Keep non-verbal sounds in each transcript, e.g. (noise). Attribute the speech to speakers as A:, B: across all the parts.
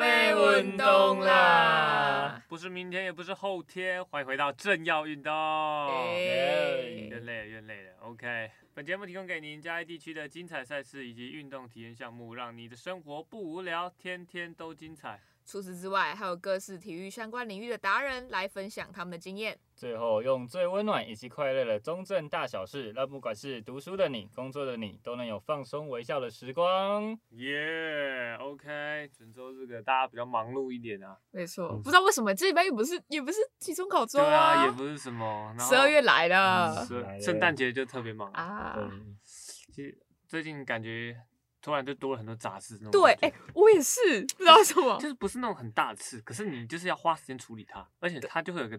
A: 运动啦！
B: 不是明天，也不是后天，欢迎回到正要运动。
A: 哎
B: 越累了越累了，OK。本节目提供给您嘉义地区的精彩赛事以及运动体验项目，让你的生活不无聊，天天都精彩。
A: 除此之外，还有各式体育相关领域的达人来分享他们的经验。
C: 最后，用最温暖以及快乐的中正大小事，让不管是读书的你、工作的你，都能有放松微笑的时光。
B: 耶、o k 本周日个大家比较忙碌一点啊。
A: 没错，
B: 嗯
A: 不知道为什么这礼拜又不是也不是期中考周
B: 对啊，也不是什么。然后
A: 十二月来了
C: 嗯
B: 十二啊圣诞节就特别忙。
A: 啊。
B: 嗯
C: 对，
B: 其实最近感觉突然就多了很多杂事那种
A: 对，
B: 感觉。
A: 哎、哦我也是，不知道为什么
B: 就。是不是那种很大的刺，可是你就是要花时间处理它，而且它就会有个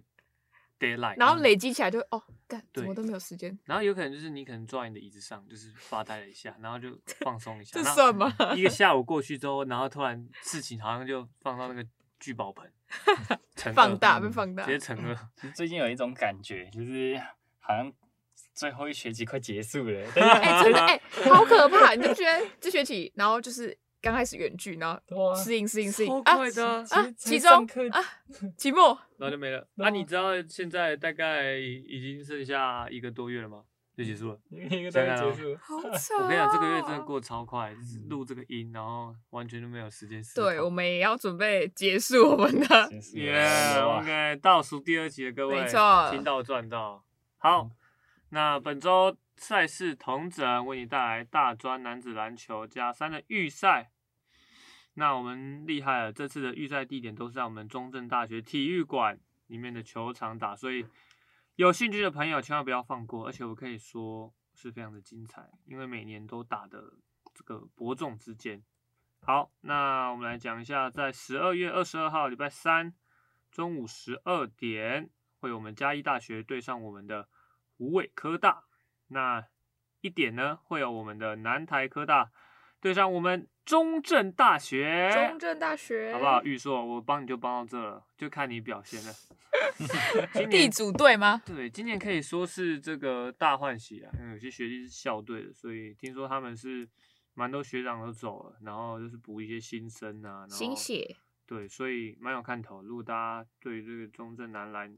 B: d a y l i g h t
A: 然后，累积起来就哦，干，怎
B: 对
A: 么都没有时
B: (laughs)
A: 间，
B: 然后有可能就是你可能坐在你的椅子上，就是发呆了一下，然后就放松一下。
A: 这
B: 然后
A: 算吗？
B: 一个下午过去之后，然后突然事情好像就放到那个聚宝
A: (laughs)
B: 盆，乘
A: 放
B: 二
A: 大
C: 嗯
A: 被放大
B: 直，接乘
A: (laughs)
B: 二。
C: 最近有一种感觉，就是好像最后一学期快结束 (laughs) 了，啊但是
A: 哎、真的哎、好可怕！你就觉得这学期，然后就是刚开始远距，然后
C: 对啊 (laughs)
A: 适应适应适应
B: 超
A: 啊
B: 快的
A: 啊
C: 其实，才
A: 期中
C: 上课
A: 啊，期
B: (laughs)
A: 末
B: 然后就没了。
C: 那
B: 那、你知道现在大概已经剩下一个多月了吗？就结束了。
C: 啊一个单元结束，
A: 好哦惨、
B: 我跟你讲，这个月
A: 啊
B: 真的。过超快，就是录这个音，然后完全都没有时间思考。
A: 对，我们也要准备结束我们的。
C: 真是啊
B: 耶、
C: 哇
B: o k 倒数第二集的各位，
A: 没错
B: 听到赚到。好，那本周赛事同整为你带来大专男子篮球加三的预赛。那我们厉害了，这次的预赛地点都是在我们中正大学体育馆里面的球场打，所以有兴趣的朋友千万不要放过。而且我可以说是非常的精彩，因为每年都打的这个伯仲之间。好，那我们来讲一下，在十二月二十二号礼拜三中午十二点，会有我们嘉义大学对上我们的湖尾科大。那一点呢，会有我们的南台科大对上我们中正大学。
A: (laughs) 中正大学，
B: 好不好？？玉硕，我帮你就帮到这了，就看你表
A: (laughs)
B: 现了。今
A: 地
B: 年
A: 主队吗？
B: 对，今年可以说是这个大换血啊，因为有些学弟是校队的，所以听说他们是蛮多学长都走了，然后就是补一些新生啊，然后
A: 新血，
B: 对，所以蛮有看头。如果大家对这个中正男篮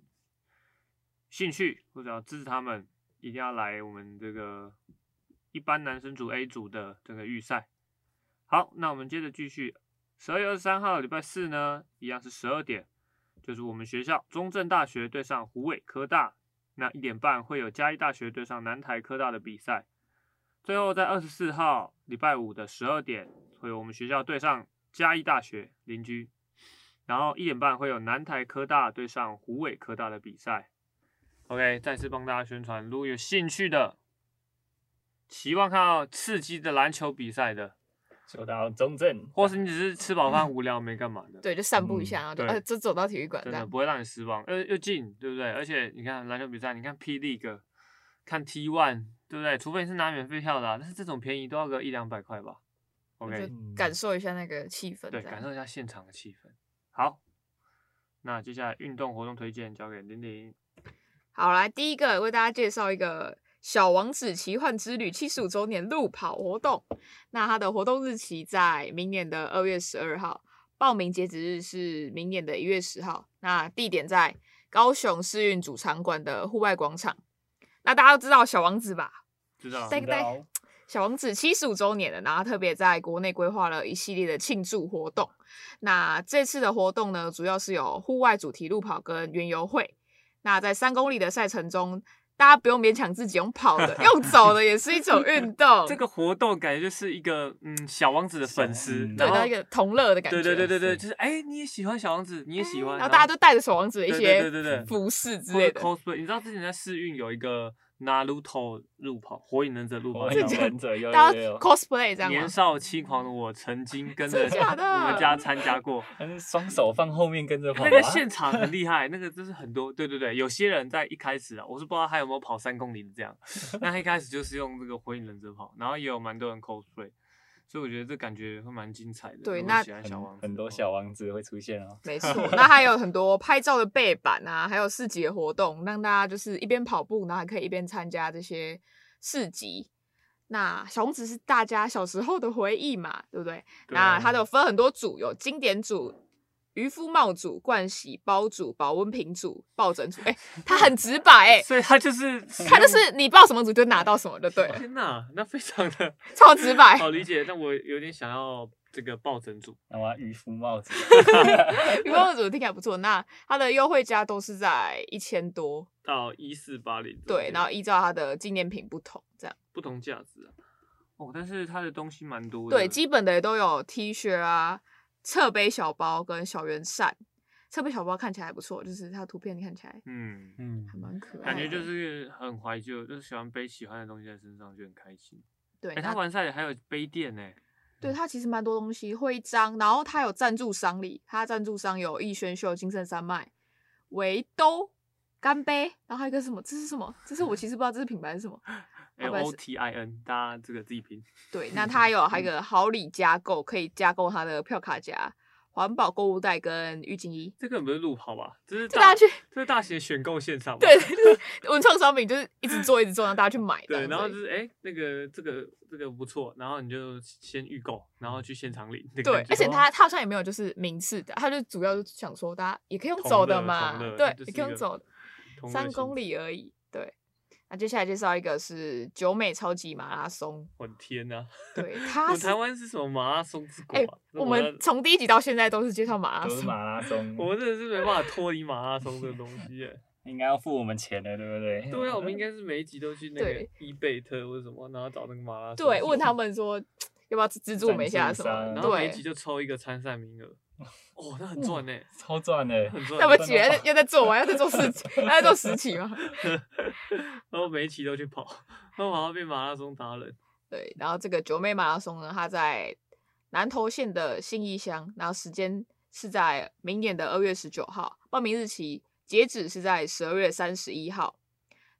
B: 兴趣或者要支持他们，一定要来我们这个一般男生组 A 组的这个预赛。好，那我们接着继续。十二月二十三号礼拜四呢，一样是十二点，就是我们学校中正大学对上湖北科大，那一点半会有嘉义大学对上南台科大的比赛。最后在二十四号礼拜五的十二点，会有我们学校对上嘉义大学邻居，然后一点半会有南台科大对上湖北科大的比赛。OK，再次帮大家宣传，如果有兴趣的，期望看到刺激的篮球比赛的，
C: 就到中正，
B: 或是你只是吃饱饭无聊没干嘛的，
A: 对，就散步一下，然后就
B: 嗯对
A: 呃，就走到体育馆这
B: 真的
A: 样。
B: 不会让你失望，又又近，对不对？而且你看篮球比赛，你看 P League，看 T One，对不对？除非你是拿免费票的啊、但是这种便宜都要个一两百块吧。OK，
A: 就感受一下那个气氛，
B: 嗯对，
A: 这
B: 感
A: 样
B: 受一下现场的气氛。好，那接下来运动活动推荐交给玲玲。
A: 好，来第一个为大家介绍一个小王子奇幻之旅七十五周年路跑活动。那它的活动日期在明年的二月十二号，报名截止日是明年的一月十号。那地点在高雄市运主场馆的户外广场。那大家都知道小王子吧？
B: 知道了
A: 在
C: 知道
A: 小王子七十五周年了，然后特别在国内规划了一系列的庆祝活动。那这次的活动呢，主要是有户外主题路跑跟园游会。那在三公里的赛程中，大家不用勉强自己用跑
B: (laughs)
A: 的，用走的也是一种运动。
B: 这个活动，感觉就是一个嗯小王子的粉丝，
C: 嗯
A: 对
B: 然后
A: 到一个同乐的感觉，哎
B: 对对对对对，
C: 是
B: 就是哎、你也喜欢小王子，你也喜欢，
A: 然后大家都带着小王子的一
B: 对对
A: 些
B: 对对对
A: 服饰之
B: 或
A: 类
B: 者
A: 的，
B: cosplay。你知道之前在试运有一个 Naruto 路跑，火影忍者路
A: 哦
B: 跑，
C: 我有忍者有
A: 大
C: 有
A: 家
C: 有，
A: cosplay 这样吗
B: 年？少轻狂的我曾经跟着
A: 真的假的
B: 你们家参加
C: (laughs)
B: 过，
C: 但是双手放后面跟着跑啊，
B: 那个 (laughs) 现场很厉害，那个就是很多，对对对，有些人在一开始啊，我是不知道他有没有跑三公里的
C: (laughs)
B: 这样，那他一开始就是用这个火影忍者跑，然后也有蛮多人 cosplay，所以我觉得这感觉会蛮精彩的。
A: 对
B: 如果
A: 那
B: 喜欢小王
C: 很
B: 子
C: 很
B: 的
C: 多
B: 话
C: 小王子会出现哦。
A: 没
B: (laughs)
A: 错，那还有很多拍照的背板啊，还有市集的活动，让大家就是一边跑步，然后还可以一边参加这些市集。那小红子是大家小时候的回忆嘛，对不对？
B: 对啊
A: 那它都有分很多组，有经典组、渔夫帽组、盥洗、包组、保温瓶组、抱枕组，哎、他很直白、
B: (laughs)
A: 哎，
B: 所以他就是
A: 他
B: (laughs)
A: 就是你报什么组就拿到什么就对了，
B: 天哪，那非常的
A: 超直白。
B: 好哦理解，但我有点想要这个抱枕组，
C: 那我要渔夫帽子，
A: 渔夫帽组听起来不错，那它的优惠价都是在一千多，
B: 到一四八零，
A: 对，然后依照它的纪念品不同这样。
B: 不同价值啊。哦，但是它的东西蛮多的，
A: 对，基本的也都有 T 恤啊、侧背小包跟小圆扇。侧背小包看起来还不错，就是它图片看起来
B: (laughs) 嗯，
C: 嗯
A: 还蛮可爱的，
B: 感觉就是很怀旧，就是喜欢背喜欢的东西在身上就很开心。
A: 对
B: 哎、它
A: 它
B: 完赛还有杯垫呢、
A: 对它其实蛮多东西，徽章，然后它有赞助商里，它赞助商有逸轩秀、金盛山脉、围兜、干杯，然后还有一个什么？这是什么？这是我其实不知道这是品牌是什么。
B: L
A: 哦不好意
B: O
A: 思
B: T I N，大家这个自己拼。
A: 对，那它还有还有一个好礼加购，可以加购它的票卡夹、环保购物袋跟浴巾衣。 (laughs)
B: 这个不是路跑吧？这是
A: 就大家去
B: 这是大型选购现
A: (laughs)
B: 场吧。
A: 对，就是文创商品就是一直做一直做，让大家去买这
B: 对，
A: 样子
B: 然
A: 而
B: 后
A: 已。
B: 就是哎、那个这个这个不错，然后你就先预购，然后去现场领。那个
A: 对
B: 感，觉
A: 而且
C: 哦
A: 它它好像也没有就是名次的，它就主要就是想说大家也可以用
B: 同
A: 走
B: 乐
A: 的嘛，
B: 同乐
A: 对，
B: 这是
A: 也可以
B: 一
A: 用
B: 个
A: 走的。
B: 同乐
A: 三
B: 性
A: 公里而已。对，那接下来介绍一个是九美超级马拉松，
B: 我的天呐、
A: 对，
B: 我
A: 它
B: 们
A: 是
B: 台湾是什么马拉松之国
A: 哎、
B: 啊？那
A: 我
B: 的
A: 们从第一集到现在都是介绍马拉
C: 都是
A: 松，
C: 马拉松，
B: 我们真的是没办法脱离马拉松这个东西
A: (laughs)
B: 耶。
C: 应该要付我们钱的，对不对？
B: 对啊，我们应该是每一集都去那个
A: 对
B: 伊贝特或者什么，然后找那个马拉松。
A: 对，问他。们说要不要
B: (laughs)
A: 资助我们一下
C: 赞
A: 什
C: 助
A: 么
C: 商
A: 的，
B: 然后每一
A: 对嗯
B: 集。就抽一个参赛名额，
A: (laughs)
B: 哦，那很赚呢、
C: 超赚的，
B: 很赚。
A: 那不
C: 起
A: 起来要再做完，要再做四期， (laughs) 要再做十期吗？
B: 然后每一期都去跑，然后马上变马拉松达人。
A: 对，然后这个九妹马拉松呢，它在南投县的信义乡，然后时间是在明年的二月十九号，报名日期截止是在十二月三十一号。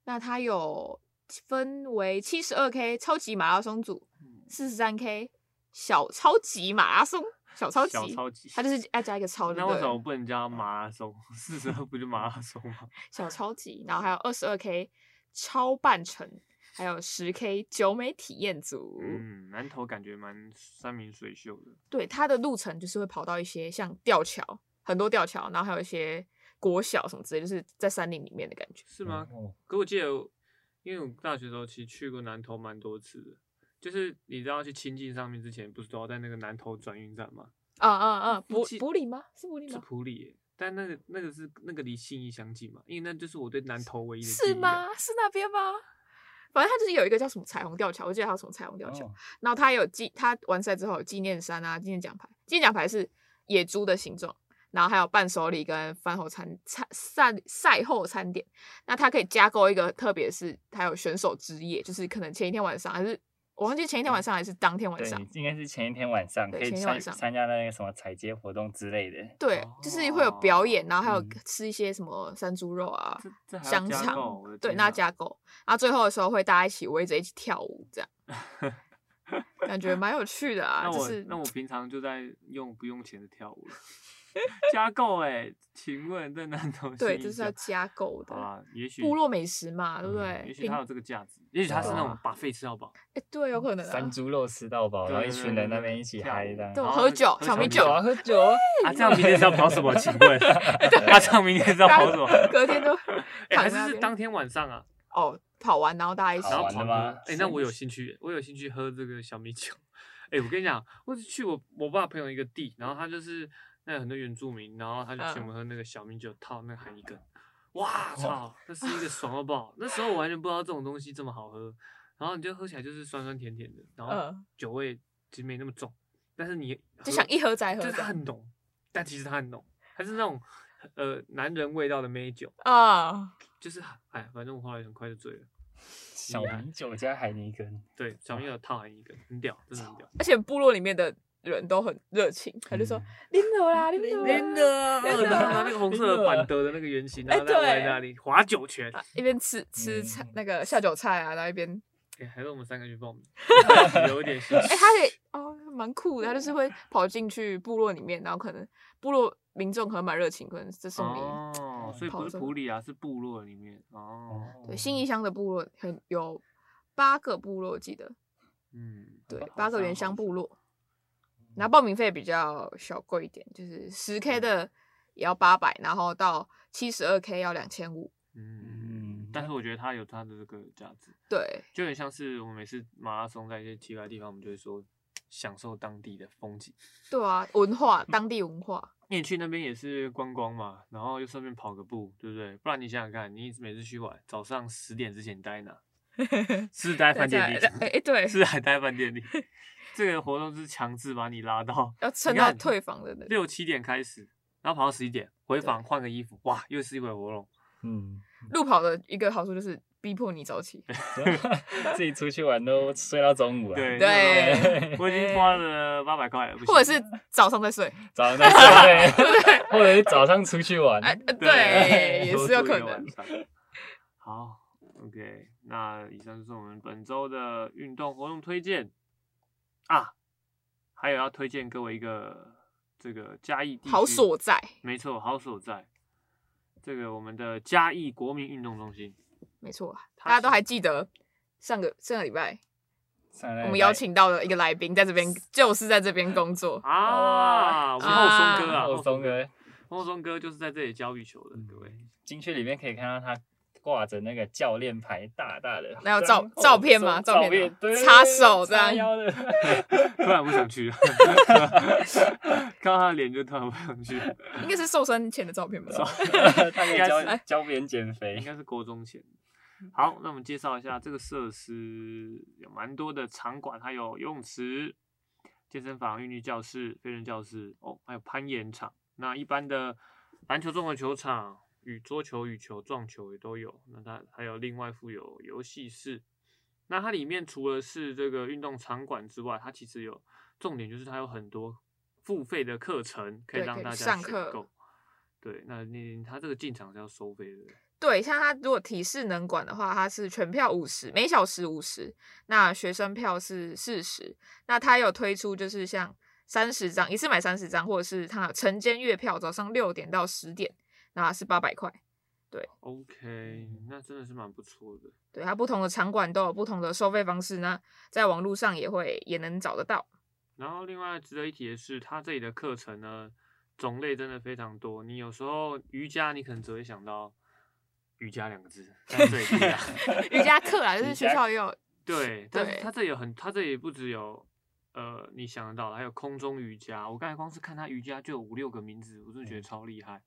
A: 那它有分为七十二 K 超级马拉松组、
B: 嗯
A: 四十三 K 小超级马拉松、小 (laughs) 超级，
B: 小超级，
A: 它就是要加一个超就
B: 那为
A: 对
B: 什么
A: 了，
B: 不能叫它马拉松？ (laughs) 四十二不就马拉松吗？
A: 小超级，然后还有二十二 K 超半程，还有十 K 九美体验组。
B: 嗯，南投感觉蛮山明水秀的。
A: 对，它的路程就是会跑到一些像吊桥，很多吊桥，然后还有一些国小什么之类，就是在山林里面的感觉。
B: 是吗？
C: 哦
B: 可我记得我，因为我大学时候其实去过南投蛮多次的，就是你知道去清境上面之前，不是都要在那个南投转运站吗？
A: 啊啊啊！
B: 附
A: 普
B: 近
A: 普里吗？是普里
B: 是
A: 吗？
B: 普里耶，但那个那个是那个离信义相近嘛，因为那就是我对南投唯一的记
A: 是
B: 忆啊？
A: 吗？是那边吗？反正它就是有一个叫什么彩虹吊桥，我记得它有什么彩虹吊桥。
C: 哦
A: 然后它有纪，它完赛之后有纪念衫啊、纪念奖牌，纪念奖牌是野猪的形状，然后还有伴手礼跟饭后餐餐赛赛后餐点。那它可以加购一个，特别是它有选手之夜，就是可能前一天晚上还是我忘记前一天晚上还是当天晚
C: 对
A: 上，，
C: 应该是前一天晚上
A: 对
C: 可以
A: 前一天
C: 参
A: 晚上
C: 参加那个什么采街活动之类的。
A: 对，就是会有表演，然后还有
C: 嗯
A: 吃一些什么山猪肉啊、
B: 这哦这还要
A: 香
B: 加
A: 肠
B: 购我的，
A: 对，
B: 天
A: 那
B: 哪
A: 加购，然后最后的时候会大家一起围着一起跳舞，这样
B: (laughs)
A: 感觉蛮有趣的啊。
B: 那
A: 就
B: 我
A: 是
B: 那我平常就在用不用钱的跳
A: (laughs)
B: 舞了，加购哎、请问在南投
A: 对，
B: 信
A: 这
B: 义
A: 是要
B: 乡
A: 加购的。
B: 啊，也许
A: 部落美食嘛，对不
C: 嗯
A: 对？
B: 也许
A: 平
B: 它有这个价值，也许它是那种
A: 对
B: 把费吃到饱，
A: 哎、对，有可能、啊。
C: 山猪肉吃到饱，
B: 对
C: 哦然后
B: 对
C: 一
B: 对
C: 群
B: 对
C: 人那
B: 对
C: 边一起
B: 跳
C: 嗨哦
B: 舞
C: 的。
A: 对
B: 然后
A: 喝
B: 那
A: 酒
B: 喝
A: 小米
B: 米
A: 酒
B: 酒
C: 啊，喝酒
A: (laughs)
C: 啊，
B: 啊，这样明天是要跑什么？请问， (laughs) 啊，这样明天是要跑什么？
A: 隔天就
B: 哎、
A: 躺
B: 还
A: 在那
B: 是是
A: 边
B: 当天晚上啊，
A: 哦，跑完然后大家一起
C: 好
B: 然后
C: 玩
B: 跑
C: 的
B: 步
C: 吗
B: 哎、那我有兴趣，我有兴趣喝这个小米酒。哎、我跟你讲，我只去我我爸朋友一个地，然后他就是那有很多原住民，然后他就
A: 嗯
B: 请我们喝那个小米酒，套那个含一根。哇操，那是一个爽到爆！那时候我完全不知道这种东西这么好喝，然后你就喝起来就是酸酸甜甜的，然后
A: 嗯
B: 酒味其实没那么重，但是你
A: 就
B: 喝
A: 想一喝再喝
B: 就是它
A: 的
B: 很浓，但其实它很浓，它是那种呃男人味道的美酒，
A: 啊，
B: 就是哎，反正我后来很快就醉了。
C: 小米酒加海尼根，
B: 对，小明有套含一个，很屌，真的很屌。
A: 而且部落里面的人都很热情， (laughs) 他就说
C: 嗯
A: 拎了啦，拎了啦，
B: 的，
A: 真的
B: 然后拿那个红色的板德的那个圆形，然后在
A: 哎
B: 围
A: 对
B: 那里划九圈。
A: 啊一边吃吃菜
C: 嗯
A: 那个下酒菜啊，然后一边
B: 哎，还是我们三个去报名，
A: (laughs)
B: 有点兴
A: 哎、
B: 趣。
A: 他也哦蛮酷的，他就是会跑进去部落里面，然后可能部落民众可能蛮热情，可能就送你。
B: 哦，所以不是普里啊，是部落里面哦。
A: 对，新义乡的部落很有八个部落，我记得
B: 嗯，
A: 对
B: 好
A: 八个
B: 像
A: 原乡
B: 好
A: 部落。那报名费比较小贵一点，就是十
B: 嗯
A: K 的也要八百，然后到七十二 K 要两千五。
B: 嗯，但是我觉得它有它的这个价值，
A: 对，
B: 就很像是我们每次马拉松在一些奇怪的地方，我们就会说享受当地的风景。
A: 对啊，文化，当地
B: (laughs)
A: 文化，
B: 因为你去那边也是观光嘛，然后又顺便跑个步，对不对？不然你想想看，你每次去玩，早上十点之前你待哪？是待饭店
A: 大家
B: 里，
A: 哎、哎对，
B: 是还待饭店里。 (laughs) 这个活动是强制把你拉到 (laughs)
A: 要撑
B: 你
A: 到
B: 看
A: 退房的那种。
B: 六七点开始，然后跑到十一点，回房换个衣服，哇，又是一回活动。
C: 嗯，
A: 路跑的一个好处就是逼迫你早起，
C: 嗯自己出去玩都睡到中午啊，
B: 对
A: 对，
B: 我已经花了八百块了，不行啊
A: 或者是早上再睡，
C: 早上再
A: (laughs)
C: 睡，对， (laughs) 或者是早上出去玩，
A: 哎、呃
B: 对
A: 对， (laughs) 也是有可
B: 哦
A: 能。。
B: (laughs) 好，OK，那以上就是我们本周的运动活动推荐啊，还有要推荐各位一个这个嘉义地区
A: 好所在，
B: 没错，好所在，这个我们的嘉义国民运动中心，
A: 没错啊，
B: 他
A: 大家都
B: 是
A: 还记得上个上个礼拜
C: 上来
A: 我们邀请到了一个来宾，在这边就是在这边工作，
B: 啊，我们后松哥啊，
C: 后松，哥，嗯
B: 后松哥就是在这里教羽球的，各位，
C: 进去里面可以看到他挂着那个教练牌，大大的，
A: 那有照
C: 然后
A: 照片吗
C: 照
A: 照片
C: 片
A: 吗，
C: 对
A: 插手这
C: 插
A: 样 (laughs)
C: 腰的，
B: 突然不想
C: (laughs)
B: 去了， (laughs) 看到他的脸就突然不想去了，
A: 应该是瘦身前的照片吧？
C: 他可以
B: 应
C: 教
B: 该
C: 教别人减肥
B: 应，该是国中前。
A: 嗯
B: 好，那我们介绍一下这个设施，有蛮多的场馆，它有游泳池、健身房、韵律教室、飞人教室，哦，还有攀岩场。那一般的篮球、综合球场、与桌球、羽球、撞球也都有。那它还有另外附有游戏室。那它里面除了是这个运动场馆之外，它其实有重点就是它有很多付费的课程可以
A: 对可
B: 让
A: 以
B: 大家
A: 上
B: 选
A: 课
B: 购。对，那你它这个进场是要收费的。
A: (laughs) 对，像他如果体适能馆的话，它是全票五十，每小时五十，那学生票是四十。那他有推出就是像三十张，一次买三十张，或者是他有晨间月票，早上六点到十点，那是八百块。
B: OK，那真的是蛮不错的。
A: 对，它不同的场馆都有不同的收费方式，那在网络上也会也能找得到。
B: 然后另外值得一提的是，它这里的课程呢种类真的非常多。你有时候瑜伽，你可能只会想到瑜伽两个字，但这里不一啊样
A: 瑜伽课啦，就是
C: 瑜
A: 学
C: 伽
A: 校也有，
B: 对，但是
A: 对
B: 它这里有很，它这里不只有呃你想得到的，还有空中瑜伽。我刚才光是看它瑜伽就有五六个名字，我真的
A: 嗯
B: 觉得超厉害。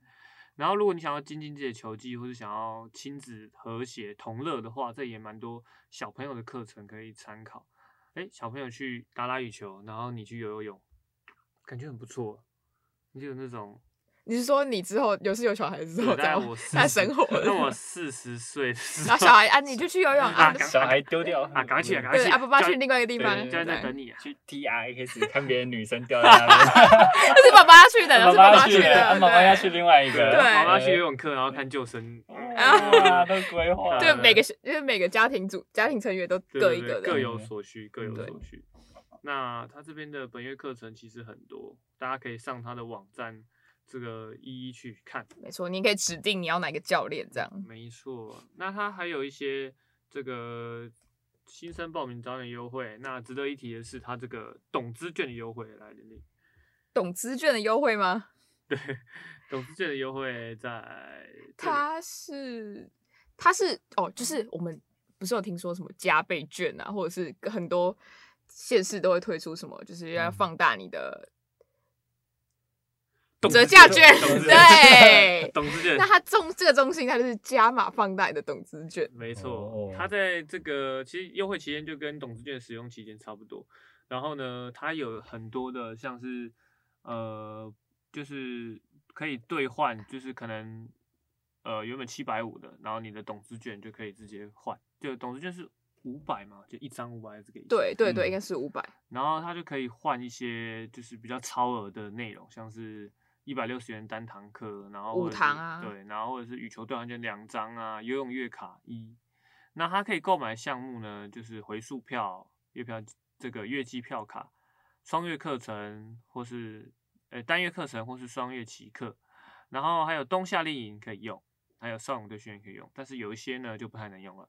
B: 然后如果你想要精进自己的球技，或是想要亲子和谐同乐的话，这也蛮多小朋友的课程可以参考。哎，小朋友去打打羽球，然后你去游游泳，感觉很不错。你就有那
A: (laughs)
B: 种
A: 你是说你之后有是有小孩之
B: 对
A: 后
B: 大概
A: 再
B: 我
A: 再
B: 40
A: 生活？
B: 那我四十岁的时
A: (laughs) 然
B: 候
A: 后，小孩啊，你就去游泳
B: 啊
A: 啊，
B: 赶
C: 小孩丢掉
B: 啊，赶快去啊，赶快
A: 对，
B: 去！
A: 阿爸爸
B: 教
A: 去
B: 练
A: 另外一个地方，
C: 对
B: 教练在
A: 对
B: 等你啊。
C: 去 T R X 看别的女生掉在那边，
A: (laughs) 那是爸爸要去的，
C: 妈
A: 是爸
C: 妈
A: 爸
C: 去
A: 的，
C: 了，
A: 对
C: 妈妈要去另外一个，
A: 对
B: 妈妈去游泳课，然后看救生。
C: 啊，都规划了，
A: 对每个 (laughs) 就是每个家庭组家庭成员都
B: 对
A: 各
B: 对
A: 一
B: 对
A: 个的，
B: 各有所需，各有
A: 对
B: 所需。那他这边的本月课程其实很多，大家可以上他的网站，这个一一去看。
A: 没错，你可以指定你要哪个教练这样。
B: 没错，那它还有一些这个新生报名早点优惠。那值得一提的是，它这个董资券的优惠来的你。
A: 懂资券的优惠吗？
B: 对，董资券的优惠在这里
A: 它是它是哦，就是我们不是有听说什么加倍券啊，或者是很多县市都会推出什么，就是要
C: 嗯
A: 放大你的
B: 董
A: 折
B: 资
A: 价券
B: 董资，
A: 对
B: (laughs) 。董资券
A: 那。它中这个中心，它就是加码放大你的懂资券，
B: 没错
C: 哦，
B: 它在这个其实优惠期间就跟董事券使用期间差不多。然后呢，它有很多的像是呃，就是可以兑换，就是可能呃原本七百五的，然后你的董事券就可以直接换，就董事券是五百嘛，就一张五百这个意思。
A: 对对对，
C: 嗯
A: 应该是五百。
B: 然后它就可以换一些就是比较超额的内容，像是一百六十元单堂课，然后
A: 五
B: 或者是
A: 堂啊
B: 对，然后或者是羽球兑换券两张啊，游泳月卡一。那它可以购买的项目呢，就是回数票、月票这个月季票卡、双月课程或是呃单月课程或是双月期课，然后还有冬夏令营可以用，还有少泳队训练可以用，但是有一些呢就不太能用了。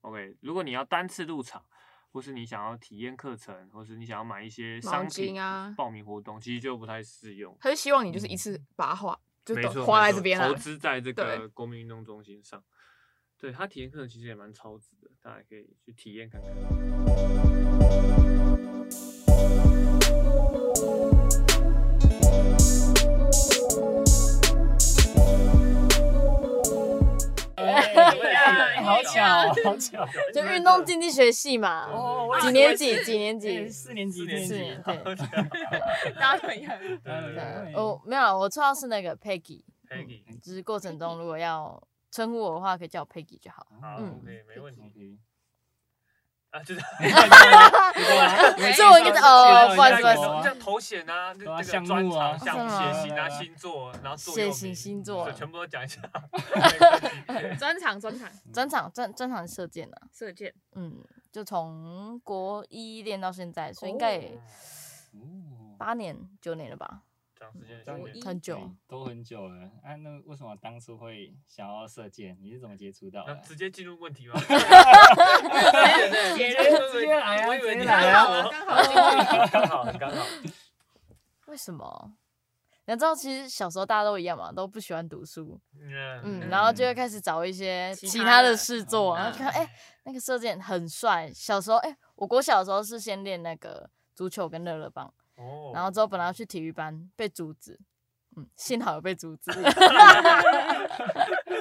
B: OK，如果你要单次入场。或是你想要体验课程，或是你想要买一些
A: 毛
B: 商品
A: 巾啊
B: 报名活动，其实就不太适用。
A: 他就希望你就是一次把它花，就
B: 没
A: 都
B: 错，
A: 花
B: 没
A: 在
B: 错
A: 这边啊
B: 投
A: 了。
B: 资在这
A: 对
B: 个国民运动中心上。对他体验课程其实也蛮超值的，大家可以去体验看看。
C: 哎好巧，好巧。
D: 就运
B: (laughs)
D: 动竞技学系嘛，
C: 哦，
D: 几年级？几年
C: 哎
D: 级？
C: 四年级，
B: 四年级
D: 四年对。
A: (laughs) 大家都一样。
D: 对
C: 对，
D: 我没有，啊我绰号是那个 Peggy，
B: Peggy，
D: 就是过程中如果要称呼我的话，可以叫我 Peggy 就好。
B: 好
D: 嗯
B: ，OK，没问题
C: 题。
B: 啊，就是
C: 啊
D: (laughs) 这我应该是
C: (laughs)
D: 哦不好意思不好意思
B: 像头衔啊，这
C: 对啊
B: 这
C: 项
B: 个
C: 目
B: 专长、
C: 啊
B: 项目、
D: 真的
B: 血
D: 啊
B: 型啊、星座，然后座右
D: 血型
B: 铭
D: 星座
B: 对
D: 啊
B: 全部都讲一
D: (laughs)
B: 下。
A: 专场专场
D: 专场专专场射箭啊，
A: 射箭，
D: 嗯，就从国一练到现在，所以应该也
C: 哦，
D: 八年九年了吧，
B: 长时间的
C: 我
B: 训
A: 一
B: 练。
D: 很久。
C: 哎都很久了。啊，那为什么当初会想要射箭？你是怎么接触到
B: 那
C: 的？
B: 直接进入问
D: (laughs)
B: 题吗？
C: 直接直接来啊
B: 我以为
C: 直
B: 你
C: 接
A: 刚
C: 来
A: 好
C: 啊
A: 啊
B: 要
A: 刚好进去。
B: 刚好很刚好，
D: 为什么？你要知道，其实小时候大家都一样嘛，都不喜欢读书，
B: 嗯
D: 嗯，然后就会开始找一些
A: 其
D: 其
A: 他
D: 他
A: 的
D: 的事
C: 嗯
D: 做，然后就看，哎、那个射箭很帅。小时候，哎、我国小的时候是先练那个足球跟乐乐棒，
B: 哦
D: 然后之后本来要去体育班，被阻止，嗯，幸好有被阻止，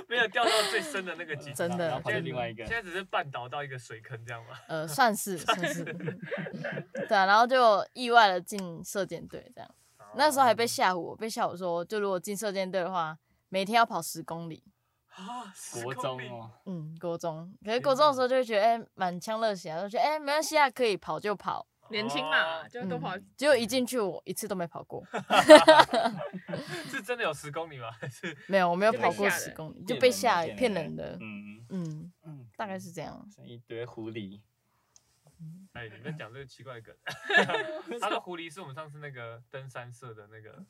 B: 没有掉到最深的那个井，
D: 真的
C: 然后跑去另外一个
B: 现，在只是绊倒到一个水坑这样吗？
D: 呃，算是算是，对啊，然后就意外的进射箭队这样。
B: 哦
D: 那时候还被吓唬我，被吓唬说，就如果进射箭队的话，每天要跑十公里。
B: 啊，时
C: 国
B: 空
C: 中
B: 力
C: 哦，
D: 嗯，国中，可是
B: 天
D: 国中
B: 哪
D: 的时候就会觉得，哎、满腔热血啊，就觉得，哎、没关系啊，可以跑就跑。
A: 年轻嘛，
B: 哦
A: 就都跑。
D: 结果一进去，我一次都没跑过，
B: 是真的有十公里吗？还是
D: 没有，我没有
A: 就被
D: 跑过
A: 吓
D: 十
A: 人
D: 公里，就被吓了，骗
C: 骗
D: 人的。
C: 嗯
D: 嗯，
C: 嗯，
D: 大概是这样。
C: 像一堆狐狸，
B: 哎，你们讲这个奇怪的
D: (laughs)
B: 梗。他的狐狸是我们上次那个登山社的那
D: (laughs)
B: 个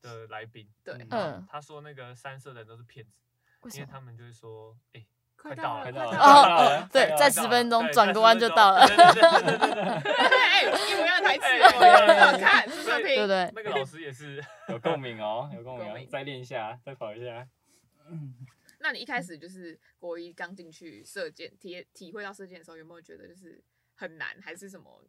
B: 的来宾，
A: 对
C: 嗯
D: 嗯，
B: 他说那个山社的人都是骗子，
D: 为
B: 因
D: 什
B: 为
D: 么？
B: 他们就会说，哎，
A: 快
B: 到
A: 到
C: 快
A: 了，
C: 到了，
A: 快
C: 快
A: 到了！
C: 到了，
D: 对
C: 快到了
D: 在十分钟
B: 对
D: 转个弯就
B: 在十分钟
D: 到了
B: 对对对对对对
A: 哎，一模一样的台词，
B: 哎
A: 很好看，是不是要
D: 对
A: 听
D: 不？对？ (laughs)
B: 那个老师也是，
C: 有共鸣哦，有共鸣
A: 共
C: 哦
A: 鸣，
C: 再练一下，再跑一下。
A: 那你一开始就是国一刚进去射箭，体体会到射箭的时候，有没有觉得就是很难，还是什么，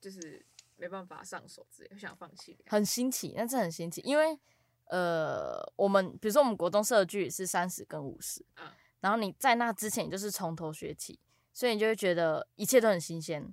A: 就是没办法上手之类，想放弃的感觉？
D: 很新奇，那真的很新奇，因为呃，我们比如说我们国中社的距离是三十跟五十、
A: 嗯
D: 然后你在那之前你就是从头学起，所以你就会觉得一切都很新鲜。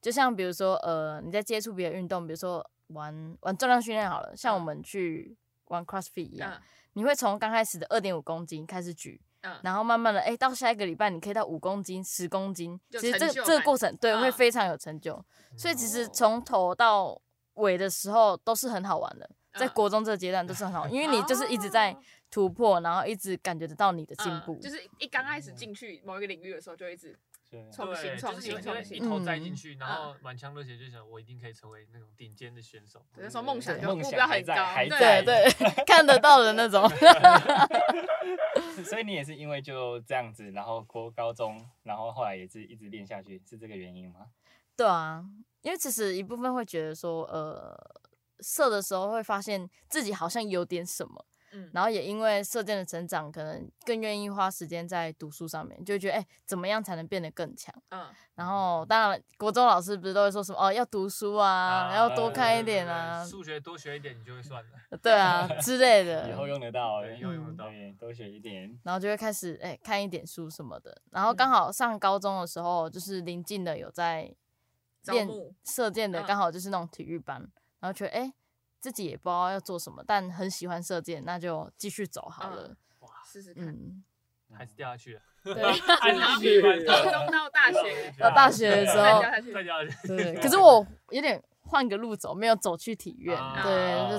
D: 就像比如说呃，你在接触别的运动，比如说玩玩重量训练好了，像我
A: 嗯
D: 们去玩 CrossFit 一样，
A: 嗯
D: 你会从刚开始的二点五公斤开始举，
A: 嗯，
D: 然后慢慢的，哎、到下一个礼拜你可以到五公斤、十公斤，
A: 有
D: 其实这
A: 成
D: 个
A: 就
D: 这个
A: 感
D: 过程对、会
A: 嗯
D: 非常有成就，所以其实
A: 哦
D: 从头到尾的时候都是很好玩的，在
A: 嗯
D: 国中这个阶段都是很好玩，因为你就是一直在
A: 哦
D: 突破，然后一直感觉得到你的进
A: 嗯
D: 步，
A: 就是一刚开始进去某一个领域的时候，就一直
C: 对啊，
A: 创新
B: 嗯对，
A: 创
B: 就是
A: 新
B: 你
A: 创
B: 会
A: 新
B: 一头栽进
D: 嗯
B: 去，然后满腔热血就想，我一定可以成为那种顶尖的选手。
A: 对那时候梦想就
C: 梦
A: 目
C: 想
A: 标
C: 还
A: 很
C: 在
A: 高
C: 还
A: 对
D: 对
C: 在
D: 对，看得到的那
C: (laughs)
D: 种。
A: (laughs)
C: 所以你也是因为就这样子，然后过高中，然后后来也是一直练下去，是这个原因吗？
D: 对啊，因为其实一部分会觉得说，呃，射的时候会发现自己好像有点什么，
A: 嗯，
D: 然后也因为射箭的成长，可能更愿意花时间在读书上面，就会觉得哎、怎么样才能变得更强？
A: 嗯，
D: 然后当然，国中老师不是都会说什么哦，要读书啊，然后
B: 对
D: 多
B: 对
D: 看
B: 对
D: 一
B: 对
D: 点
B: 对
D: 啊，
B: 数学多学一点，你就会算了。
D: 对啊之类
C: 以后
D: 的。
C: 用得到，哎
B: 对以后用得到
C: 对多学一点。
D: 然后就会开始哎、看一点书什么的。然后刚好上高中的时候，就是临近的有在
A: 招
D: 练
A: 募
D: 射箭的，
A: 嗯
D: 刚好就是那种体育班，然后觉得哎、自己也不知道要做什么，但很喜欢射箭，那就继续走好
A: 嗯
D: 了。
A: 试试看。
D: 嗯，
B: 还是掉下
D: (laughs)
B: 去了。
D: 对。
B: 还
A: 然后
B: 是
D: (laughs)
B: 喜欢
A: 高中到
B: (laughs)
A: 大学，
D: 到大学的时候
A: 再掉下去
B: 再掉下去。
D: 对，可是我有点换个路走，没有走去体院，
B: 啊
D: 对，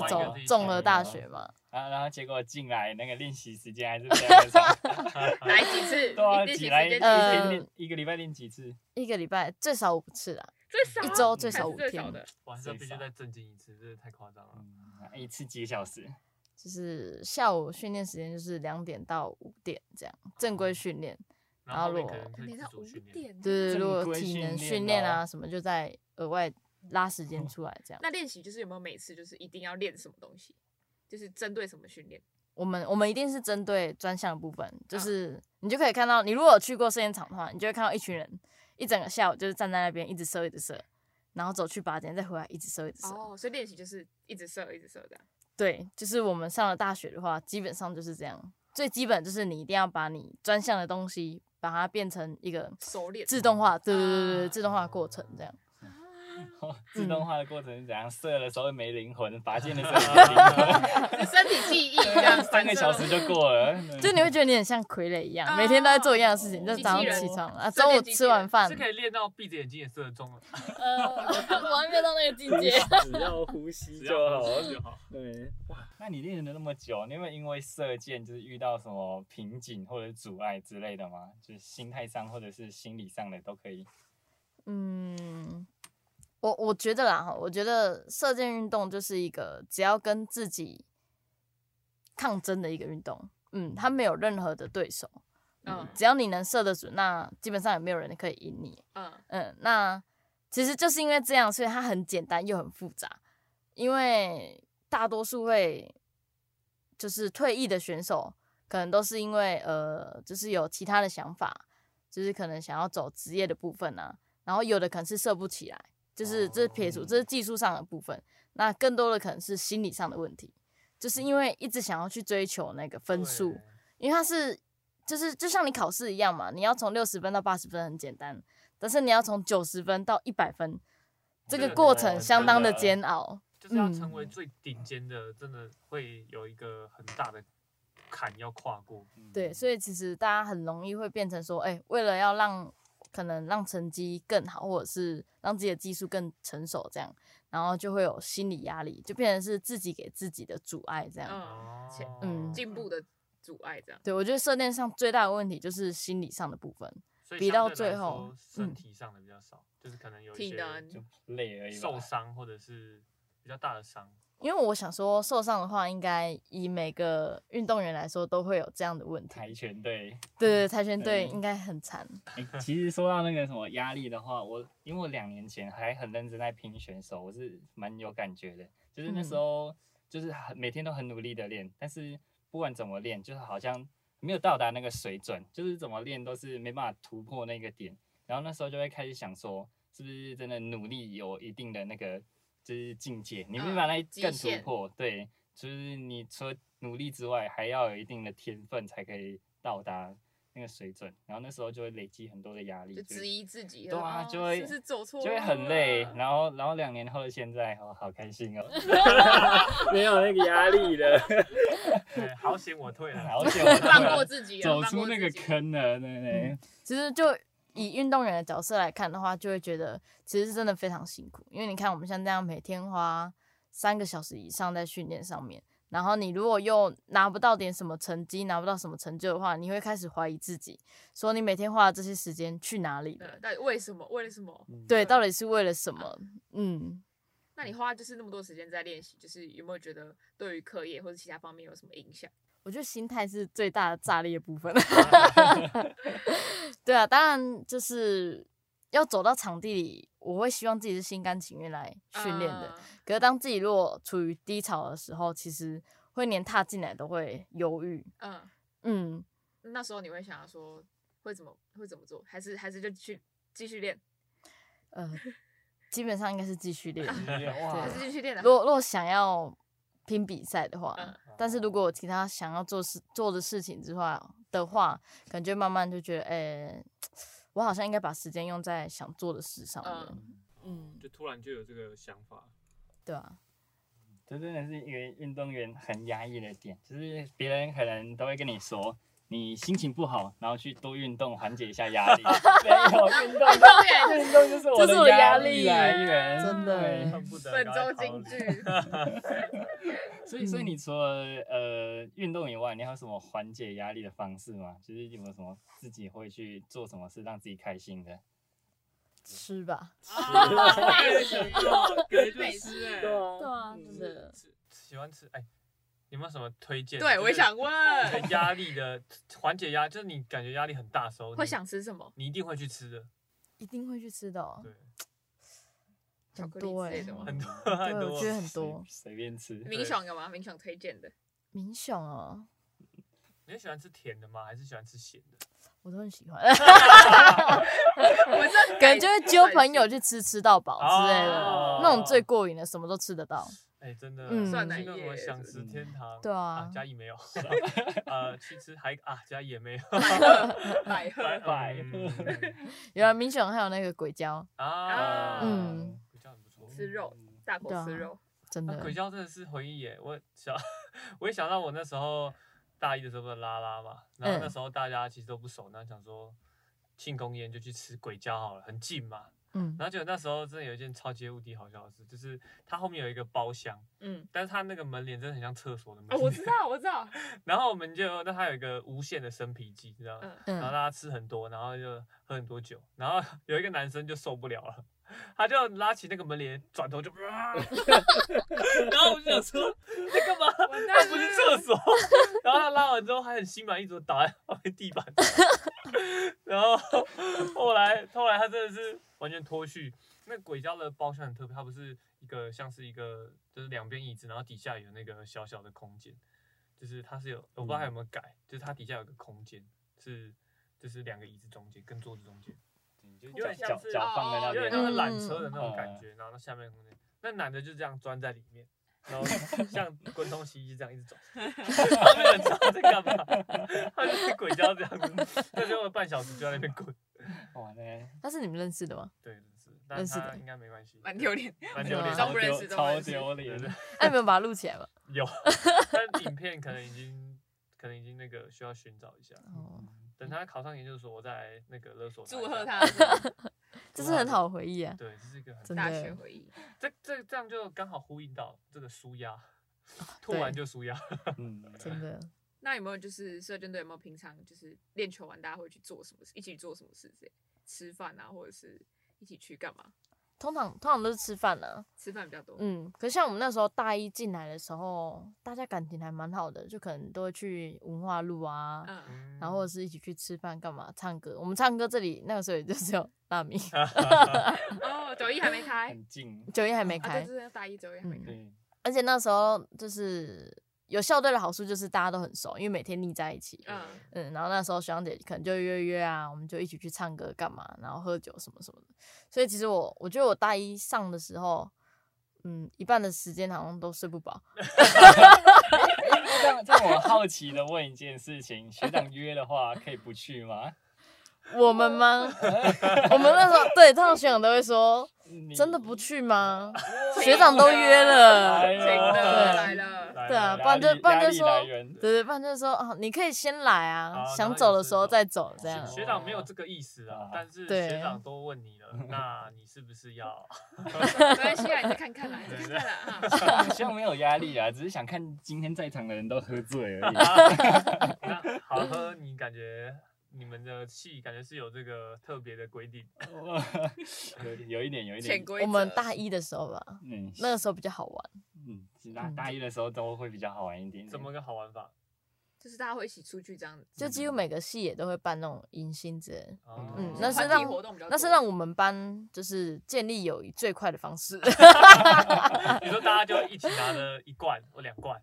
C: 换一
D: 就
C: 个
D: 走
B: 自己
D: 中
B: 想
D: 了
C: 的
D: 大
C: 路
D: 学嘛。
C: 啊然后然后结果进来那个练习时间还是非常的长，
A: 来几次，
C: 对啊，
A: 一定
C: 起
A: 时
C: 来一
A: 间
C: 天
A: 几
D: 呃
A: 次，
C: 练一个礼拜练几次？
D: 一个礼拜最少五次啦，
A: 最少
D: 一周最
A: 还是
D: 少五
A: 最
D: 天
A: 少，的，
B: 晚上必须再震惊一次，真的太夸张了。
C: 嗯，一次几个小时？ (laughs)
D: 就是下午训练时间就是两点到五点这样，正规训练。然
B: 然
D: 后
B: 后后面
D: 裸
B: 可能
A: 等
B: 是
A: 一
B: 自
A: 下
B: 主
A: 五
B: 训练。
A: 点，
D: 就是如果
C: 正规
D: 体
C: 训练哦
D: 能训练啊
C: 咯
D: 什么，就在额外拉时间出来这样。
A: 那练习就是有没有每次就是一定要练什么东西，就是针对什么训练？
D: 我们我们一定是针对专项的部分，就是
C: 啊
D: 你就可以看到，你如果有去过射箭场的话，你就会看到一群人一整个下午就是站在那边一直射一直射，然后走去靶点再回来一直射一直射。
A: 哦，所以练习就是一直射一直射这样。
D: 对，就是我们上了大学的话，基本上就是这样。最基本就是你一定要把你专项的东西，把它变成一个
A: 熟练
D: 自动化，对对对对，
A: 啊
D: 自动化过程这样。
C: 自动化的过程是怎样？射的时候没灵魂，拔剑的时候没灵魂，，
A: 就身体记忆这样
C: 三个小时就过了。
D: 就你会觉得你很像傀儡一样，每天都在做一样的事情，就
A: 机器
D: 早上
A: 人
D: 起床啊，
A: 射
D: 中
A: 电
D: 午
A: 机
D: 吃
A: 器
D: 完
A: 人
D: 饭
B: 是，可以练到闭着眼睛也射得中啊了，
D: 呃，我还没有到那个境界。
C: (laughs) 只要呼吸
B: 只要好就好。
C: 对，哇，那你练了那么久，你有没有因为射箭就是遇到什么瓶颈或者阻碍之类的吗？就是心态上或者是心理上的都可以。
D: 嗯，我我觉得啦哈，我觉得射箭运动就是一个只要跟自己抗争的一个运动。嗯，它没有任何的对手，
A: 嗯
D: 只要你能射得准，那基本上也没有人可以赢你。
A: 嗯，
D: 嗯，那其实就是因为这样，所以它很简单又很复杂。因为大多数会就是退役的选手，可能都是因为呃，就是有其他的想法，就是可能想要走职业的部分啊。然后有的可能是射不起来，就是这是撇除，这是技术上的部分。那更多的可能是心理上的问题，就是因为一直想要去追求那个分数，因为它是就是就像你考试一样嘛，你要从六十分到八十分很简单，但是你要从九十分到一百分，这个
B: 对
D: 过
B: 对
D: 程
B: 对
D: 相当的
C: 真的
D: 煎熬。
B: 就是要
D: 嗯
B: 成为最顶尖的，真的会有一个很大的坎要跨过。
C: 嗯
D: 对，所以其实大家很容易会变成说，哎、为了要让可能让成绩更好，或者是让自己的技术更成熟，这样，然后就会有心理压力，就变成是自己给自己的阻碍这样。
C: 哦
A: 嗯，前
B: 哦
D: 嗯
A: 进步的阻碍这样。
D: 对，我觉得射箭上最大的问题就是心理上的部分。
B: 所以
D: 比
B: 相
D: 到
B: 对
D: 最
B: 来说
D: 后嗯
B: 身体上的比较少，就是可能有一
A: 体
B: 些
A: 能
C: 就累而已吧。
B: 受伤或者是比较大的伤。
D: 因为我想说，受伤的话，应该以每个运动员来说都会有这样的问题。
C: 跆拳队。
D: 对对，跆拳队
C: 嗯
D: 应该很惨。
C: 哎、其实说到那个什么压力的话，我因为我两年前还很认真在拼选手，我是蛮有感觉的。就是那时
D: 嗯
C: 候，就是很每天都很努力的练，但是不管怎么练，就是好像没有到达那个水准，就是怎么练都是没办法突破那个点。然后那时候就会开始想说，是不是真的努力有一定的那个就是境界，你没
A: 嗯
C: 办法来
A: 极
C: 更突
A: 限
C: 破。对，就是你除了努力之外，还要有一定的天分才可以到达那个水准。然后那时候就会累积很多的压力，
A: 就
C: 就
A: 质
C: 是
A: 疑自己，
C: 对啊
A: 哦
C: 就会
A: 是不是走错，
C: 就会很累。然后，然后两年后的现在，我、好开
A: (laughs)
C: 心哦， (laughs) 没有那个压力了，
B: 对，哎好险我退了。
C: 好险我退
A: 放
C: 了
A: 过
C: (laughs)
A: 自己了，
C: 走
A: 放
C: 出
A: 过
C: 那
A: 自
C: 个
A: 己
C: 坑了，对不对？
D: 其实就以运动员的角色来看的话，就会觉得其实是真的非常辛苦，因为你看我们像这样每天花三个小时以上在训练上面，然后你如果又拿不到点什么成绩，拿不到什么成就的话，你会开始怀疑自己，说你每天花的这些时间去哪里
A: 呃
D: 了？
A: 到底为什么？为了什么？
C: 嗯
D: 对，到底是为了什么？嗯，
A: 那你花就是那么多时间在练习，就是有没有觉得对于课业或者其他方面有什么影响？
D: 我觉得心态是最大的炸裂的部分。对啊，当然就是要走到场地里，我会希望自己是心甘情愿来训练的。
A: 嗯
D: 可是当自己如果处于低潮的时候，其实会连踏进来都会犹豫。
A: 嗯，
D: 嗯，
A: 那时候你会想要说会怎么会怎么做，还是还是就去继续练，
D: 呃，基本上应该是
A: (laughs)
D: 继续练。
C: (laughs) 哇
A: 还是，继续练的？
D: 啊
A: 啊
D: 如果如果想要拼比赛的话 (laughs)
A: 嗯，
D: (laughs) 但是如果有其他想要做事做的事情之外的话，感觉慢慢就觉得，哎、我好像应该把时间用在想做的事上面。嗯，
B: 就突然就有这个想法，
D: 对啊，
C: 这真的是一个运动员很压抑的点，就是别人可能都会跟你说。你心情不好，然后去多运动缓解一下
A: (laughs)
C: 压力。没有运动，
D: (laughs)
C: 运动就是我
D: 这是我的
C: 的
D: 压力
C: 力啊来源，
D: 真的
C: 对
B: 嗯恨不得 (laughs)
A: 本
B: 赶
A: 周
B: 快逃
A: 金
B: 离
A: 句，
D: 啊
C: 所以，所
D: 嗯
C: 以你除了呃运动以外，你还有什么缓解压力的方式吗？就是有没有什么自己会去做什么事让自己开心的？
D: 吃吧。 (laughs)
B: 啊美食哦，感觉就
A: 美
B: 是
A: 食
B: 哎
D: 啊对啊，真的。
B: 吃喜欢吃哎，有没有什么推荐？
A: 对，我也想。问，
B: 压力的缓解压，就是你感觉压力很大的时候，
A: 会
B: 你
A: 想吃什么？
B: 你一定会去吃的。
D: 一定会去吃的、哦，
B: 对，
A: 巧
D: 很
A: 克力之
D: 多哎、
A: 类
D: 欸
A: 的，吗？
B: 很多 (laughs) 很
D: 对，
B: 多。
D: 我觉得很多。
C: 随便吃。
A: 明爽有吗？明爽推荐的，
D: 明雄哦，
B: 你喜欢吃甜的吗？还是喜欢吃咸的？
D: 我都很喜
A: (laughs)
D: 欢，
A: 我这
D: 感觉会揪朋友去吃吃到饱之类的，
B: 哦
D: 那种最过瘾的，什么都吃得到。
B: 哎，真的，
D: 嗯
A: 酸奶
B: 这个
A: 液
B: 我想
A: 是
B: 吃
C: 不是
B: 天堂。
D: 对啊
B: 嘉义没有。 (laughs) 呃，去吃还啊，嘉义也没有。拜
A: 百合，哦
C: 拜
B: 嗯
D: 原来明雄还有那个鬼椒，
B: 啊，
D: 嗯，
B: 鬼叫很不错。
A: 吃肉，大口
D: 对啊
A: 吃肉，
D: 真
A: 嗯
B: 那
D: 的
B: 鬼叫真的是回忆耶！我想，我也想到我那时候大一的时候不是拉拉嘛，然后那
D: 嗯
B: 时候大家其实都不熟，然后想说庆功宴就去吃鬼叫好了，很近嘛。
D: 嗯
B: 然后结果那时候真的有一件超级无敌好笑的事，就是它后面有一个包厢，
A: (laughs) 嗯，
B: 但是它那个门帘真的很像厕所的门
A: 哦，
B: 帘。
A: 我知道，我知道，
B: (laughs) 然后我们就那它有一个无限的生啤机，你知道吗？
A: 嗯，
B: 然后
D: 嗯，
B: 大家吃很多，然后就喝很多酒，然后 (laughs) 有一个男生就受不了 (laughs) 了，他就拉起那个门帘，转头就， (laughs) 然后我就想说 (laughs) 在干嘛？
D: (laughs)
A: 完
B: 他
D: 啊
A: 蛋
B: 不
A: 了
B: 是厕所， (laughs) 然后他拉完之后还很心满意足地倒在旁边地板， (laughs) 然后后来后来他真的是完全脱序。那鬼家的包厢很特别，它不是一个像是一个就是两边椅子，然后底下有那个小小的空间，就是它是有我不知道它有没有改，就是它底下有个空间是就是两个椅子中间跟桌子中间，
C: 就
B: 有点
C: 脚
B: 像
C: 脚
B: 是哦
C: 脚放在那
B: 有点
C: 边
B: 像
C: 啊，
B: 是缆车的那种感觉，然后那下面的空间，那男的就这样钻在里面，然
D: (laughs)
B: 后像滚筒洗衣机这样一直走，他没有人知道在干嘛，他就是鬼叫这样子，他就半小时就在那边滚，
C: 哇，那
D: 他是你们认识的吗？
B: 对，真是，
D: 真
B: 但
D: 是
B: 他
D: 的
B: 应该没关系，
A: (laughs) 蛮丢脸，
B: 蛮丢脸
D: 对
B: 的，
D: 啊
A: 都不认识都不
C: 超
A: 认识
C: 丢
B: 对
C: 脸
B: 对。
D: 哎，你们把它录
B: (laughs)
D: 起来吧。
B: 有，但影片可能已经可能已经那个需要寻找一下，
D: 哦，
B: 等他考上研究所，我再来那个勒索他一
A: 祝贺
B: 下， (laughs)
A: 他
D: 这是很好的回忆啊，
B: 对，这是一个很
D: 真
A: 大
D: 的
A: 学回忆。
B: 这这这样就刚好呼应到这个舒压，突
D: 对
B: 然就舒压。
C: 嗯，
D: 真的。
A: 那有没有就是射箭队有没有平常就是练球完大家会去做什么事，一起做什么事之类的？吃饭啊，或者是一起去干嘛？
D: 通常通常都是吃饭啊呢、
A: 吃饭比较多。
D: 嗯，可是像我们那时候大一进来的时候，大家感情还蛮好的，就可能都会去文化路啊，
A: 嗯，
D: 然后或者是一起去吃饭干嘛，唱歌。我们唱歌这里那个时候也就 (laughs) 只有大米，
A: 哦，九一还没开，
C: 很近。
D: 九嗯一还没
A: 啊，
D: 开
A: 对，，
D: 嗯
A: 就是大一九一还没开。
C: 对，
D: 而且那时候就是有校队的好处就是大家都很熟，因为每天腻在一起。
A: 嗯，
D: 嗯，然后那时候学长姐可能就约约啊，我们就一起去唱歌干嘛，然后喝酒什么什么的。所以其实我我觉得我大一上的时候，嗯，一半的时间好像都睡不饱。
C: 这样，这样我好奇的问一件事情，学长约的话可以不去吗？ (laughs)
D: 我们吗？ (laughs) 我们那时候对，通常学长都会说，
C: 你
D: 真的不？去吗？
A: 哇
D: 学长都约
C: 哎
D: 了。
A: 真的
D: 对
A: 来了，
B: 来
D: 对啊
B: 来
D: 不然就
C: 压力
D: 不然就
C: 压力
D: 说
C: 来源
D: 对对，不然就是说啊，你可以先来啊，
B: 好
D: 想走的时候再走，这
B: 来
D: 样
B: 学学长没有这个意思啊
A: 嗯
C: 哦，
B: 但是
D: 对
B: 学长都问你了，那你是不是
D: (laughs)
B: 要？
A: 没关系啊，你再看看啦，你再看看啦
C: (laughs)
A: 啊。
C: 希望没有压力啊，只是想看今天在场的人都喝醉
B: (laughs)
C: 而已。
B: 那好喝，你感觉你们的戏感觉是有这个特别的规定，
C: 有有一点，有一
A: 潜
C: 点，
A: 规则
D: 我们大一的时候吧，
C: 嗯，
D: 那个时候比较好玩。
C: 嗯，大大一的时候都会比较好玩一
A: 嗯
C: 点点。
B: 怎么个好玩法？
A: 就是大家会一起出去这样子，
D: 就几乎每个系也都会办那种迎新之类的，
B: 哦
D: 嗯
A: 就
D: 那是
A: 团体
D: 让
A: 活动比较多，
D: 那是让我们班就是建立友谊最快的方式。 (laughs)
B: 你说大家就一起拿着一罐或两罐，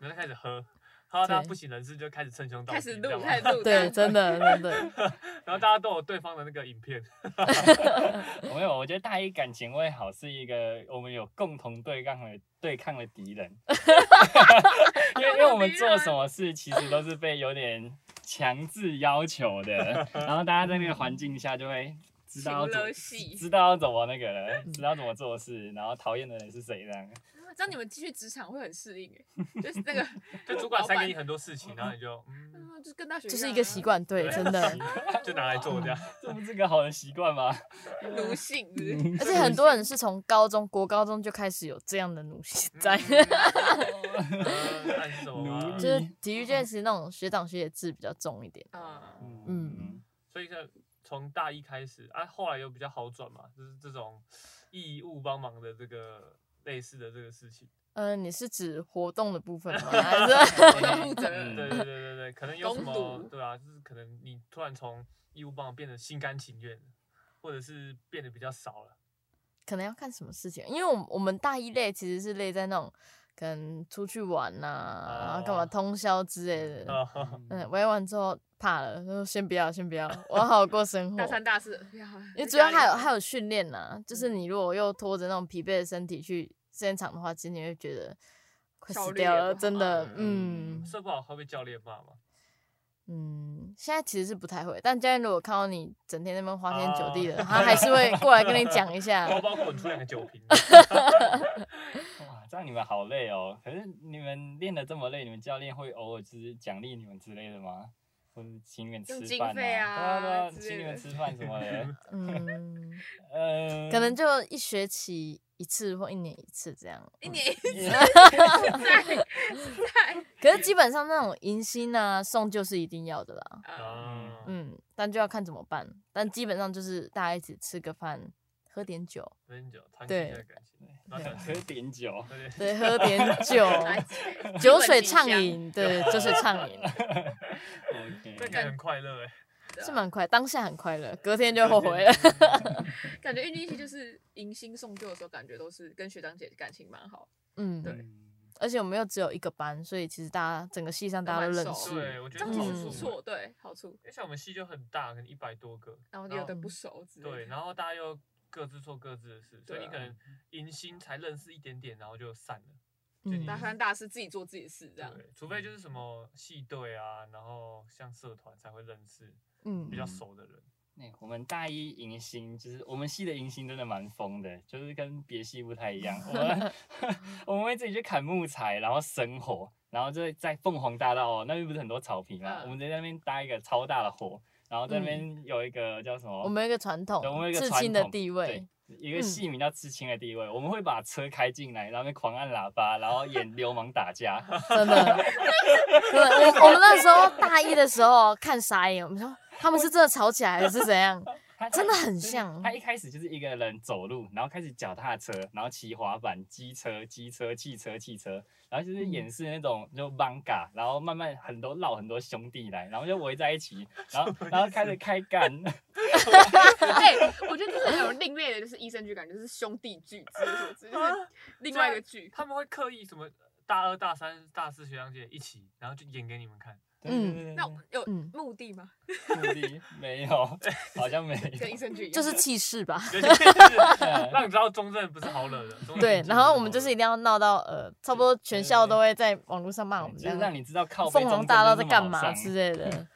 B: 然后就开始喝，喝到大家
D: 对
B: 不省人事就开始称兄道弟，
A: 开始
B: 你知道
A: 录，
B: 吗
A: 开始录，
D: 对，真的真的，
B: (laughs) 然后大家都有对方的那个影片，
C: 没有，我觉得大一感情会好是一个我们有共同对抗的对抗的敌
D: (laughs)
C: 人，因为因为我们做什么事其实都是被有点强制要求的，然后大家在那个环境下就会知道要
A: 情
C: 怎
A: 勒戏
C: 知道要怎么那个了，知道怎么做事，然后讨厌的人是谁这样。
A: 这样你们继续职场会很适应哎，就是
B: (laughs)
A: 那个
B: 就主管塞给你
A: 老板，
B: 很多事情，然后你就嗯，
A: 嗯就是跟大学
D: 就是一
A: 样
D: 个
A: 啊
D: 习，惯，对，真
C: (laughs)
D: 的。
B: 就拿来做这样。
C: 这不是个好的习惯吗？
A: 奴性是不是
D: 而且很多人是从高中、国高中就开始有这样的奴性嗯在，
B: 嗯
C: (laughs)
B: 呃那是什么啊
C: 奴
B: 吗
C: 隶
D: 就是
A: 嗯
D: 体育界其实那种学长学姐制比较重一点。
A: (laughs) 啊，
D: 嗯，
B: 所以像从大一开始啊，后来有比较好转嘛，就是这种义务帮忙的这个类似的这个事情。
D: 呃，你是指活动的部分 (laughs) 吗？还是
A: 负
B: 对
A: 责人
C: 嗯
B: 对对对对，可能有什
A: 攻
B: 么
A: 读
B: 对啊，就是可能你突然从义务棒变得心甘情愿，或者是变得比较少了。
D: 可能要看什么事情？因为我们我们大一类其实是类在那种可能出去玩呐、然后干嘛
B: 哦
D: 通宵之类的。
B: 啊，
D: (laughs) 嗯，玩完之后怕了，说先不要，
A: (laughs)
D: 先不要，我要好好过生活
A: 大。三大四，不要
D: 因为主要还有还
A: 有
D: 有训练呐，就是
A: 嗯
D: 你如果又拖着那种疲惫的身体去现场的话，其实你会觉得快
A: 效
D: 死
A: 率
D: 掉
A: 也
D: 了，
A: 不
D: 真
A: 好啊
D: 的，
B: 嗯
D: 嗯，
B: 睡不好会被教练骂吗？
D: 嗯，现在其实是不太会，但教练如果看到你整天在那边花天酒地的，
B: 哦
D: 他还是会过来跟你讲一 (laughs) 下。
B: 包包滚出两个酒瓶。
C: 哇，这样你们好累哦。可是你们练的这么累，你们教练会偶尔就是奖励你们之类的吗？或者请你们吃
A: 用经
C: 饭
A: 费
C: 啊
A: 啊
C: 对啊，对啊
A: 之
C: 请你
A: 类
C: 们
A: 的
C: 吃饭什
A: (laughs)
C: 么的。
D: 嗯，
C: 呃，
D: 可能就一学期一次或一年一次这样。
A: 一年一
C: 也
A: 在
D: 可是基本上那种迎新啊、送就是一定要的啦。
B: 啊，
D: 嗯，但就要看怎么办。但基本上就是大家一起吃个饭，喝点酒，
B: 很久，谈起一下感情，然后感
C: 喝点
D: (laughs)
C: 酒，
B: 对对
D: 对，喝 (laughs) 点
B: 啊
D: 酒，
A: 在
D: 酒水畅，饮，对，酒水畅 (laughs) 饮
B: 这
C: OK，
B: 感觉很快乐哎。
A: 啊
D: 是蛮快，当下很快乐，隔天就后悔了。
A: 感觉运动系就是迎新送旧的时候，感觉都是跟学长姐感情蛮好。
D: 嗯，
A: 对
D: 而且我们又只有一个班，所以其实大家整个系上大家都认
A: 都蛮熟
D: 识
A: 的。
B: 对，我觉
A: 这
B: 得
A: 样
B: 好
A: 其
B: 处
A: 实
B: 欸
A: 不错，对，好处。
B: 因为像我们系就很大，可能一百多个，
A: 然后有的不熟之类的。
B: 对，然后大家又各自做各自的事，所以你可
A: 对啊
B: 能迎新才认识一点点，然后就散了。
D: 嗯，
A: 大三大四自己做自己的事，这样嗯
B: 对，除非就是什么系队啊，然后像社团才会认识
D: 嗯
B: 比较熟的人。
C: 那我们大一迎新，就是我们系的迎新真的蛮疯的，就是跟别系不太一样。我们我们会自己去砍木材，然后生火，然后就在凤凰大道哦，那边不是很多草坪
A: 嗯
C: 嘛，我们在那边搭一个超大的火，然后在那边有一个叫什么？
D: 我们有一个传统
C: 对我们有一，个
D: 至
C: 传
D: 亲的
C: 统
D: 地
C: 对
D: 位，
C: 一个
D: 嗯
C: 戏名叫“刺青”的地位，我们会把车开进来，然后在那边狂按喇叭，然后演流氓打架。
D: 真的。真的，我我们那时候大一的时候看傻眼，我们说他们是真的吵起来还是怎样？
C: 他
D: 真的很
C: 就是
D: 像
C: 他一开始就是一个人走路，然后开始脚踏车，然后骑滑板、机车、机车、汽车、汽车，然后
D: 嗯
C: 就是演示那种就 manga，然后慢慢很多绕很多兄弟来，然后就围在一
D: (laughs)
C: 起，然后然后开始开干， (laughs)
A: 哎、我觉得这是有另类的，就是 E 益生剧感觉，就是兄弟剧之类的什么之类的，
B: 啊
A: 就是另外一个剧。
B: 他们会刻意什么大二、大三、大四学长姐一起，然后就演给你们
A: (laughs)
B: 看。
D: 嗯
A: 那有
D: 嗯
A: 目的吗？
C: 目的没有，好像
D: (laughs)
C: 没有啊
A: 跟
B: (laughs)
A: 益生剧一样
D: 就是气势吧。
B: 就是 (laughs) 让你知道中正不是好惹的。中正
D: 对，
B: 其实
D: 然后我
B: 好
D: 们就是
B: 惹
D: 一定要闹到呃，差不多全校都会在网络上骂我们这
C: 就是
D: 样，
C: 让你知道靠背
D: 凤凰大道在干嘛之
C: 是
D: 类
C: (laughs)
D: 的。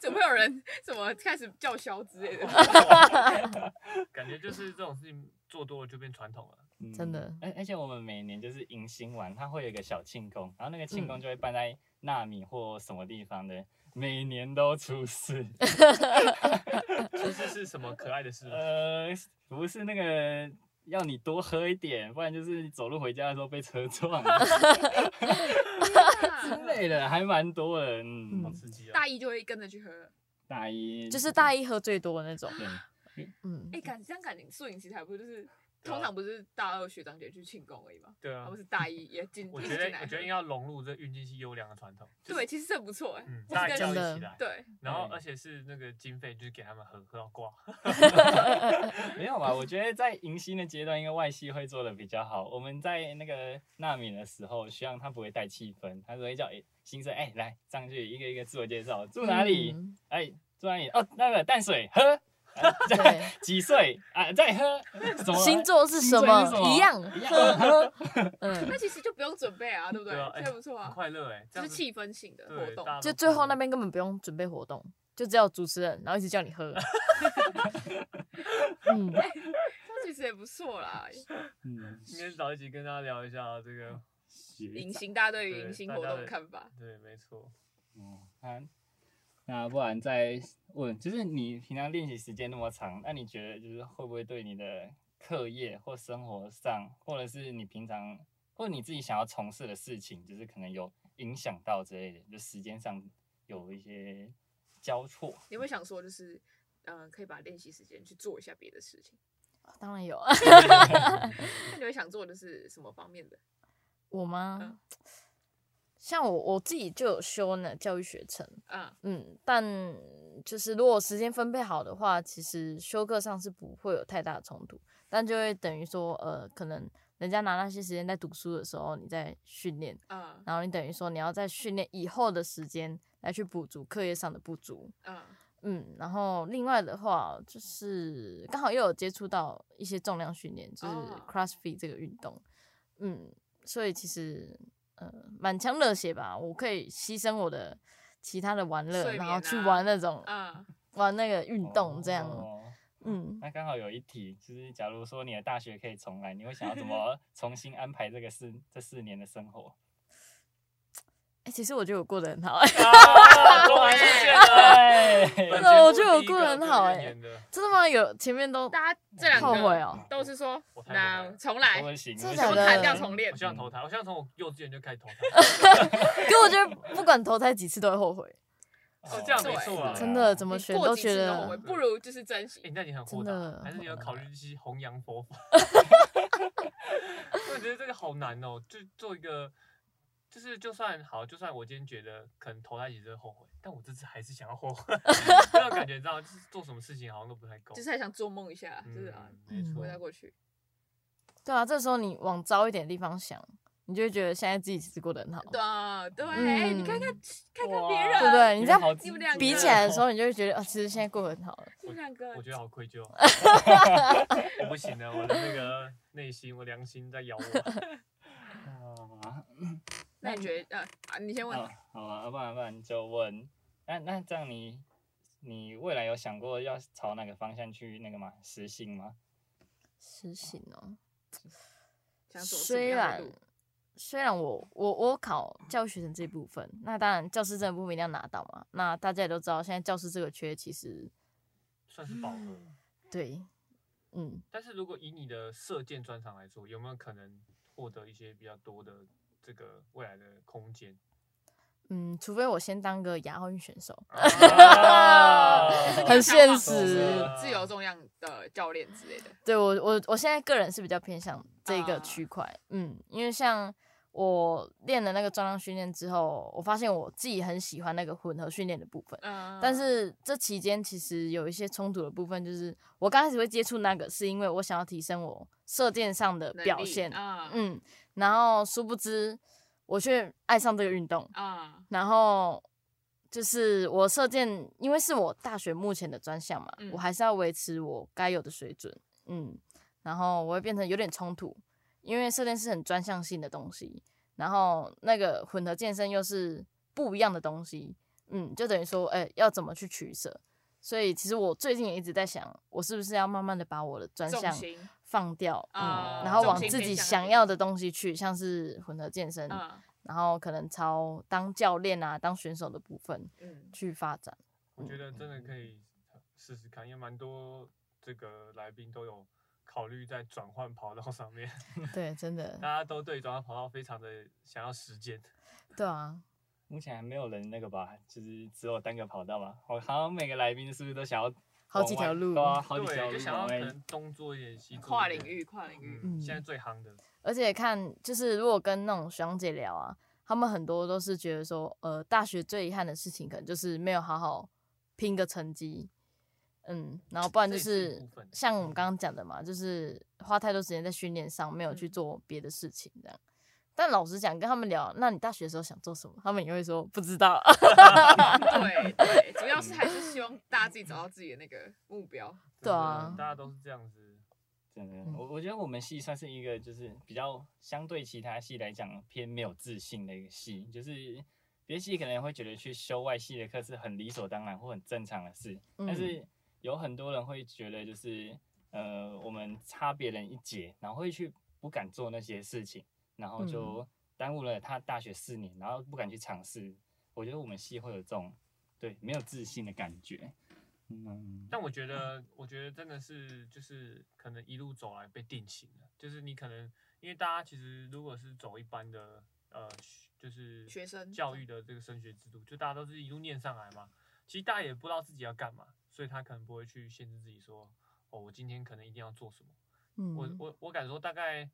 A: 怎么会有人怎么开始叫嚣之类
B: 哦
A: 的？
B: 的 (laughs) 感觉，就是这种事情做多了就变传统了。
D: 真的
C: 嗯而而且我们每年就是迎新完，它会有一个小庆功，然后那个庆功
D: 嗯
C: 就会办在纳米或什么地方的，每年都出事。
D: (laughs)
B: 其实是什么可爱的
C: (laughs)
B: 事吗？
C: 呃，不是那个要你多喝一点，不然就是你走路回家的时候被车撞啊之
D: (laughs)
C: 类的，还蛮多的。
B: 好
C: 嗯，
B: 刺激啊！
A: 大一就会跟着去喝了，
C: 大一
D: 就是大一喝最多的那种，
C: (laughs) 对
D: 嗯
A: 哎、，感这样感情摄影其实还不就是，
B: 对啊
A: 通常不是大二学长姐去庆功而已嘛，
B: 对啊
A: 他们，是大一
B: (laughs)
A: 也进
B: 我
A: 一
B: 觉
A: 起
B: 得
A: 进来
B: 我
A: 喝。
B: 觉得应该要融入这运进系优良的传统。就是
A: 对，，其实这不错哎、
B: 嗯，
A: 就是
B: 大家
A: 跟
B: 叫一
D: 真
B: 起
D: 的
B: 来。
A: 对，
B: 然后，
C: 对
B: 而且是那个经费，就是给他们喝喝到挂。
C: 没有吧？我觉得在迎新的阶段，应该外系会做的比较好。我们在那个纳米的时候，学长他不会带气氛，他只会叫诶新生哎、来上去一个一个自我介绍，住哪里？
D: 嗯
C: 哎、住哪里？哦，那个淡水
D: (laughs)
C: 喝。啊 (laughs)
D: 对
C: 几岁啊？再喝什么
D: 星座是
C: 星
D: 什
C: 座
D: 么
C: 是什么
D: 一样？
C: 一样 (laughs) 喝
D: 嗯，
A: 那其实就不用准备啊，对不对？
B: 对啊，哎
A: 这还不错
B: 很
A: 啊，
B: 快乐哎，这
A: 就
B: 样
A: 是
B: 子
A: 气氛型的活
B: 对
A: 动
B: 大。家都
D: 就最后
B: 快乐
D: 那边根本不用准备活动，就只有主持人，然后一直叫你
A: (laughs)
D: 喝。嗯，
A: 这其实也不
B: (laughs)
A: 错啦，
C: 嗯，
B: 今天早一集跟大家聊一下啊这个，
A: 迎新大家对于迎新活
B: 对大
A: 动
B: 家
A: 的
B: 的
A: 看法。
B: 对，没
A: (laughs)
B: 错。
C: 哦，那那不然再问，就是你平常练习时间那么长，那你觉得就是会不会对你的课业或生活上，或者是你平常或者你自己想要从事的事情，就是可能有影响到之类的，就时间上有一些交错？
A: 你会想说，就是嗯、呃可以把练习时间去做一下别的事情。
D: 当然有啊， (laughs)
A: 那你会想做的是什么方面的？
D: 我吗
A: 嗯？
D: 像我我自己就有修呢教育学程，
A: 嗯
D: 嗯，但就是如果时间分配好的话，其实修课上是不会有太大的冲突，但就会等于说，呃，可能人家拿那些时间在读书的时候，你在训练，
A: 嗯
D: 然后你等于说你要在训练以后的时间来去补足课业上的不足，
A: 嗯
D: 嗯，然后另外的话就是刚好又有接触到一些重量训练，就是
A: 哦
D: CrossFit 这个运动，嗯，所以其实呃满腔热血吧，我可以牺牲我的其他的玩乐，
A: 睡
D: 然
A: 眠
D: 后去
A: 啊
D: 玩那种、
A: 嗯
D: 玩那个运动这样，
C: 哦
D: 嗯，
C: 那刚好有一题，就是假如说你的大学可以重来，你会想要怎
D: (laughs)
C: 么重新安排这个四这四年的生活？
D: 哎、其实我觉得我过得很好、 (laughs) 哎，
B: 啊终于实现了。
C: 对，
B: 本
D: 真的我
B: 节
D: 觉
B: 目
D: 得我
B: 第一
D: 过
B: 个
D: 得很
B: 就
D: 好
B: 是
A: 欸
D: 哎
B: 演的
D: 真的吗？有前面都
A: 大家这两
D: 后悔
A: 个
D: 哦、
A: 都是说
B: 我太后悔
A: 那
B: 了
A: 重
D: 哎
A: 来
C: 不，行，
D: 真的
C: 不行哦
D: 假
A: 我
D: 的
A: 砍掉重练
B: 我。希望投胎，我希望从我幼稚园就开始投胎。
D: 可我觉得不管投胎几次都会后悔，
B: 是这样没错啊
C: 啊
B: 啦
D: 真的怎么
A: 你
D: 选
A: 过
D: 都
A: 几
D: 觉
A: 次后
D: 得
A: 悔，不如就是珍
B: 哎
A: 惜。
B: 那你很豁
D: 真
B: 达，
D: 的
B: 还是你有考虑去弘扬佛法？ (laughs) 我觉得这个好难哦，就做一个，就是就算好，就算我今天觉得可能投胎几次后悔，但我这次还是想要后悔， (laughs) 那种感觉，你知道，就是做什么事情好像都不太够。
A: 就是还想做梦一下，就是啊，
B: 嗯，没错
A: 回。到过去。
D: 对啊，这时候你往糟一点的地方想，你就会觉得现在自己其实过得很好，
A: 对对，
D: 嗯
A: 哎你看看看看别
C: 哇
A: 人，
D: 对不对？你这样
C: 好
A: 你们两个
D: 比起来的时候，你就会觉得啊，其实现在过得很好了。
A: 你们两个
B: 我觉得好 (laughs) 愧疚，我不行了，我的那个内心，我良心在咬我。
C: 哦
A: 那你觉得呃啊，你先问，
C: 好，好啊，要不然不然就问，那那这样你你未来有想过要朝哪个方向去那个吗？实行吗？
D: 实行哦，
A: 想走什么
D: 虽
A: 样的
D: 然
A: 路？
D: 虽然我我我考教育学生这部分，那当然教师证的部分一定要拿到嘛。那大家也都知道，现在教师这个缺其实
B: 算是饱和了。
D: 对，嗯，
B: 但是如果以你的射箭专长来说，有没有可能获得一些比较多的这个未来的空
D: (laughs)
B: 间？
D: 嗯，除非我先当个亚奥运选手，
B: 啊
D: 很现
A: 就是
D: 实。
A: 自由重量的教练之类的。
D: 对我我我现在个人是比较偏向这个
A: 啊
D: 区块，嗯，因为像我练了那个重量训练之后，我发现我自己很喜欢那个混合训练的部分。
A: 嗯，
D: 但是这期间其实有一些冲突的部分，就是我刚开始会接触那个，是因为我想要提升我射箭上的
A: 能力
D: 表现，
A: 啊，
D: 嗯，然后殊不知我却爱上这个运动，
A: 啊，
D: 然后就是我射箭，因为是我大学目前的专项嘛，
A: 嗯
D: 我还是要维持我该有的水准，嗯，然后我会变成有点冲突，因为射箭是很专项性的东西，然后那个混合健身又是不一样的东西，嗯，就等于说，哎、要怎么去取舍？所以其实我最近也一直在想，我是不是要慢慢的把我的专
A: 重
D: 项
A: 心
D: 放掉，
A: 啊
D: 嗯，然后
A: 重
D: 往
A: 心
D: 自
A: 偏
D: 己
A: 向一
D: 想
A: 点
D: 要的东西去，像是混合健身，
A: 嗯
D: 然后可能朝当教练啊、当选手的部分
A: 嗯，
D: 去发展。
B: 我觉得真的可以试试看，因为蛮多这个来宾都有考虑在转换跑道上面，
D: 对，真的
B: 大，家都对转换跑道非常的想要实践。
D: 对啊，
C: 目前还没有人那个吧，就是只有单个跑道吧。我好像每个来宾是不是都想要
D: 好几
C: 往外
D: 条路
C: 对啊，好几条
B: 对，
C: 路
B: 就想要
C: 往
B: 可
C: 外
B: 能东做一点，西做一点
A: 跨领域，。跨领域，
B: 嗯，
D: 嗯
B: 现在最夯的，
D: 而且看就是如果跟那种学长姐聊啊，他们很多都是觉得说，呃，大学最遗憾的事情可能就是没有好好拼个成绩，嗯，然后不然
B: 这
D: 就
B: 也是一
D: 是
B: 部分嗯
D: 像我们刚刚讲的嘛，就是花太多时间在训练上，没有
B: 嗯
D: 去做别的事情这样。但老实讲，跟他们聊，那你大学的时候想做什么？他们也会说不
B: (laughs)
D: 知道。嗯 (laughs)
A: 对对，主要是还是希望大家自己找到自己的那个目标。
D: 对啊
B: 大家都是这样子。
C: 真的，
D: 嗯
C: 我我觉得我们系算是一个就是比较相对其他系来讲偏没有自信的一个系，就是别的系可能会觉得去修外系的课是很理所当然或很正常的事，
D: 嗯
C: 但是有很多人会觉得就是呃我们差别人一截，然后会去不敢做那些事情，然后
D: 嗯
C: 就耽误了他大学四年，然后不敢去尝试。我觉得我们系会有这种对没有自信的感觉，嗯，
B: 但我觉得，我觉得真的是就是可能一路走来被定型了，就是你可能因为大家其实如果是走一般的呃，学就是
A: 学生
B: 教育的这个升学制度，就大家都是一路念上来嘛，其实大家也不知道自己要干嘛，所以他可能不会去限制自己说，哦，我今天可能一定要做什么。
D: 嗯，
B: 我我我敢说，大概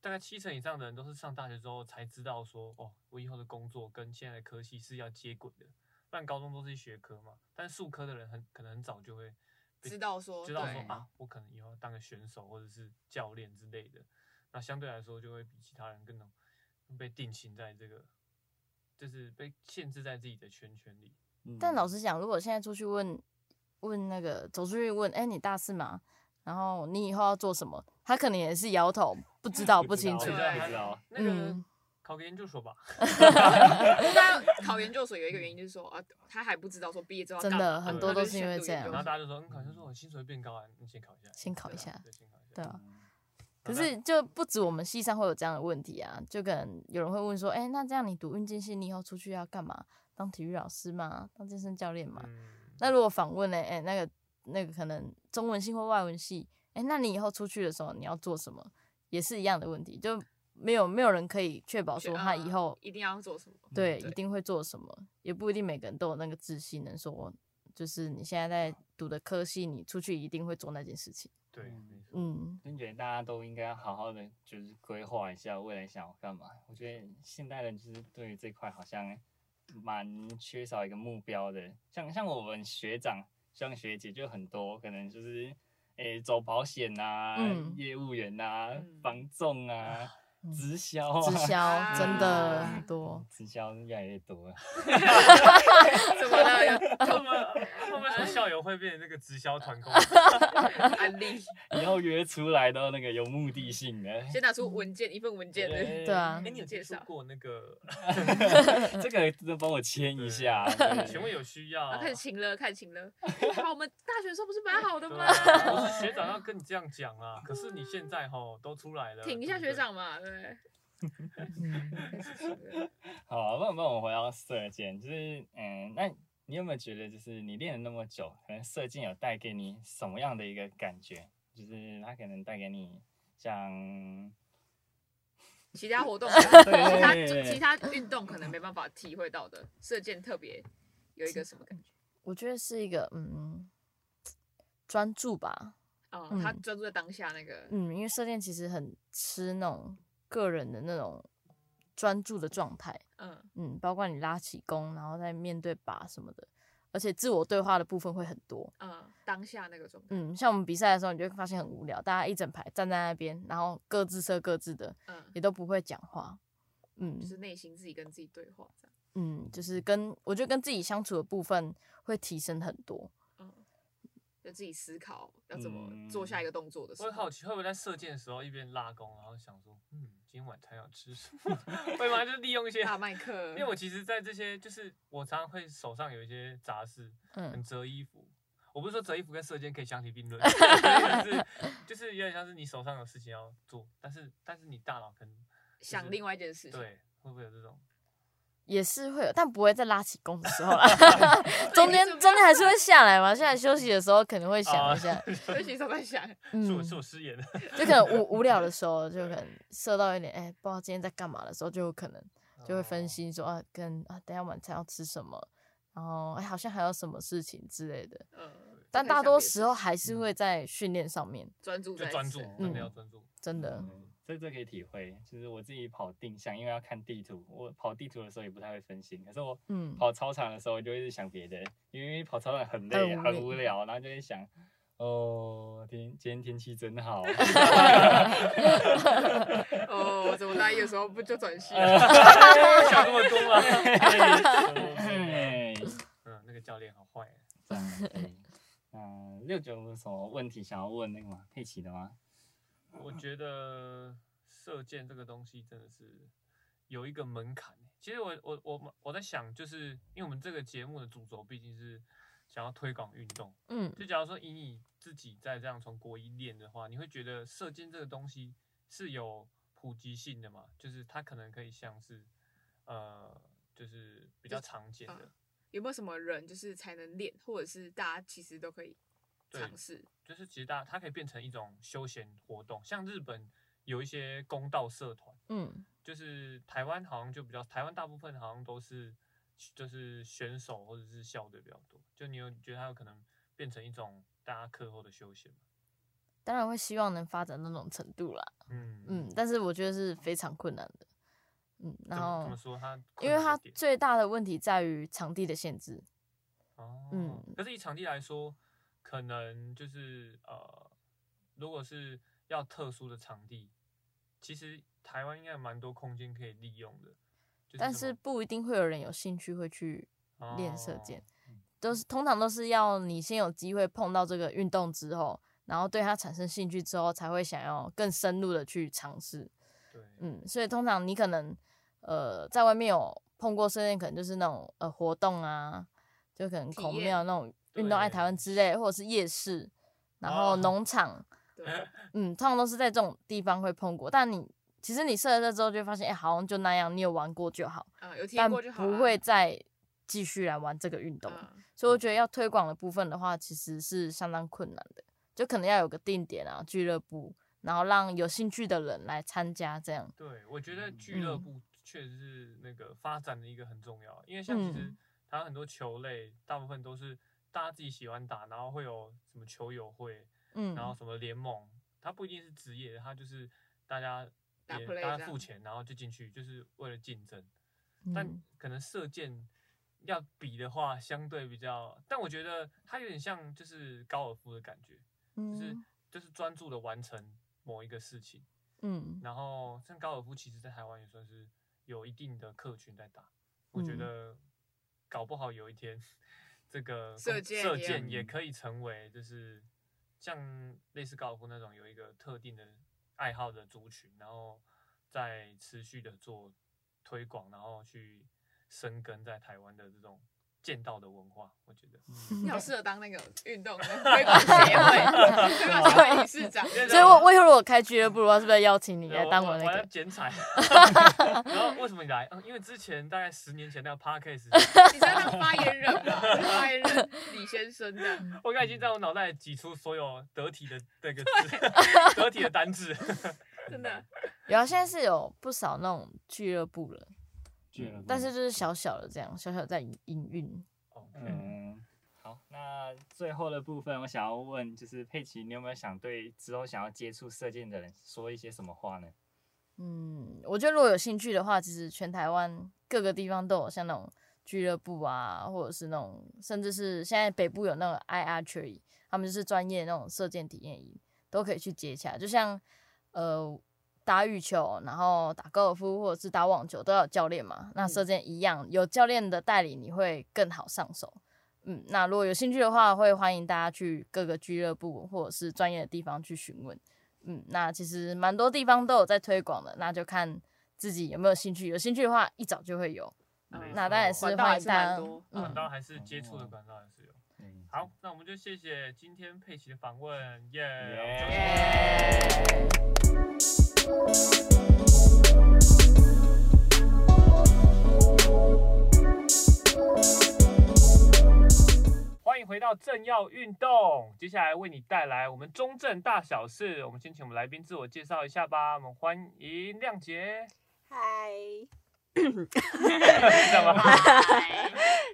B: 大概七成以上的人都是上大学之后才知道说，哦，我以后的工作跟现在的科系是要接轨的。不然高中都是学科嘛，但术科的人很可能很早就会被
A: 知道说
B: 知道说
A: 对
B: 啊，我可能以后要当个选手或者是教练之类的。那相对来说，就会比其他人更能被定型在这个，就是被限制在自己的圈圈里。
D: 但老
C: 师
D: 实讲，如果现在出去问问那个走出去问，哎、你大四吗？然后你以后要做什么？他可能也是摇头，不知道，不清
C: 不。
D: 楚
C: 知道，不知道，
B: 那个
D: 嗯
B: 考个研究所吧，
A: 那考研究所有一个原因就是说啊，他还不知道说毕业之后要
D: 真的
A: 干嘛
D: 很
A: 他
B: 多
A: 就
B: 都
D: 是因
A: 选
D: 为
A: 读
D: 这
A: 研
D: 样
A: 究
B: 然后
A: 所
B: 大家就说，嗯，考研究所我薪水变高啊，你先考一下，
D: 先考一下
B: 对啊对，先考一下，
D: 对啊，
C: 嗯
D: 可
B: 然后
D: 是就不止我们系上会有这样的问题啊，就可能有人会问说，哎、那这样你读运动系，你以后出去要干嘛？当体育老师吗？当健身教练吗？
B: 嗯，
D: 那如果访问呢？哎、那个那个可能中文系或外文系，哎、那你以后出去的时候你要做什么？也是一样的问题，就没有没有人可以确嗯保
A: 学
D: 说他以
A: 啊
D: 后
A: 一定要做什么。
D: 嗯对
A: 对
D: 一定会做什么，也不一定每个人都有那个自信，能说就是你现在在读的科系，你出去一定会做那件事情。
B: 对，没错，
D: 嗯，
C: 真觉得大家都应该好好的就是规划一下未来想要干嘛。我觉得现代人就是对于这块好像蛮缺少一个目标的，像像我们学长、像学姐就很多，可能就是诶、走保险啊、
D: 嗯
C: 业务员啊、
A: 嗯
C: 房仲啊、
D: 嗯
C: 直销啊、
D: 直销真的
A: 啊
D: 很多。
C: 直销越来越多了。
A: 怎么了？
B: (laughs) 他们他
C: (laughs)
B: 们从校友会变成那个直销团
A: (laughs)
B: 购，
D: (laughs)
A: 案例
C: 以后约出来都那个有目的性的。
A: 先拿出文件，一份文件的。
D: 对 (laughs) 啊
B: 哎，你有
A: 介
B: 接触
A: 绍
B: 过那
C: (laughs)
B: 个？
C: 这个真的帮我签一下。对
B: 请问有需要？
A: 啊然后开始请了，开始
B: (laughs)
A: 请了。啊，我们大学的时候不是蛮好的
B: 对
A: 吗？
B: 啊我是学长要跟你这样讲啊，可是你现在吼都出来了，
A: 挺一下
B: 对
A: 学
B: 不对。
A: 长嘛，对。
D: 嗯
A: 开始请
B: (laughs)
A: 了
C: 好，那我们我们回到射箭，就是嗯，那你有没有觉得，就是你练了那么久，可能射箭有带给你什么样的一个感觉？就是它可能带给你像
A: 其
B: (laughs)
A: 他活动，
C: 对
A: 其他就其他运动可能没办法体会到的，射箭特别有一个什么感觉？
D: 我觉得是一个嗯专注吧，
A: 哦，
D: 嗯
A: 他专注在当下那个，
D: 嗯，因为射箭其实很吃那种个人的那种专注的状态，
A: 嗯，
D: 嗯，包括你拉起弓，然后再面对靶什么的，而且自我对话的部分会很多，
A: 嗯，当下那个状态，
D: 嗯，像我们比赛的时候，你就会发现很无聊，大家一整排站在那边，然后各自射各自的，
A: 嗯，
D: 也都不会讲话，嗯
A: 就是内心自己跟自己对话这样，
D: 嗯，就是跟我觉得跟自己相处的部分会提升很多，
A: 嗯，就自己思考要怎么
C: 嗯
A: 做下一个动作的时
B: 我很好
A: 候，
B: 奇，会不会在射箭的时候一边拉弓，然后想说，嗯，今天晚餐要吃什么？ (laughs) 会吗？就是利用一些，
A: 大麦克，
B: 因为我其实，在这些就是我常常会手上有一些杂事，很
D: 嗯
B: 折衣服。我不是说折衣服跟射箭可以相提
D: (laughs)
B: 并论，就是就是有点像是你手上有事情要做，但是但是你大脑可能
A: 想另外一件事情，
B: 对会不会有这种？
D: 也是会有，但不会在拉起弓的时候
B: (laughs)
D: 啦，中间中间还是会下来嘛，现在休息的时候可能会想一
B: (laughs)
D: 下，
A: 尤其是我在想，
B: 哦是
D: 嗯
B: 啊我，是我失言了。
D: 就可能无无聊的时候，就可能射到一点，哎、不知道今天在干嘛的时候，就有可能就会
B: 哦
D: 分析说啊，跟啊，等一下晚餐要吃什么，然后哎、好像还有什么事情之类的。
A: 嗯，
D: 但
A: 就可以想
D: 大多
A: 别的
D: 时候
A: 事
D: 还
B: 嗯
D: 是会在训练上面，
A: 专注
B: 就
A: 在
B: 专注
A: 身，
B: 真的
D: 嗯
B: 要专注。
D: (laughs) 真的，
C: 嗯这这可以体会，就是我自己跑定向，因为要看地图，我跑地图的时候也不太会分心，可是我
D: 嗯
C: 跑操场的时候我就一直想别的，因为跑操场很
D: 很
C: 累，
D: 无
C: 很无
D: 聊
C: 聊，然后就会想，哦，天，今天天气真
D: (laughs)
C: 好。 (laughs)
A: 哦，我怎么大一的时候不就转系了？
B: 哎想那么多啊！ (laughs)
C: 嘿
B: 嗯，那个教练好坏。
C: (laughs) 这样
E: (laughs)
C: 可以。嗯，六九有什么问题想要问那个吗？佩奇的吗？
B: 嗯我觉得射箭这个东西真的是有一个门槛欸。其实我我我我在想，就是因为我们这个节目的主轴毕竟是想要推广运动，
D: 嗯，
B: 就假如说以你自己在这样从国一练的话，你会觉得射箭这个东西是有普及性的嘛？就是它可能可以像是呃，就是比较常见的
A: 嗯， (laughs) 有没有什么人就是才能练，或者是大家其实都可以
B: 对
A: 尝试？
B: 就是其实大它可以变成一种休闲活动，像日本有一些公道社团。
D: 嗯
B: 就是台湾好像就比较，台湾大部分好像都是就是选手或者是校队比较多。就你有觉得它有可能变成一种大家课后的休闲吗？
D: 当然会希望能发展到那种程度啦。
B: 嗯
D: 嗯，但是我觉得是非常困难的。嗯，
B: 怎
D: 然
B: 么怎
D: 后
B: 么说他困
D: 因为
B: 难的
D: 它
B: 点？
D: 最大的问题在于场地的限制。
B: 哦，
D: 嗯
B: 可是以场地来说，可能就是呃，如果是要特殊的场地，其实台湾应该有蛮多空间可以利用的。就
D: 但
B: 什
D: 是
B: 么
D: 不一定会有人有兴趣会去练射
B: 哦
D: 箭，都是通常都是要你先有机会碰到这个运动之后，然后对它产生兴趣之后，才会想要更深入的去尝试。
B: 对，
D: 嗯，所以通常你可能呃在外面有碰过射箭，可能就是那种呃活动啊，就可能
A: 体
D: 孔
A: 验
D: 庙那种运动爱台湾之类，或者是夜市，然后
B: 哦
D: 农场，
B: (laughs)
A: 对，
D: 嗯，通常都是在这种地方会碰过。但你其实你射了这之后，就会发现哎、好像就那样，你有玩过就好。
A: 嗯，有体验
D: 但
A: 过就好啦，
D: 不会再继续来玩这个运动。
A: 嗯，
D: 所以我觉得要推广的部分的话，其实是相当困难的，就可能要有个定点啊，俱乐部，然后让有兴趣的人来参加这样。
B: 对，我觉得俱乐
D: 嗯
B: 部确实是那个发展的一个很重要，因为像其实
D: 嗯
B: 台湾很多球类，大部分都是大家自己喜欢打，然后会有什么球友会，
D: 嗯
B: 然
A: 哦
B: 后什么联盟，它不一定是职业的，它就是大家
A: 打
B: 也
A: play
B: 大
A: 这
B: 家
A: 样
B: 付钱，然后就进去，就是为了竞争。但
D: 嗯
B: 可能射箭要比的话，相对比较，但我觉得它有点像就是高尔夫的感觉，就是
D: 嗯
B: 就是专注的完成某一个事情。
D: 嗯
B: 然后像高尔夫，其实在台湾也算是有一定的客群在打。我觉
D: 嗯
B: 得搞不好有一天，这个
A: 射
B: 弓
A: 箭
B: 射
A: 也
B: 箭也
F: 嗯
B: 可以成为就是像类似高尔夫那种有一个特定的爱好的族群，然后再持续的做推广，然后去深耕在台湾的这种剑道的文化。我觉得，(laughs)
D: 嗯
A: 你好适合当那个运动推广协会
D: (laughs)
A: 推广协会理事长，
D: 所
B: (laughs)
D: 以我我以后如果开俱乐部的话，是不是要邀请你
B: 对
D: 来
B: 我
D: 当
B: 我
D: 我那
B: 我要
D: 个？
B: 剪
D: (laughs)
B: 彩。然后为什么你来？嗯，因为之前大概十年前那个
D: (laughs)
B: podcast，
A: 你在当发言人嘛，发言人李先生这样。
B: 我刚才已经在我脑袋里挤出所有得体的那个字， (laughs) 得体的单字。
A: 真的，
D: 有啊，现在是有不少那种俱乐部了，
F: 俱乐部
B: 嗯
D: 但是就是小小的这样，小小在营营运。
B: 哦
C: 嗯，好，那最后的部分，我想要问，就是佩奇，你有没有想对之后想要接触射箭的人说一些什么话呢？
D: 嗯，我觉得如果有兴趣的话，其实全台湾各个地方都有像那种俱乐部啊，或者是那种，甚至是现在北部有那个 I Archery，他们就是专业那种射箭体验营，都可以去接洽。就像呃打羽球，然后打高尔夫或者是打网球都要有教练嘛，那射箭一样，有教练的带领你会更好上手。嗯，那如果有兴趣的话，会欢迎大家去各个俱乐部或者是专业的地方去询问。嗯，那其实蛮多地方都有在推广的，那就看自己有没有兴趣。有兴趣的话，一早就会有。
A: 嗯
D: 那当然
A: 管
D: 是
A: 道还
D: 欢迎
A: 是
D: 大
A: 蛮
D: 家
A: 多。
B: 管
D: 嗯，
B: 道还是接触的管道还是有。
C: 嗯，
B: 好，那我们就谢谢今天佩奇的访问，耶、
A: 耶
B: 欢迎回到正要运动，接下来为你带来我们中正大小事。我们先请我们来宾自我介绍一下吧。我们欢迎亮
E: (laughs)
B: 杰，
E: 嗨，
B: 干嘛？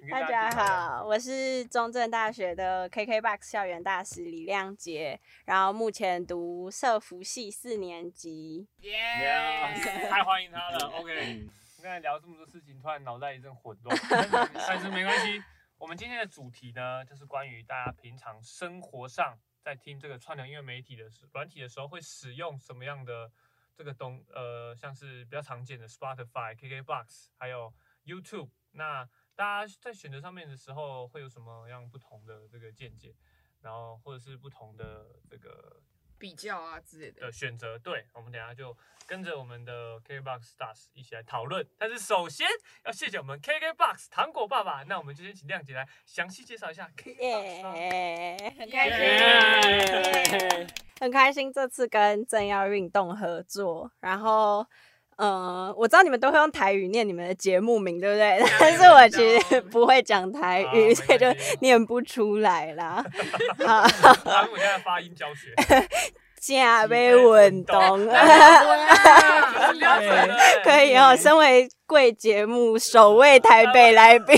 B: 你跟
E: 大
B: 介绍
E: 家
B: 一下。
E: 好，我是中正大学的 KKBOX 校园大使李亮杰，然后目前读社服系四年级。
B: Yeah，太欢迎他了。OK，刚才聊这么多事情，突然脑袋一阵混乱， (laughs) 但是但是没关系。我们今天的主题呢，就是关于大家平常生活上在听这个串流音乐媒体的时软体的时候，会使用什么样的这个东呃，像是比较常见的 Spotify、KKBox，还有 YouTube。那大家在选择上面的时候，会有什么样不同的这个见解，然后或者是不同的这个
A: 比较啊之类的
B: 的。呃选择。对，我们等一下就跟着我们的 KKBOX Stars 一起来讨论。但是首先要谢谢我们 KKBOX 糖果爸爸，那我们就先请亮姐来详细介绍一下 KKBOX 吧。
E: 耶、很
A: 开
E: 开
A: 心
E: 心
A: 耶
E: 很开心这次跟正要运动合作。然后，嗯、我知道你们都会用台语念你们的节目名，对不对？但是我其实不会讲台
B: 啊
E: 语，
B: 没
E: 所以就
B: 关系
E: 念不出来啦。好，
B: 啊，我现在发音教
E: (laughs)
B: 学，
E: 假被稳动。 (laughs)
B: 亮姐呢 (laughs)
E: 可以哦，身为贵节目首位台北来宾，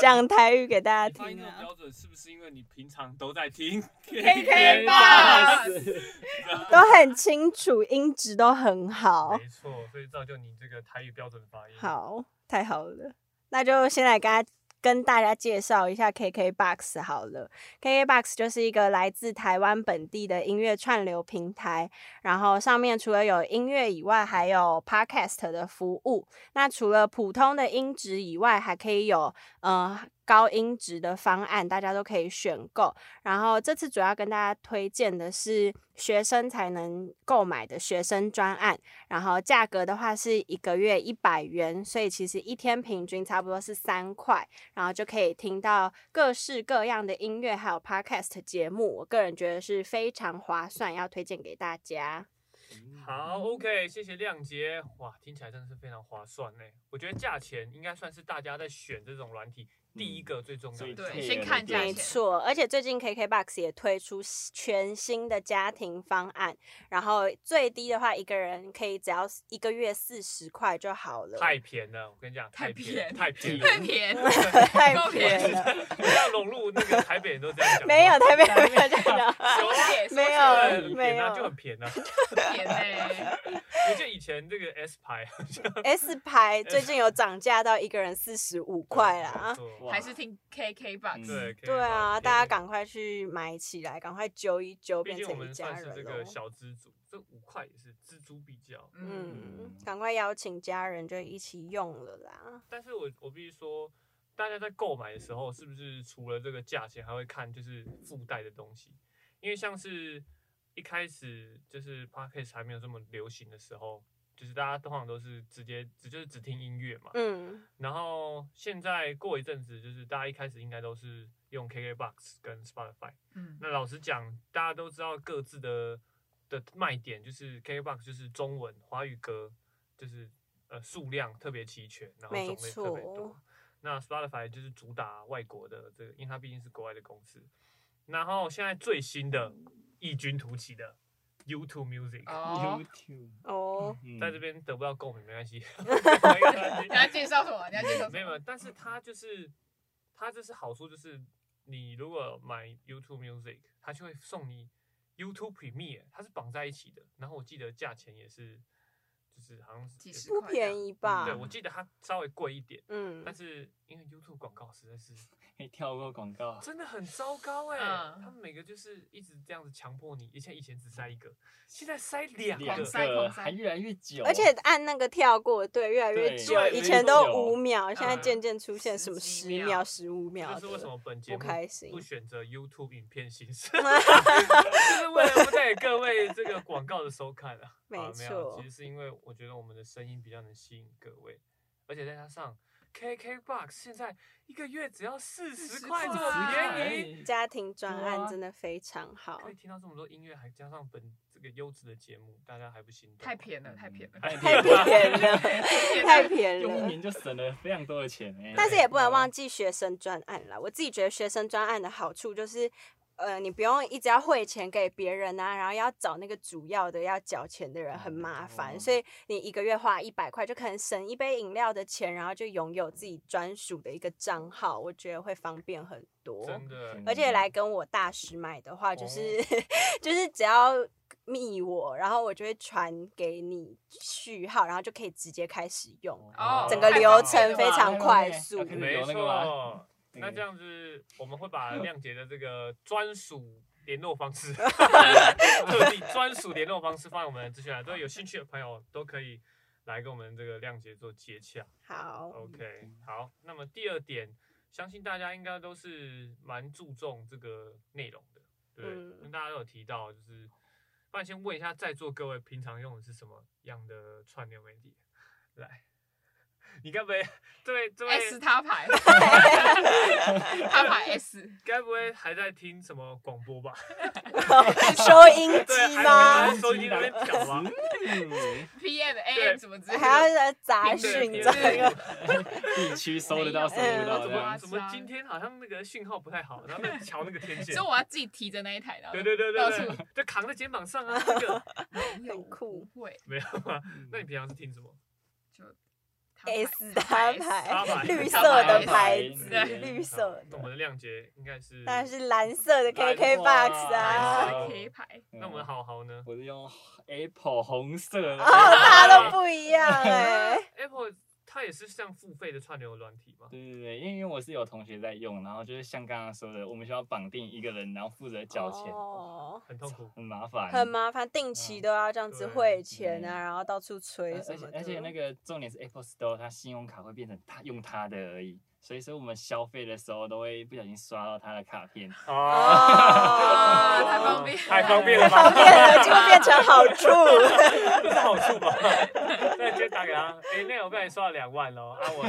E: 讲台语给大
B: 你
E: 家
B: 发音
E: 听
B: 这种
E: 啊，
B: 标准是不是因为你平常都在听
A: KK
B: Box？
E: 都很清楚，音质都很好
B: 没。错，所以造就你这个台语标准发音。，
E: 好，太好了，那就先来跟大跟大家介绍一下 KKBOX 好了。KKBOX 就是一个来自台湾本地的音乐串流平台，然后上面除了有音乐以外，还有 Podcast 的服务。那除了普通的音质以外，还可以有呃高音质的方案，大家都可以选购。然后这次主要跟大家推荐的是学生才能购买的学生专案，然后价格的话是一个月一百元，所以其实一天平均差不多是三块，然后就可以听到各式各样的音乐还有 podcast 节目。我个人觉得是非常划算，要推荐给大家。
C: (laughs)
B: 好，OK，谢谢亮杰。哇，听起来真的是非常划算呢。我觉得价钱应该算是大家在选这种软体第一个最重要的
C: 最
B: 条件。
A: 对先看价钱
E: 没错，而且最近 KKBOX 也推出全新的家庭方案，然后最低的话一个人可以只要一个月四十块就好了。
B: 太便了，我跟你讲，
A: 太
B: 太
A: 便
B: 便，太便了。
A: 太便宜，
E: (laughs) 太
A: 够便宜
E: 便了，
B: 不要融入那个台北人都这样讲话。
E: 没有台北人没有这样讲。
A: 收钱
E: 没有
B: 对很
E: 没
B: 便
E: 有
B: 啊，就很便啊。
A: 钱呢，
B: 我记得以前这个 S 牌好像
E: S
B: (laughs)
E: 牌最近有涨价到一个人四十五块啦。啊
B: 对
C: 哇
A: 还是听 KK box。
B: 对，可以
E: 对啊，
B: 买
E: 大家赶快去买起来，赶快揪一揪，
B: 毕
E: 变
B: 竟我
E: 成一
B: 们
E: 家
B: 算是
E: 人
B: 这个
E: 喽。
B: 小资族，这五块也是锱铢必较。
A: 嗯，
E: 嗯，赶快邀请家人就一起用了啦。
B: 但是我我必须说，大家在购买的时候，是不是除了这个价钱，还会看就是附带的东西？因为像是一开始就是 podcast 还没有这么流行的时候，就是大家通常都是直接只就是只听音乐嘛。
E: 嗯，
B: 然后现在过一阵子，就是大家一开始应该都是用 KKBox 跟 Spotify。
A: 嗯，
B: 那老实讲，大家都知道各自的的卖点，就是 KKBox 就是中文华语歌，就是呃数量特别齐全，然后
E: 没
B: 种类特别
E: 错哦
B: 多。那 Spotify 就是主打外国的这个，因为它毕竟是国外的公司。然后现在最新的异军突起的 YouTube Music，、
A: 哦，
C: YouTube，
E: 哦，
C: 嗯
B: 在这边得不到共鸣没关
A: (laughs)
B: 系，没关系
A: 你要介绍什么？你要介
B: 没有，
A: 绍什么
B: 没有，？但是它就是它这是好处，就是你如果买 YouTube Music，它就会送你 YouTube Premiere，它是绑在一起的。然后我记得价钱也是，就是好像是
A: 几
B: 也
A: 十
B: 是
A: 块
E: 不便宜
B: 嗯
E: 吧？
A: 嗯
B: 对，我记得它稍微贵一点，
E: 嗯
B: 但，是因为 YouTube 广告实在是
C: 可以嗯跳过广告，
B: 真的很糟糕哎、
A: 嗯
B: 他们每个就是一直这样子强迫你，以前以前只塞一个，现在塞两
A: 狂
B: 个，
A: 塞狂塞
C: 还越来越久，啊
E: 而且按那个跳过，对，越来越
C: 对
E: 久
B: 啊越来，越
E: 以前都
C: 久
E: 五秒，现在
A: 嗯
E: 渐渐出现
A: 十
E: 什么
A: 几
E: 十
A: 秒
E: 秒、十五秒
B: 这
E: 的，
B: 就是为什么本节
E: 不
B: 目
E: 开心
B: 不选择 YouTube 影片形
E: (laughs)
B: 式， (laughs) 就是为了不带给各位这个广告的收看啊。
E: 没
B: 啊有
E: 错
B: 其实是因为我觉得我们的声音比较能吸引各位，而且再加上 KKBox 现在一个月只要四十块这么便宜，啊
C: 宜
E: 家庭专案
C: 哇
E: 真的非常好
B: 可，以听到这么多音乐，还加上本这个优质的节目，大家还不心动？
A: 太便了，太便了，
D: (laughs)
E: 太便宜了，太便宜
C: 用一
E: 了。
C: 年就省了非常多的钱哎。
E: 但是也不能
B: 嗯
E: 忘
C: 记，
E: 记学生专案啦。我自己觉得学生专案的好处就是，呃，你不用一直要汇钱给别人啊，然后要找那个主要的要缴钱的人很
B: 嗯
E: 麻烦，
C: 哦
E: 所以你一个月花一百块就可能省一杯饮料的钱，然后就拥有自己专属的一个账号，我觉得会方便很多。
B: 真的
C: 嗯
E: 而且来跟我大师买的话，就
B: 哦
E: 是、 (laughs) 就是只要密我，然后我就会传给你序号，然后就可以直接开始用。
A: 哦
E: 整个
A: 太
E: 流
A: 方便
E: 程
A: 了
E: 非
A: 吧
E: 常快速，
C: OK，OK，OK，
B: 没
C: 有那个嗯吗
B: 错。那这样子，我们会
C: (laughs)
B: 把亮姐的这个专属联络方式，特地专属联络方式放在我们的资讯栏，对有兴趣的朋友都可以来跟我们这个亮姐做接洽。
E: 好，
B: OK，好，
C: 嗯
B: 那么第二点，相信大家应该都是蛮注重这个内容的，对不对，
E: 嗯
B: 跟、大家都有提到，就是，不然先问一下在座各位平常用的是什么样的串流媒体？来，你该不会这位这
A: S
B: 位
A: 他牌，他牌 S，
B: 该不会还在听什么广播
E: (laughs)
B: 吧？
E: 收音
B: 对，
E: 机
B: 还
E: 吗 (laughs)
B: 还啊在？收音机那边讲吧。
C: 嗯
A: PM、AM
B: 对
A: 什么之类的，
E: 还要杂
A: 还
B: 对
E: 讯
A: 对
E: 这
A: 对
E: 个，
C: 地区收得到，收不
B: 然后
C: 到
B: 怎
C: 这
B: 么
C: 样。
B: 怎么今天好像那个讯号不太好，然后在瞧那个
E: (laughs)
B: 天线
A: 所以。我要自己提着那一台，然后
B: 对对对
A: 到
B: 对
A: 处
B: 对，就扛在肩膀上啊，
E: (laughs)
B: 那个
A: 没有
E: 很酷
A: 不会
E: 嗯
B: 没有啊？那你平常是听什么？
A: 就。
E: S 打 (laughs)
B: 插
E: 牌，
B: 牌
E: 绿
B: 插
E: 色的
B: 插
E: 牌
C: 牌
E: 子
C: 对，
E: 绿色
B: 那我
E: 的，
B: 们的亮节应该是，
E: 当然是蓝色的
B: 蓝
E: KK
C: 哇
E: box
C: 蓝色
E: 啊，
C: 的
A: K 牌，
B: 那我们好好呢
C: 嗯我是用 Apple 红色的，
E: 哦，大家都不一样哎、
B: ？Apple 它也是像付费的串流软体嘛？
C: 对对对，因为因为我是有同学在用，然后就是像刚刚说的，我们需要绑定一个人，然后负责缴钱，
E: 哦，
B: 很痛苦。
C: 很麻烦，
E: 很麻烦，定期都要这样子汇钱
C: 对
E: 啊，然后到处催
C: 而
E: 什
C: 而且
E: 么的。
C: 而且那个重点是 Apple Store 它信用卡会变成他用他的而已，所以说我们消费的时候都会不小心刷到他的卡
E: (laughs)
C: 片。
A: 啊，
E: 哦，
A: 太
B: (laughs)
A: 方便了，
B: 太方便了吧？
E: 方
B: (laughs)
E: 便了就变成好处。
B: 这是好处吧？那直接打给他，哎、那我被你刷了两万喽，
E: (laughs)
B: 啊我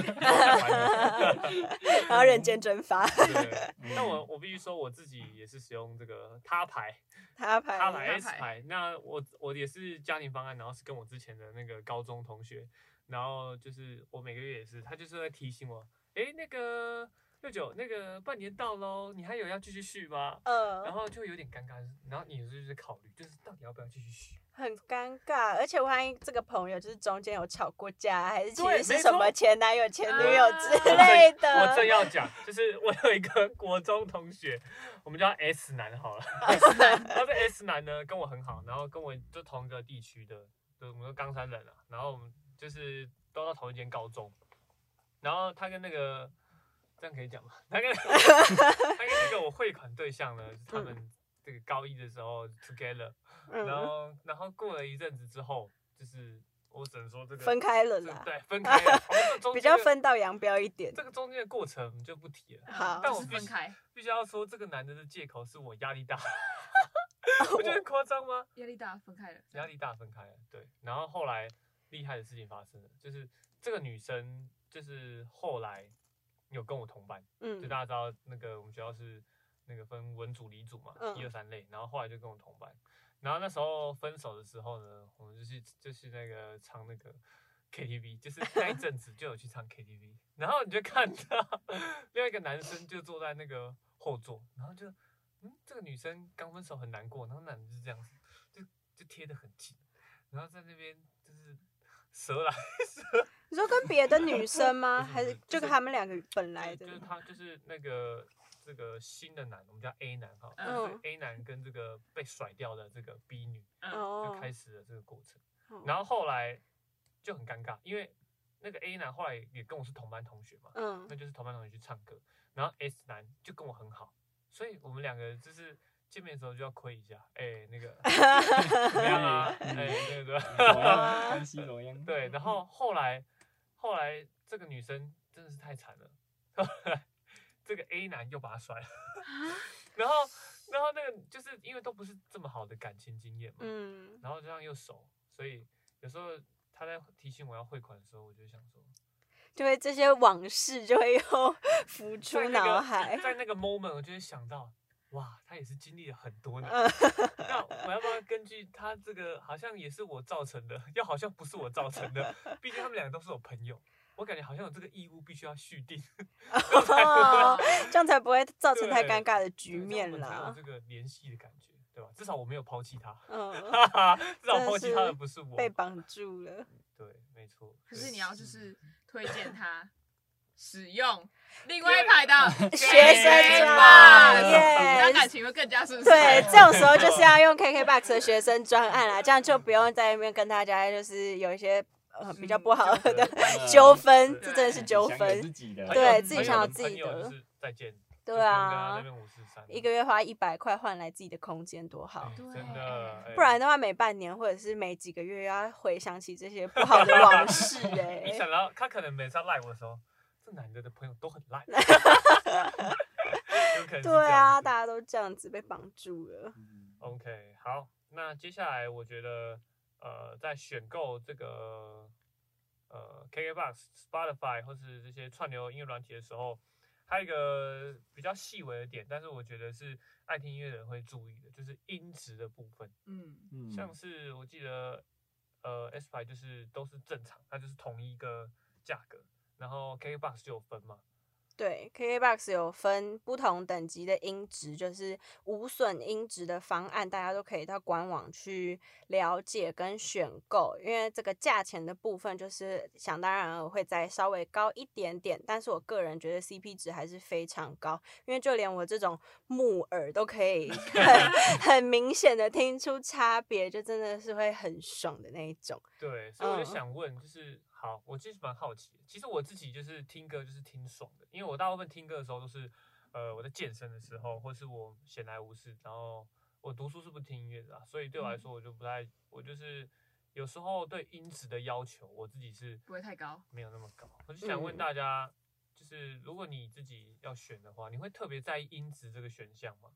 E: 然后人间蒸发，
B: (laughs) 对。嗯那我我必须说我自己也是使用这个他牌，
E: 他
B: 他
E: 牌
B: 牌
A: 呃他
B: S
A: 牌
B: 牌。那我我也是家庭方案，然后是跟我之前的那个高中同学，然后就是我每个月也是，他就是在提醒我，哎、那个六九那个半年到喽，你还有要继续续吗？然
E: 嗯，
B: 后就有点尴尬，然后你就是考虑，就是到底要不要继续续？
E: 很尴尬。而且我发现这个朋友就是中间有吵过架，还是其
B: 对
E: 实是
B: 没
E: 什
B: 错
E: 么前男友、前女友
A: 啊
E: 之
B: 我正
E: 类
B: 我正
E: 的。
B: 要讲，就是我有一个国中同学，我们叫他 S 男好了。
E: 哦
B: (laughs) 他是 S 男呢，跟我很好，然后跟我就同一个地区的，就我们都冈山人啊，然后我们就是都到同一间高中。然后他跟那个，这样可以讲吗？他
E: (laughs)
B: 跟他跟那个我汇款对象呢，就是他们这个高一的时候 together，然
E: 嗯，
B: 后然后过了一阵子之后，就是我只能说这个
E: 分开了
B: 这
E: 啦，
B: 对，分开了，我们这中
E: (laughs) 比
B: 间
E: 较
B: 的
E: 分道扬镳一点。
B: 这个中间的过程我们就不提了。
E: 好
B: 但
A: 就
B: 我
A: 是
B: 必
A: 分
B: 须
A: 开，
B: 必须要说，这个男的的借口是我压力
E: (laughs)
B: 大，我觉得很夸张吗？
A: 压力大，分开了，
B: 压力大分开了，对。然后后来厉害的事情发生了，就是这个女生就是后来有跟我同班，就
E: 嗯
B: 大家知道那个我们学校是那个分文组、理组嘛，一二
E: 嗯
B: 三类，然后后来就跟我同班。然后那时候分手的时候呢，我们就去就去那个唱那个 KTV，就是那一阵子就有去唱 KTV，然 (laughs) 后你就看到 (laughs) 另外一个男生就坐在那个后座，然后就嗯，这个女生刚分手很难过，然后男的就这样子，就就贴得很近，然后在那边就是蛇来蛇
E: 你说跟别的女生
B: (laughs)
E: 吗？
B: 不是
E: 还
B: 不
E: 是
B: 是
E: 就
B: 嗯就是
E: 跟他们两个本来
B: 就
E: 的
B: 是？就是他就是那个这个新的男，我们叫 A 男哈，
A: 嗯
B: 就是 A 男跟这个被甩掉的这个 B 女
A: 嗯，
B: 就
E: 哦，
B: 开始了这个过程。
E: 哦
B: 然后后来就很尴尬，因为那个 A 男后来也跟我是同班同学嘛，
E: 嗯
B: 那，就是同班同学去唱歌，然后 S 男就跟我很好，所以我们两个就是见面的时候就要亏一下，哎、那
E: (laughs)
B: 个怎么样啊？哎、那 (laughs) 个
C: 怎么
E: 哇
C: 样？关系怎么样？
B: 对，然
E: 嗯
B: 后后来后来这个女生真的是太惨了，后来这个 A 男又把她甩了，
A: 啊
B: 然后然后那个就是因为都不是这么好的感情经验嘛，
E: 嗯，
B: 然后这样又熟，所以有时候他在提醒我要汇款的时候，我就想说，
E: 就会这些往事就会又 (laughs) 浮出
B: 在那
E: 脑
B: 个
E: 海。
B: 在那个 moment 我就会想到，哇，他也是经历了很多呢。 (laughs)
E: 嗯， (laughs)
B: 那我要不要根据他这个，好像也是我造成的，又好像不是我造成
E: (laughs)
B: 的，毕竟他们两个都是我朋友，我感觉好像有这个义务必须要续订，
E: 哦这样才不会造成太尴尬的局
B: 对
E: 面
B: 这样我们
E: 啦
B: 才。有这个联系的感觉，对吧？至少我没有抛弃
E: (laughs)
B: 他，
E: 嗯，
B: 哈哈，至少
E: 真的
B: 抛弃他的
E: 是
B: 不是 (laughs) 我，
E: 被绑住了，
B: 对，没错。
A: 可
B: 所
A: 是
B: 以
A: 你要就是推荐他使用另外一排的
E: (laughs) 学生装
A: 让
E: 耶
A: 感。情会更加顺
E: (laughs) 对
B: (laughs)
A: 遂，。
E: 这种时候就是要用 KKBOX 的学生专案啊啦，这样就不用在那边跟大家就是有一些呃比较不好
A: 嗯
E: (laughs) 的
C: 嗯
E: 纠纷，
B: 对
E: 这真的是
C: 你
E: 纠
C: 想有
E: 纷
C: 自。己的，
B: 朋
E: 对
B: 友
E: 自己
B: 朋友
E: 想要
B: 的
E: 自
B: 朋
E: 己
B: 友就
E: 的
B: 是再见，
E: 对
B: 就不用跟
E: 啊
B: 他那边五四三
E: 一个月花一百块换来自己的空间，多好
B: 哎！
A: 对
B: 真的，哎
E: 不然的话，每半年或者是每几个月要回想起这些不好的往
B: (laughs)
E: 事、
B: 你
E: 哎，
B: 想到他可能每次要赖我的时候，这男的的朋友都很
E: (laughs)
B: 烂，有可能是这样子
E: 对啊，大家都这样子被绑住了。
C: 嗯
B: OK，好，那接下来我觉得，呃，在选购这个呃 KKBox、Spotify 或是这些串流音乐软体的时候，还有一个比较细微的点，但是我觉得是爱听音乐的人会注意的，就是音质的部分。
A: 嗯，
C: 嗯
B: 像是我记得，呃，S 牌就是都是正常，它就是同一个价格，然后 KKBox 就有分嘛，
E: 对，KKBOX 有分不同等级的音质，就是无损音质的方案，大家都可以到官网去了解跟选购。因为这个价钱的部分，就是想当然而会再稍微高一点点，但是我个人觉得 CP 值还是非常高，因为就连我这种木耳都可
A: (laughs)
E: 以很很明显的听出差别，就真的是会很爽的那一种。
B: 对，所以我就
E: 嗯
B: 想问，就是好，我其实蛮好奇的。其实我自己就是听歌就是听爽的，因为我大部分听歌的时候都是，呃，我在健身的时候，或是我闲来无事，然后我读书是不听音乐的啊，所以对我
A: 嗯
B: 来说我就不太，我就是有时候对音质的要求，我自己是
A: 不会太高。
B: 没有那么高。我就想问
E: 嗯
B: 大家，就是如果你自己要选的话，你会特别在意音质这个选项吗？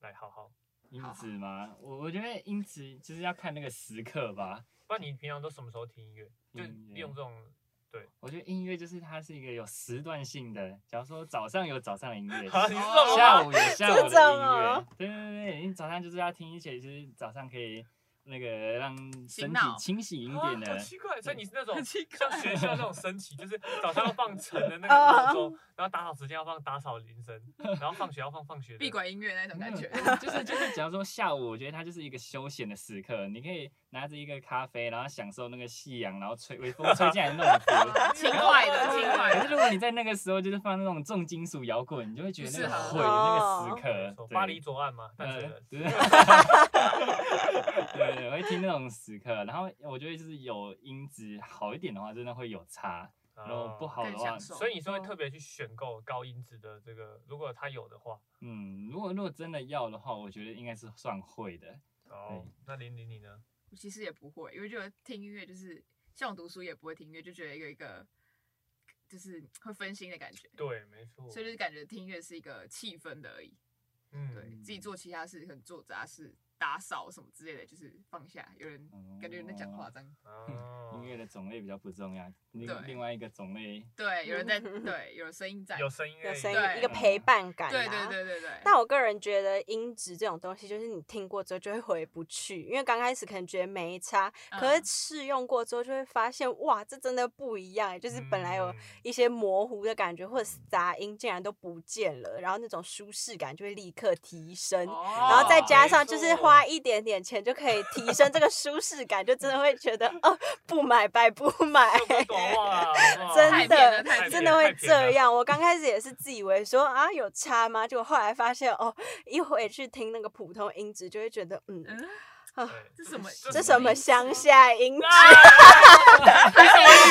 B: 来，好好，
C: 音
A: 好
C: 质吗？我我觉得音质就是要看那个时刻吧。
B: 不然你平常都什么时候听音乐？就
C: 听音
B: 利用
C: 乐
B: 这种。
C: (laughs) 我觉得音乐就是它是一个有时段性的，假如说早上有早上的音乐，
B: 啊，你是
A: 哦
B: 这种
C: 下午有下午的
E: 这种
C: 音
E: 哦
A: 啊
C: 乐，对对对，你早上就是要听一些，就是早上可以那个让身
A: 醒
C: 体
A: 脑
C: 清洗一
B: 啊
C: 点
B: 好
C: 的，
B: 奇怪，所以
C: 对
B: 你是那种
A: 很奇
E: (laughs)
B: 像学校那种升旗，就是早上要放晨的那
E: 哦
B: 个闹钟，然后打扫时间要放打扫铃声，然后放学要放放学的。
A: 闭馆音乐那种感觉
E: 嗯
C: 没。有就是就是，假如说下午，我觉得它就是一个休闲的时刻，你可以拿着一个咖啡，然后享受那个夕阳，然后吹微风吹进来的那
A: (laughs)
C: 种
A: 啊
C: 风。
A: 轻快的， (laughs) 轻快
C: 可
A: 的。
C: 是如果你在那个时候就是放那种重金属摇滚，你就会觉得那个
A: 不适合
C: 毁那个时
A: 哦
B: 没
C: 刻
B: 错。
C: 对
B: 巴
C: (laughs)
B: 黎左岸嘛，淡水
C: 呃
B: 人，。 (laughs) 哦
C: 对，对对，我会听那种时刻，然后我觉得就是有音质好一点的话，真的会有差，然后不
B: 哦
C: 好的
A: 更享
C: 话，
A: 受
B: 所以你是
E: 嗯
B: 会特别去选购高音质的这个，如果它有的话。
C: 嗯，如果如果真的要的话，我觉得应该是算会的。
B: 哦，那玲玲你呢？
A: 我其实也不会，因为觉得听音乐就是像我读书也不会听音乐，就觉得有一个就是会分心的感觉，
B: 对，没错。
A: 所以就是感觉听音乐是一个气氛的而已。
B: 嗯，
A: 对自己做其他事，可能做杂事、打扫什么之类的，就是放下。有人感觉有人在讲话这样，
B: 哦
C: 嗯音乐的种类比较不重要，另
A: 对
C: 另外一个种类
A: 对，有人
E: (laughs)
A: 在，
E: 嗯
A: 对，有声音在，
B: 有声音而已，
E: 有声
A: 对
E: 音，一个陪伴感、啊。
A: 嗯对对对对对。
E: 但我个人觉得音质这种东西，就是你听过之后就会回不去，因为刚开始可能觉得没差，可是
A: 嗯
E: 试用过之后就会发现，哇，这真的不一样，欸就是本来有
B: 嗯
E: (laughs) 一些模糊的感觉或者是杂音竟然都不见了，然后那种舒适感就会立刻提升。然后再
A: 哦
E: 加
B: 没
E: 上就是
B: 错
E: 花一点点钱就可以提升这个舒适感，就真的会觉得哦，不买白不买。
B: 这么短哇哇
A: 太
E: 真
A: 便了
E: 的
A: 太便了
E: 真的
B: 太
E: 会
B: 便了
E: 这样。我刚开始也是自以为说啊有差吗？结果后来发现哦，一回去听那个普通音质，就会觉得嗯，
A: 嗯，
B: 对
A: 这什么？
E: 这什么乡
A: 音色
E: 下音质？
A: 啊？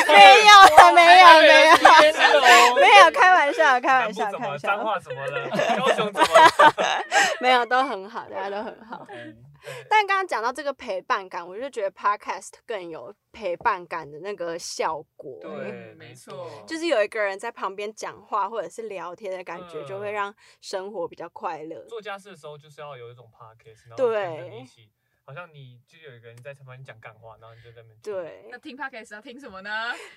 E: 没有了，没有
C: 还
E: 没有
C: 天哪哦
E: 没有，开玩笑， (laughs) 开
B: 啊南
E: 玩
B: 部
E: 笑，
B: 怎
E: 开
B: 么
E: 玩
B: 脏
E: 笑，
B: 话怎么了？高雄怎么
E: (laughs)
B: 了？
E: 没有都很好，大家都很好。
C: 嗯
E: 但刚刚讲到这个陪伴感，我就觉得 podcast 更有陪伴感的那个效果。
B: 对，
A: 嗯没错
E: 就是有一个人在旁边讲话或者是聊天的感觉，就会
B: 嗯
E: 让生活比较快乐。
B: 做家事的时候就是要有一种 podcast，然后
E: 对
B: 跟着你一起，好像你就有一个人在旁边讲干话，然后你就在那边听，
E: 对，
A: 那听 podcast 要听什么
E: (laughs)
A: 呢？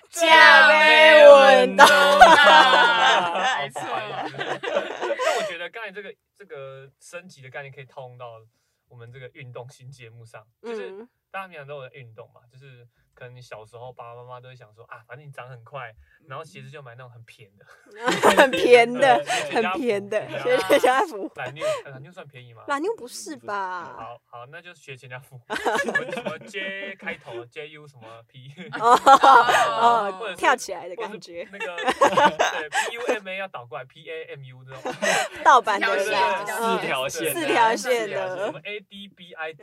E: 假没稳当。
A: (laughs)
B: (laughs)
A: 啊没错
B: 但哦我觉得刚才这个这个升级的概念可以套用到我们这个运动新节目上，就是
E: 嗯
B: 大家平常都有在运动嘛，就是可能你小时候爸爸妈妈都会想说啊，反正你长很快，然后鞋
A: 嗯
B: 子就买那种很便的，
E: 很便的，
B: 对
E: 很便的，
B: 雪
E: 学
B: 茄
E: 学家福。
B: 懒妞，懒妞算便宜吗？
E: 蓝妞不是吧？
B: 好好，那就学全家福，
E: (laughs)
B: 什么什么 J 开头，JU 什么 P， (laughs)
E: 哦
A: 哦
B: 或者
E: (laughs) 哦，
B: 是
E: 跳起来的
B: 或
E: 感
B: 是
E: 觉，
B: 那个 (laughs) 对 PUMA 要倒过来，PAMU 这种，
E: 盗版
A: 条
E: 的
A: 线
E: 啦。
A: 条
C: 四
E: 嗯
A: 线
C: 条线，
E: 四条线
B: 对啊
E: 的
B: 什么 ADBID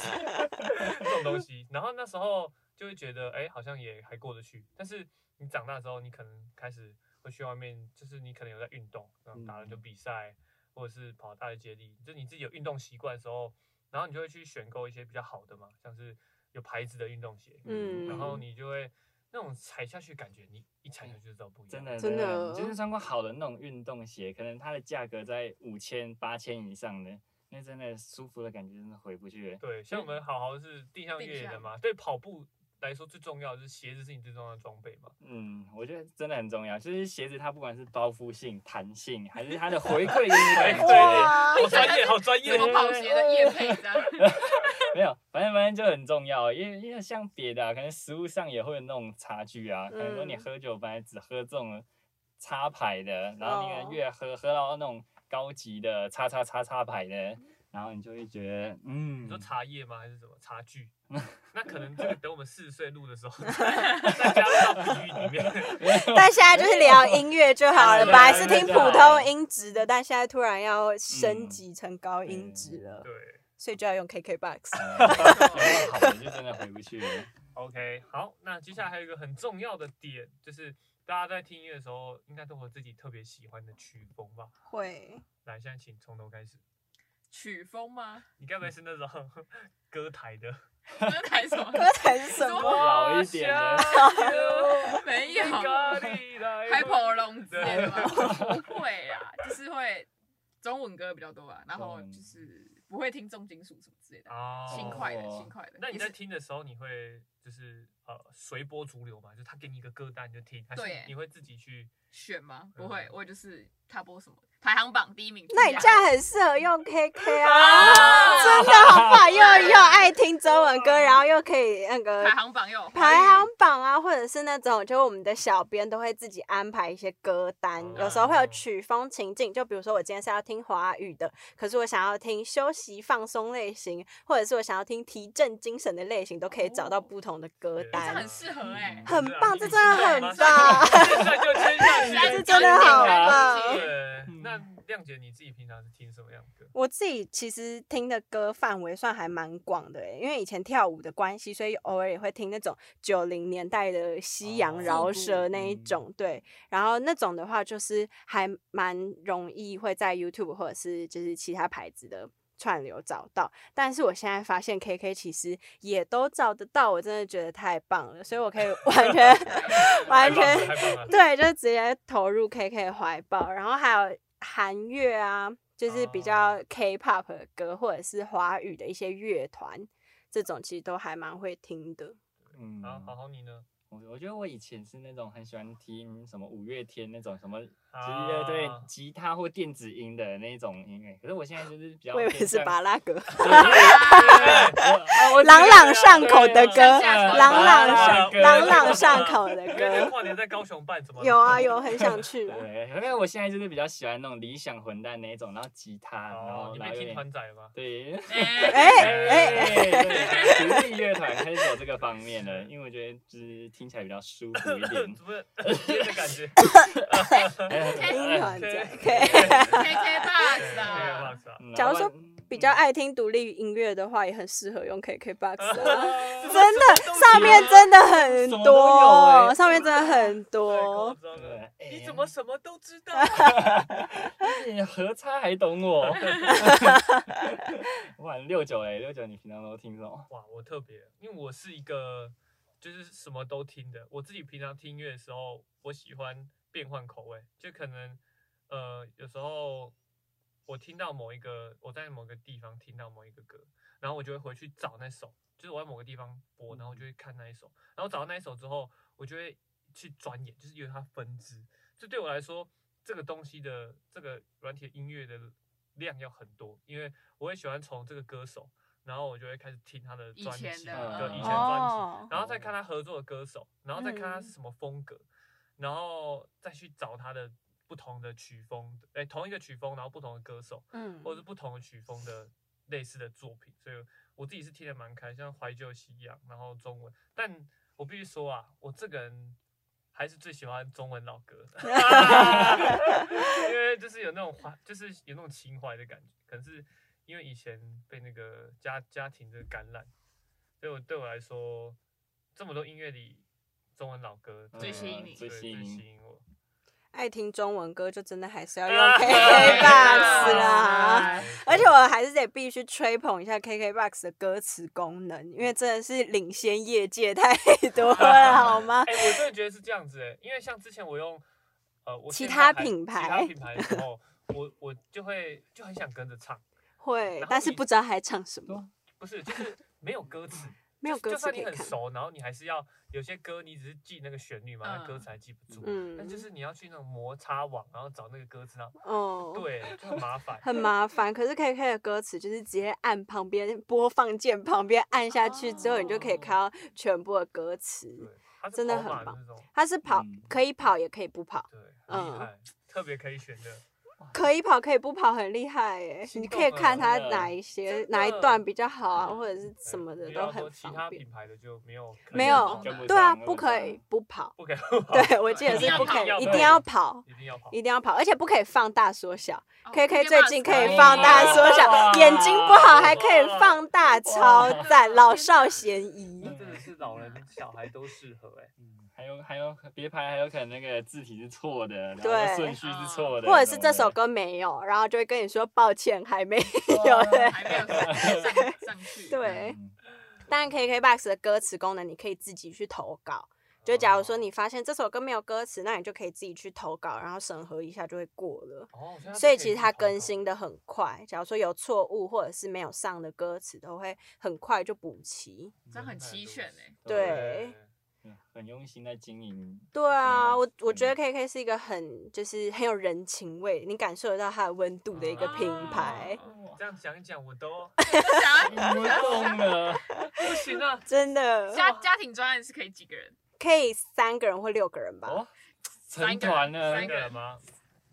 E: (laughs)
B: 这种东西，然后那时候就会觉得，哎，好像也还过得去。但是你长大之后，你可能开始会去外面，就是你可能有在运动，然后打
E: 嗯
B: 篮球比赛，或者是跑大学接力，就你自己有运动习惯的时候，然后你就会去选购一些比较好的嘛，像是有牌子的运动鞋，
E: 嗯
B: 然后你就会那种踩下去感觉，你一踩下去就知道不一样，
C: 真的，真
E: 真的
C: 的，你就是穿过好的那种运动鞋，可能它的价格在五千、八千以上的，那真的舒服的感觉真的回不去了。
B: 对，像我们好好是定向
A: 定
B: 越野的
A: 向
B: 嘛，对跑步来说最重要的是鞋子是你最重要的装备嘛。
C: 嗯，我觉得真的很重要，就是鞋子它不管是包覆性、弹性，还是它的回馈给你的感
B: 回馈
C: 觉，
A: 哎
E: 哇，
B: 好专业，好专业哦
A: 什。么跑鞋的夜配这样？
C: (laughs) 没有，反正反正就很重要。因为因为像别的、啊，可能食物上也会有那种差距啊，可能说你
E: 嗯
C: 喝酒本来只喝中了。插牌的，然后你可
E: 哦
C: 能越喝喝到那种高级的叉叉叉叉牌的，然后你就会觉得嗯
B: 你，说茶叶吗？还是什么茶具？那可能这个等我们四十岁录的时
A: (laughs)
B: 候再加入到比喻里面。
E: 但现在就是聊音乐就好了，
C: 对
E: 本来是听
C: 对
E: 普
C: 对
E: 通音质的，但现在突然要升级成高音质了，
B: 对
E: 所以就要用 KKBOX。
C: 呃好的就真的回不去了。
B: ，OK，好，那接下来还有一个很重要的点，就是大家在听音乐的时候，应该都有自己特别喜欢的曲风吧？
E: 会，
B: 来，现在请从头开始。
A: 曲风吗？
B: 你该不会是那种 (laughs) 歌台的？
A: 歌台什么？
E: 歌坛是什么？
C: 老一点
B: (laughs)
C: 的
B: 的
A: 没有开跑龙之类的吗？不会啊，就是会中文歌比较多吧，啊然后就是不会听重金属什么之类的，
B: 啊
A: 轻快的，
C: 哦
A: 轻快的。
B: 那你
A: 也
B: 在
A: 是
B: 听的时候，你会就是呃随波逐流嘛？就是他给你一个歌单你就听，还
A: 对耶
B: 是你会自己去？
A: 选吗？
B: 嗯
A: 不会，我就是他播什么排行榜第一名。
E: 那你这
A: 这样
E: 样很适合用 KK 啊，
A: 啊
E: 真的好不好？又又爱听中文歌，然后又可以那个
A: 排行榜又有
E: 排行榜啊，或者是那种，就我们的小编都会自己安排一些歌单，
B: 嗯
E: 有时候会
A: 啊
E: 有曲风情境，就比如说我今天是要听华语的，可是我想要听休息放松类型，或者是我想要听提振精神的类型，都可以找到不同的歌
A: 哦这样
E: 单，
A: 很适合哎、
C: 嗯
E: 很棒，这
B: 是啊
E: 真的很
B: 你是
E: 棒。
B: 现在就签下
E: (laughs) 这
B: 去。
E: 真的好棒
B: 对，
C: 嗯
B: 那亮姐你自己平常是听什么样的歌？
E: 我自己其实听的歌范围算还蛮广的、欸，因为以前跳舞的关系，所以偶尔也会听那种九零年代的西洋
C: 哦
E: 饶
A: 复古
E: 舌那一
C: 嗯
E: 种，对。然后那种的话，就是还蛮容易会在 YouTube 或者是就是其他牌子的串流找到。但是我现在发现 KK 其实也都找得到，我真的觉得太棒了，所以我可以完全完全
B: 太棒 (laughs) 了太棒了
E: 对，就直接投入 KK 怀抱，然后还有韩乐啊，就是比较 K-pop 的歌，或者是华语的一些乐团，这种其实都还蛮会听的。
C: 嗯，
B: 好好好，你呢？
C: 我我觉得我以前是那种很喜欢听什么五月天那种什么，
B: 啊
C: 对对对，吉他或电子音的那种音乐。可是我现在就是比较
E: 我以
C: 偏向，
E: 为是巴拉格，
C: 对
A: 哎
C: 因为
B: 哎
E: (laughs) 朗朗上口的歌，
A: 上下口
E: 朗
B: 巴
E: 朗
B: 拉
E: 上
B: 格
E: 朗朗上口的
B: 因为那
E: 歌，
B: 跨年在高雄办，怎么了
E: 有啊有，很想去啊。 (laughs)
C: 对，因为我现在就是比较喜欢那种理想混蛋那一种，然后吉他，然
B: 哦
C: 后，
B: 你
C: 然
B: 没
C: 后有
B: 听
C: 点
B: 团仔吗？
C: 对，
E: (laughs)
A: 哎
E: 哎哎，
C: 哎，对独立乐团开始走这个方面了，因为我觉得就是听起来比较舒服一点
B: 怎。么接的感觉
E: 听团
B: 对
E: 仔，K。
A: ，KKBox 啊，
B: ？KKBox 啊
C: 嗯
E: 假如说
C: 然后
E: 比较爱听独立音乐的话，也很适合用 KKBOX 啊。
B: 啊
E: 真的，上面真的很
C: 什么都有
E: 多，
C: 欸
E: 上面真的很
B: 太夸
E: 多。
B: 张了
C: 对
B: 你
C: 哎
B: 怎么什么都知道？
C: 你何差还懂
E: (laughs)
C: 我？哇，六九哎，六九你平常都听什么？
B: 哇，我特别，因为我是一个就是什么都听的。我自己平常听音乐的时候，我喜欢变换口味，就可能呃有时候我听到某一个我在某个地方听到某一个歌，然后我就会回去找那首，就是我在某个地方播，然后我就会看那一首，然后找到那一首之后，我就会去钻研，就是因为它分支。这对我来说，这个东西的这个软体音乐的量要很多，因为我会喜欢从这个歌手，然后我就会开始听他的
A: 以
B: 专辑，对，
A: 前
B: 以前
A: 的嗯
B: 专辑，
E: 哦
B: 然后再看他合作的歌手，然后再看他
E: 嗯
B: 是什么风格，然后再去找他的不同的曲风，哎，同一个曲风，然后不同的歌手，
E: 嗯
B: 或者是不同的曲风的类似的作品，所以我自己是听得蛮开，像怀旧西洋，然后中文，但我必须说啊，我这个人还是最喜欢中文老歌
E: (laughs)
B: 的，因为就是有那种怀，就是有那种情怀的感觉，可能是因为以前被那个家家庭的感染，所以我对我来说，这么多音乐里。中文老歌
A: 最吸引你
B: 对
C: 最吸引
B: 最
C: 你
B: 吸引我。
E: 爱听中文歌就真的还是
B: (laughs)
E: 要用
B: 啊
E: KKBOX
B: (laughs)
E: 啦。
A: 哎
E: 而且我还是得必须吹捧一下 KKBOX 的歌词功能，因为真的是领先业界太多了，好吗？
B: (laughs) 哎、我真的觉得是这样子哎、因为像之前我用呃我
E: 其
B: 现在
E: 他
B: 还
E: 品
B: 其
E: 牌
B: 他品牌的时候，我我就会就很想跟着唱，
E: 会
B: 然后，
E: 但是
B: 你
E: 不知道还唱什么。
B: 不是就是没有歌词，
E: 没有
B: 就
E: 歌
B: 就
E: 词
B: 算
E: 可以
B: 你很
E: 看。
B: 熟，然后你还是要有些歌你只是记那个旋律嘛，那歌词还记不住。
E: 嗯
B: 但就是你要去那种摩擦网，然后找那个歌词，然后
E: 哦，，
B: 对，就很麻烦。
E: 很麻烦。可是 KK 的歌词就是直接按旁边播放键旁边按下去之后，你就可以看到全部的歌
B: 对
E: 词。，
B: 它是
E: 真的
B: 跑
E: 很
B: 马
E: 棒
B: 那种，
E: 它是跑
C: 嗯
E: 可以跑也可以不跑，
B: 对，很厉
E: 嗯
B: 害，特别可以选的。
E: 可以跑可以不跑，很厉害耶！
C: 心
E: 你
C: 动
E: 可以
C: 了
E: 看它
C: 真的
E: 哪一些
B: 啊真
E: 哪一
B: 的哎
E: 段比较好啊，或者是什么的
B: 不
E: 都
B: 要说
E: 很
B: 其
E: 方
B: 他
E: 便
B: 品。牌的就没有可
E: 没
B: 以
E: 有
B: 跑
C: 跟
B: 的
C: 不
E: 对啊，
C: 上
E: 不可以不
B: (laughs)
E: 跑。
B: 不给
E: 对，我记得
B: 一
E: 是
B: 定
E: 不
B: 要
E: 可以，
B: 跑
E: 一
B: 对
E: 定要跑，
B: 一定要跑。
E: 一定要跑，而且不可以放大缩小。
A: 哦
E: K K
A: KK
E: 最
A: Box
E: 近可以
A: 哎
E: 放大缩
C: 哇
E: 小，眼睛不好还可以放大，超赞，老少咸宜
B: 那。真的是老 (laughs) 人小孩都适合哎、
C: 嗯还有还有别牌还有可能那个字体是错的，然
E: 对
C: 后顺序
A: 哦
C: 是错的，
E: 或者是这首歌没有，然后就会跟你说抱歉，还没 (laughs) 有。对
A: 还没有上上去。
C: (laughs) 对
E: (laughs)
B: 嗯
C: 嗯
E: 对，但 K K Box 的歌词功能你可以自己去投稿。就假
B: 嗯
E: 如
A: 哦
E: 说你发现这首歌没有歌词，那你就可以自己去投稿，然后审核一下就会过了。
B: 哦，现在
E: 所
B: 是
E: 以
B: 可
E: 其
B: 去
E: 实它
B: 跑
E: 更
A: 啊
B: 跑
E: 新的很快，假如说有错误或者是没有上的歌词，都会很快就补齐。
A: 这样很齐全欸
E: 对
C: 嗯很用心在经营。
E: 对啊，我我觉得
C: 嗯
E: K K 是一个很就是很有人情味，你感受得到它的温度的一个品牌，
B: 这样讲一讲我都
A: 欸
E: (laughs)
A: 想要
C: 我懂了，
B: 不行啊，
E: 真的
A: 家家庭专案是可以几个
E: (laughs)
A: 人？
E: 可以三个人或六个人吧。
C: 哦，
A: 三
C: 成
A: 个人
C: 团了
A: 三
B: 三，个人吗？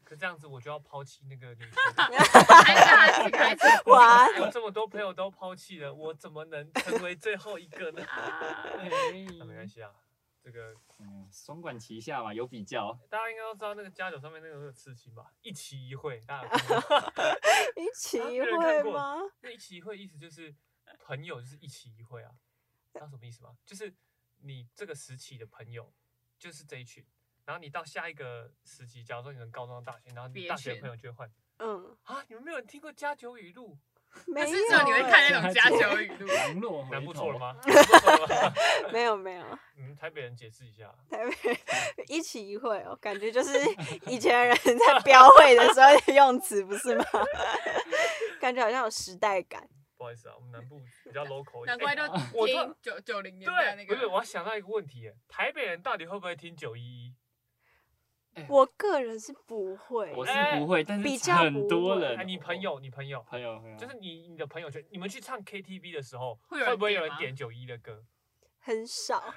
B: 可这样子我就要抛弃那个女生，
A: 还是还是还是 (laughs)
E: 哇，
B: 我这么多朋友都抛弃了，我怎么能成为最后一个 (laughs) 呢？哎那没关系啊，这个
C: 嗯，双管齐下嘛，有比较，
B: 大家应该都知道那个家酒上面那个刺青吧，一期一会，大家有看过吗
E: 一起
B: 啊没有人
E: 会
B: 看过
E: 吗？
B: 那一期一会意思就是朋友就是一期一会啊，知道什么意思吗？就是你这个时期的朋友就是这一群，然后你到下一个时期，假如说你能高中到大学，然后你
A: 别
B: 大学的
A: 群
B: 朋友就会换
E: 嗯，
B: 啊，你们没有人听过家酒语录？
E: 没
A: 还
E: 有欸
A: 是只有你会看那种家
C: (laughs)
A: 酒语录？
C: 零落
B: 难
C: 回
B: 不
C: 头
B: 错了？吗？难不错了吗
E: 没有没有，
B: 嗯，台北人解释一下，
E: 台
B: (laughs)
E: 北一起一会哦，感觉就是以前人在标会的时候的用词，不是吗？ (laughs) 感觉好像有时代感。
B: 不好意思啊，我们南部比较 local 一点。
A: (laughs) 难怪都
B: 哎我突
A: 听
B: 然
A: 九九零年代那
B: 对，
A: 个。
B: 不是，我要想到一个问题耶，台北人到底会不会听九一一？
E: 我个人是不会，
C: 我是
A: 哎
C: 不会，但
E: 比
C: 是
E: 较
C: 很多
E: 不会
B: 哎，
C: 人，
B: 你朋友，你朋友，
C: 朋友朋友，
B: 就是你你的朋友圈，你们去唱 KTV 的时候，
A: 会有人
B: 会不会有
A: 点
B: 人
A: 吗
B: 点九一的歌？
E: 很少，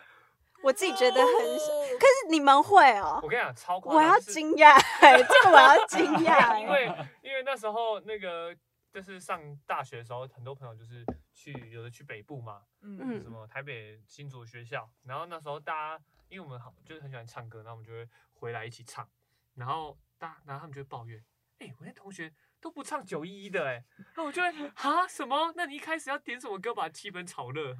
E: 我自己觉得
B: (laughs)
E: 很少。可是你们会哦
B: 我，跟你讲，超夸
E: 我
B: 张，
E: 要
B: 就是
E: 惊讶 (laughs) 欸，这个
B: (laughs)
E: 我要惊讶
B: 因
E: 欸。
B: 为因为那时候那个就是上大学的时候，很多朋友就是去有的去北部嘛，
A: (laughs) 嗯，
B: 什
E: 嗯
B: 么台北新竹学校，然后那时候大家因为我们好就是很喜欢唱歌，然后我们就会回来一起唱，然后大然后他们就会抱怨，哎、我那同学都不唱九一一的、欸，哎，那我就会啊什么？那你一开始要点什么歌把气氛炒热？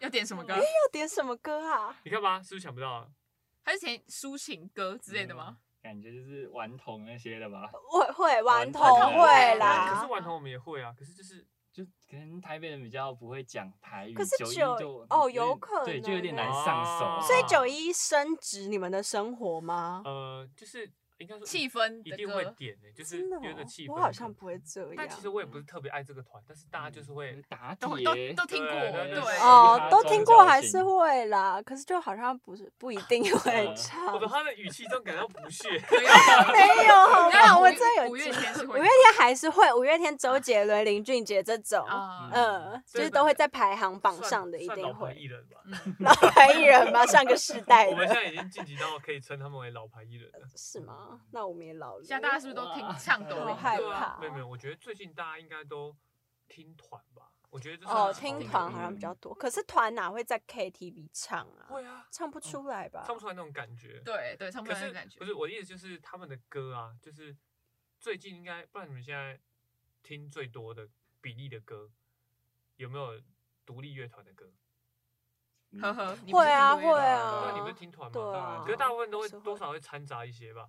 A: 要点什么歌？
B: 嗯
E: 要点什么歌啊？
B: 你干嘛？是不是想不到啊？
A: 还是点抒情歌之类的吗？
C: 嗯感觉就是顽童那些的吧，
E: 会会顽
C: 顽
E: 童
C: 童
E: 会
B: 可是
E: 啦，
B: 顽童我们也会啊，可是就是
C: 就可能台北人比较不会讲台语，
E: 可是
C: 九一
E: 九
C: 就
E: 哦
C: 点
E: 有可
C: 对，就有点
E: 能
C: 难
B: 欸
C: 上手，
E: 所以
B: 啊
E: 九一升值你们的生活吗？
B: 呃，就是应该说
A: 气氛
B: 一
A: 的
B: 定会
A: 歌
B: 点诶、就是
E: 真的、
B: 因为这
E: 哦
B: 气氛，
E: 我好像不会。这样嗯
B: 但其。实我也不是特别爱这个团，但是大家就是会
C: 嗯打
A: 都
C: 铁，
A: 都都听过，
B: 对对对
A: 对。
B: 啊
E: 哦，
C: 他
E: 都
C: 装
E: 听
C: 脚
E: 过还是
C: 型
E: 会啦，可是就好像不是
B: (laughs)
E: 不一定会
C: 嗯
B: 我
E: 唱
B: 从，他的语气中感到不
E: (laughs)
B: 屑。
A: 没有
E: 没有好
A: 没
E: 吧？
A: 有
E: 我
A: 五
E: 真有
A: 五月
E: 记
A: 天是
E: 五
A: 会
E: 月天还是会，五月天、
B: 啊
E: 周杰伦、林俊杰这种，
A: 啊，
E: 嗯，就
B: 对
E: 是
B: 吧
E: 都会在排行榜
B: 算
E: 上的，一
B: 算
E: 定
B: 老牌艺
E: 会。 (laughs)
B: 人吧。
E: 老牌艺人吗？上个世代
B: (laughs) 我们现
E: 的
B: 在已经晋级到可以称他们为老牌艺人
E: (laughs)
B: 了。
E: 是吗？那我们也老了。
A: 现在大家是不是都听唱抖
E: 好
A: 音
E: 害
A: 歌？
E: 怕
B: 没有没有，我觉得最近大家应该都听团吧。我觉得这算
E: 哦，
B: 是
E: 听
B: 好的嗯
E: 团好像比较多，可是团哪会在 KTV 唱啊？
B: 会啊，
E: 唱不出来吧
B: 唱？不出来那种感觉。，
A: 对对，唱不
B: 可
A: 出来
B: 是
A: 的感觉
B: 不。是我的意思就是他们的歌啊，就是最近应该，不然你们现在听最多的比例的歌，有没有独立乐团的歌？
C: 嗯
A: 呵呵，你不是
E: 会啊
A: 听过
E: 会
A: 乐团
B: 对
A: 吗
B: 啊，你不是
E: 啊，
B: 听团吗？
E: 对
B: 当然
E: 啊
B: 可是大部分都会
E: 是会
B: 多少会掺杂一些吧。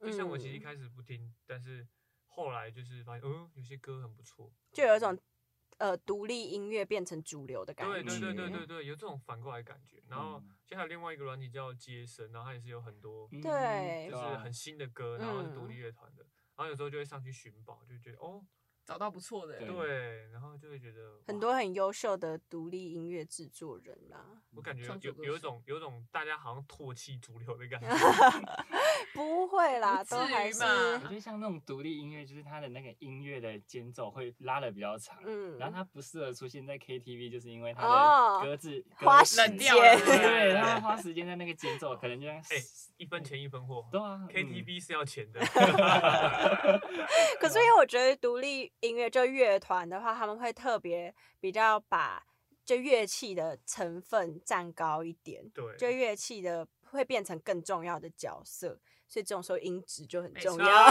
B: 就像我其实一
E: 嗯
B: 开始不听，但是后来就是发现，嗯，有些歌很不错。
E: 就有一种呃独立音乐变成主流的感觉。
B: 对对对对对
C: 嗯
B: 对，有这种反过来的感觉。然后
C: 嗯
B: 现在还有另外一个软体叫接生，然后它也是有很多
C: 嗯
E: 对啊嗯
B: 就是很新的歌，然后是独立乐团的。然后有时候就会上去寻宝，就觉得哦，
A: 找到不错的人。
B: 对，然后就会觉得
E: 很
B: 哇
E: 多很优秀的独立音乐制作人啦，
B: 我感觉
A: 创作
B: 有
A: 歌
B: 有一
A: 手
B: 种有一种大家好像唾弃主流的感觉，
E: (laughs) 不会啦，
A: 不
E: 都
A: 至
E: 还
A: 于
E: 是
A: 吧
C: 我觉得像那种独立音乐，就是它的那个音乐的间奏会拉的比较长，
E: 嗯
C: 然后它不适合出现在 KTV，就是因为它
E: 哦
C: 的歌字、歌
E: 花
C: 词
A: 冷
E: 时
A: 掉
E: 间，
A: 了
C: 对，它会花时间在那个间奏，可能就像哎
B: 一分钱一分货。
C: 对啊 (laughs)
B: KTV 是要钱
E: (laughs)
B: 的，
E: 可是因为我觉得独立音乐就乐团的话，他们会特别比较把就乐器的成分占高一点，
B: 对，
E: 就乐器的会变成更重要的角色，所以这种时候音质就很
A: 没
E: 重
A: 错
E: 要。 (laughs)
B: (laughs)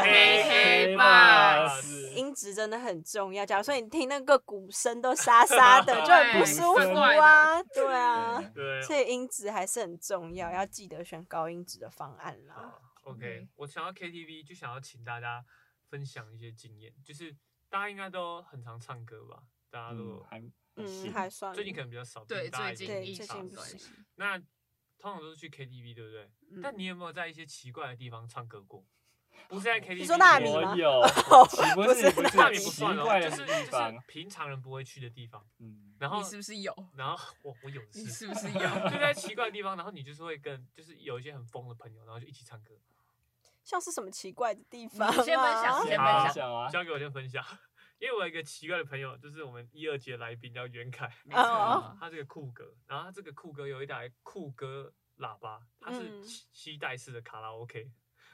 C: 哎
A: 而且
C: KK
A: KKBOX
E: 音质真的很重要。假如说你听那个鼓声都沙沙
A: (laughs)
E: 的，就很不
A: 对
E: 舒服
A: 怪怪
E: 啊。对啊，
B: 对嗯
E: 所以音质还是很重要，要记得选高音质的方案啦。
B: 啊，OK，我
E: 嗯
B: 想要 KTV 就想要请大家分享一些经验，就是大家应该都很常唱歌吧？大家
C: 嗯
B: 都，
C: 还
E: 嗯，
C: 行
E: 还算
B: 最近可能比较少，
A: 对，
B: 毕竟大家
A: 最
B: 已经
A: 近
E: 对
A: 疫
E: 最
A: 情
B: 大
E: 近
A: 的
E: 不
A: 关
E: 行
A: 系，
B: 那通常都是去 KTV，对不对？但
E: 嗯
B: 你有没有在一些奇怪的地方唱歌过？不是
C: 哦
B: 在 KTV，
E: 说纳米
C: 我
E: 吗哦
C: 有，岂不
E: 不
C: 是
E: 是
C: 不
B: 纳
C: 是
B: 米不
C: 奇
B: 算
C: 怪
B: 哦，
C: 的
B: 就是
C: 地
B: 就
C: 方
B: 是？平常人不会去的地方。
C: 嗯，
B: 然后
A: 你是不是有？
B: 然后我我有的
A: 你
B: 是
A: 是，不是有？
B: 就在奇怪的地方，然后你就是会跟就是有一些很疯的朋友，然后就一起唱歌。
E: 像是什么奇怪的地 (laughs) 方啊？
A: 你先分享
C: 先
A: 先
C: 分
A: 分
B: 享
C: 享啊，
B: 交给我先分享， (laughs) 因为我有一个奇怪的朋友，就是我们一二节来宾叫袁凯，
A: 没错
E: 哦
B: 他这个酷哥，然后他这个酷哥有一台酷哥喇叭，它是
E: 嗯
B: 吸吸带式的卡拉 OK，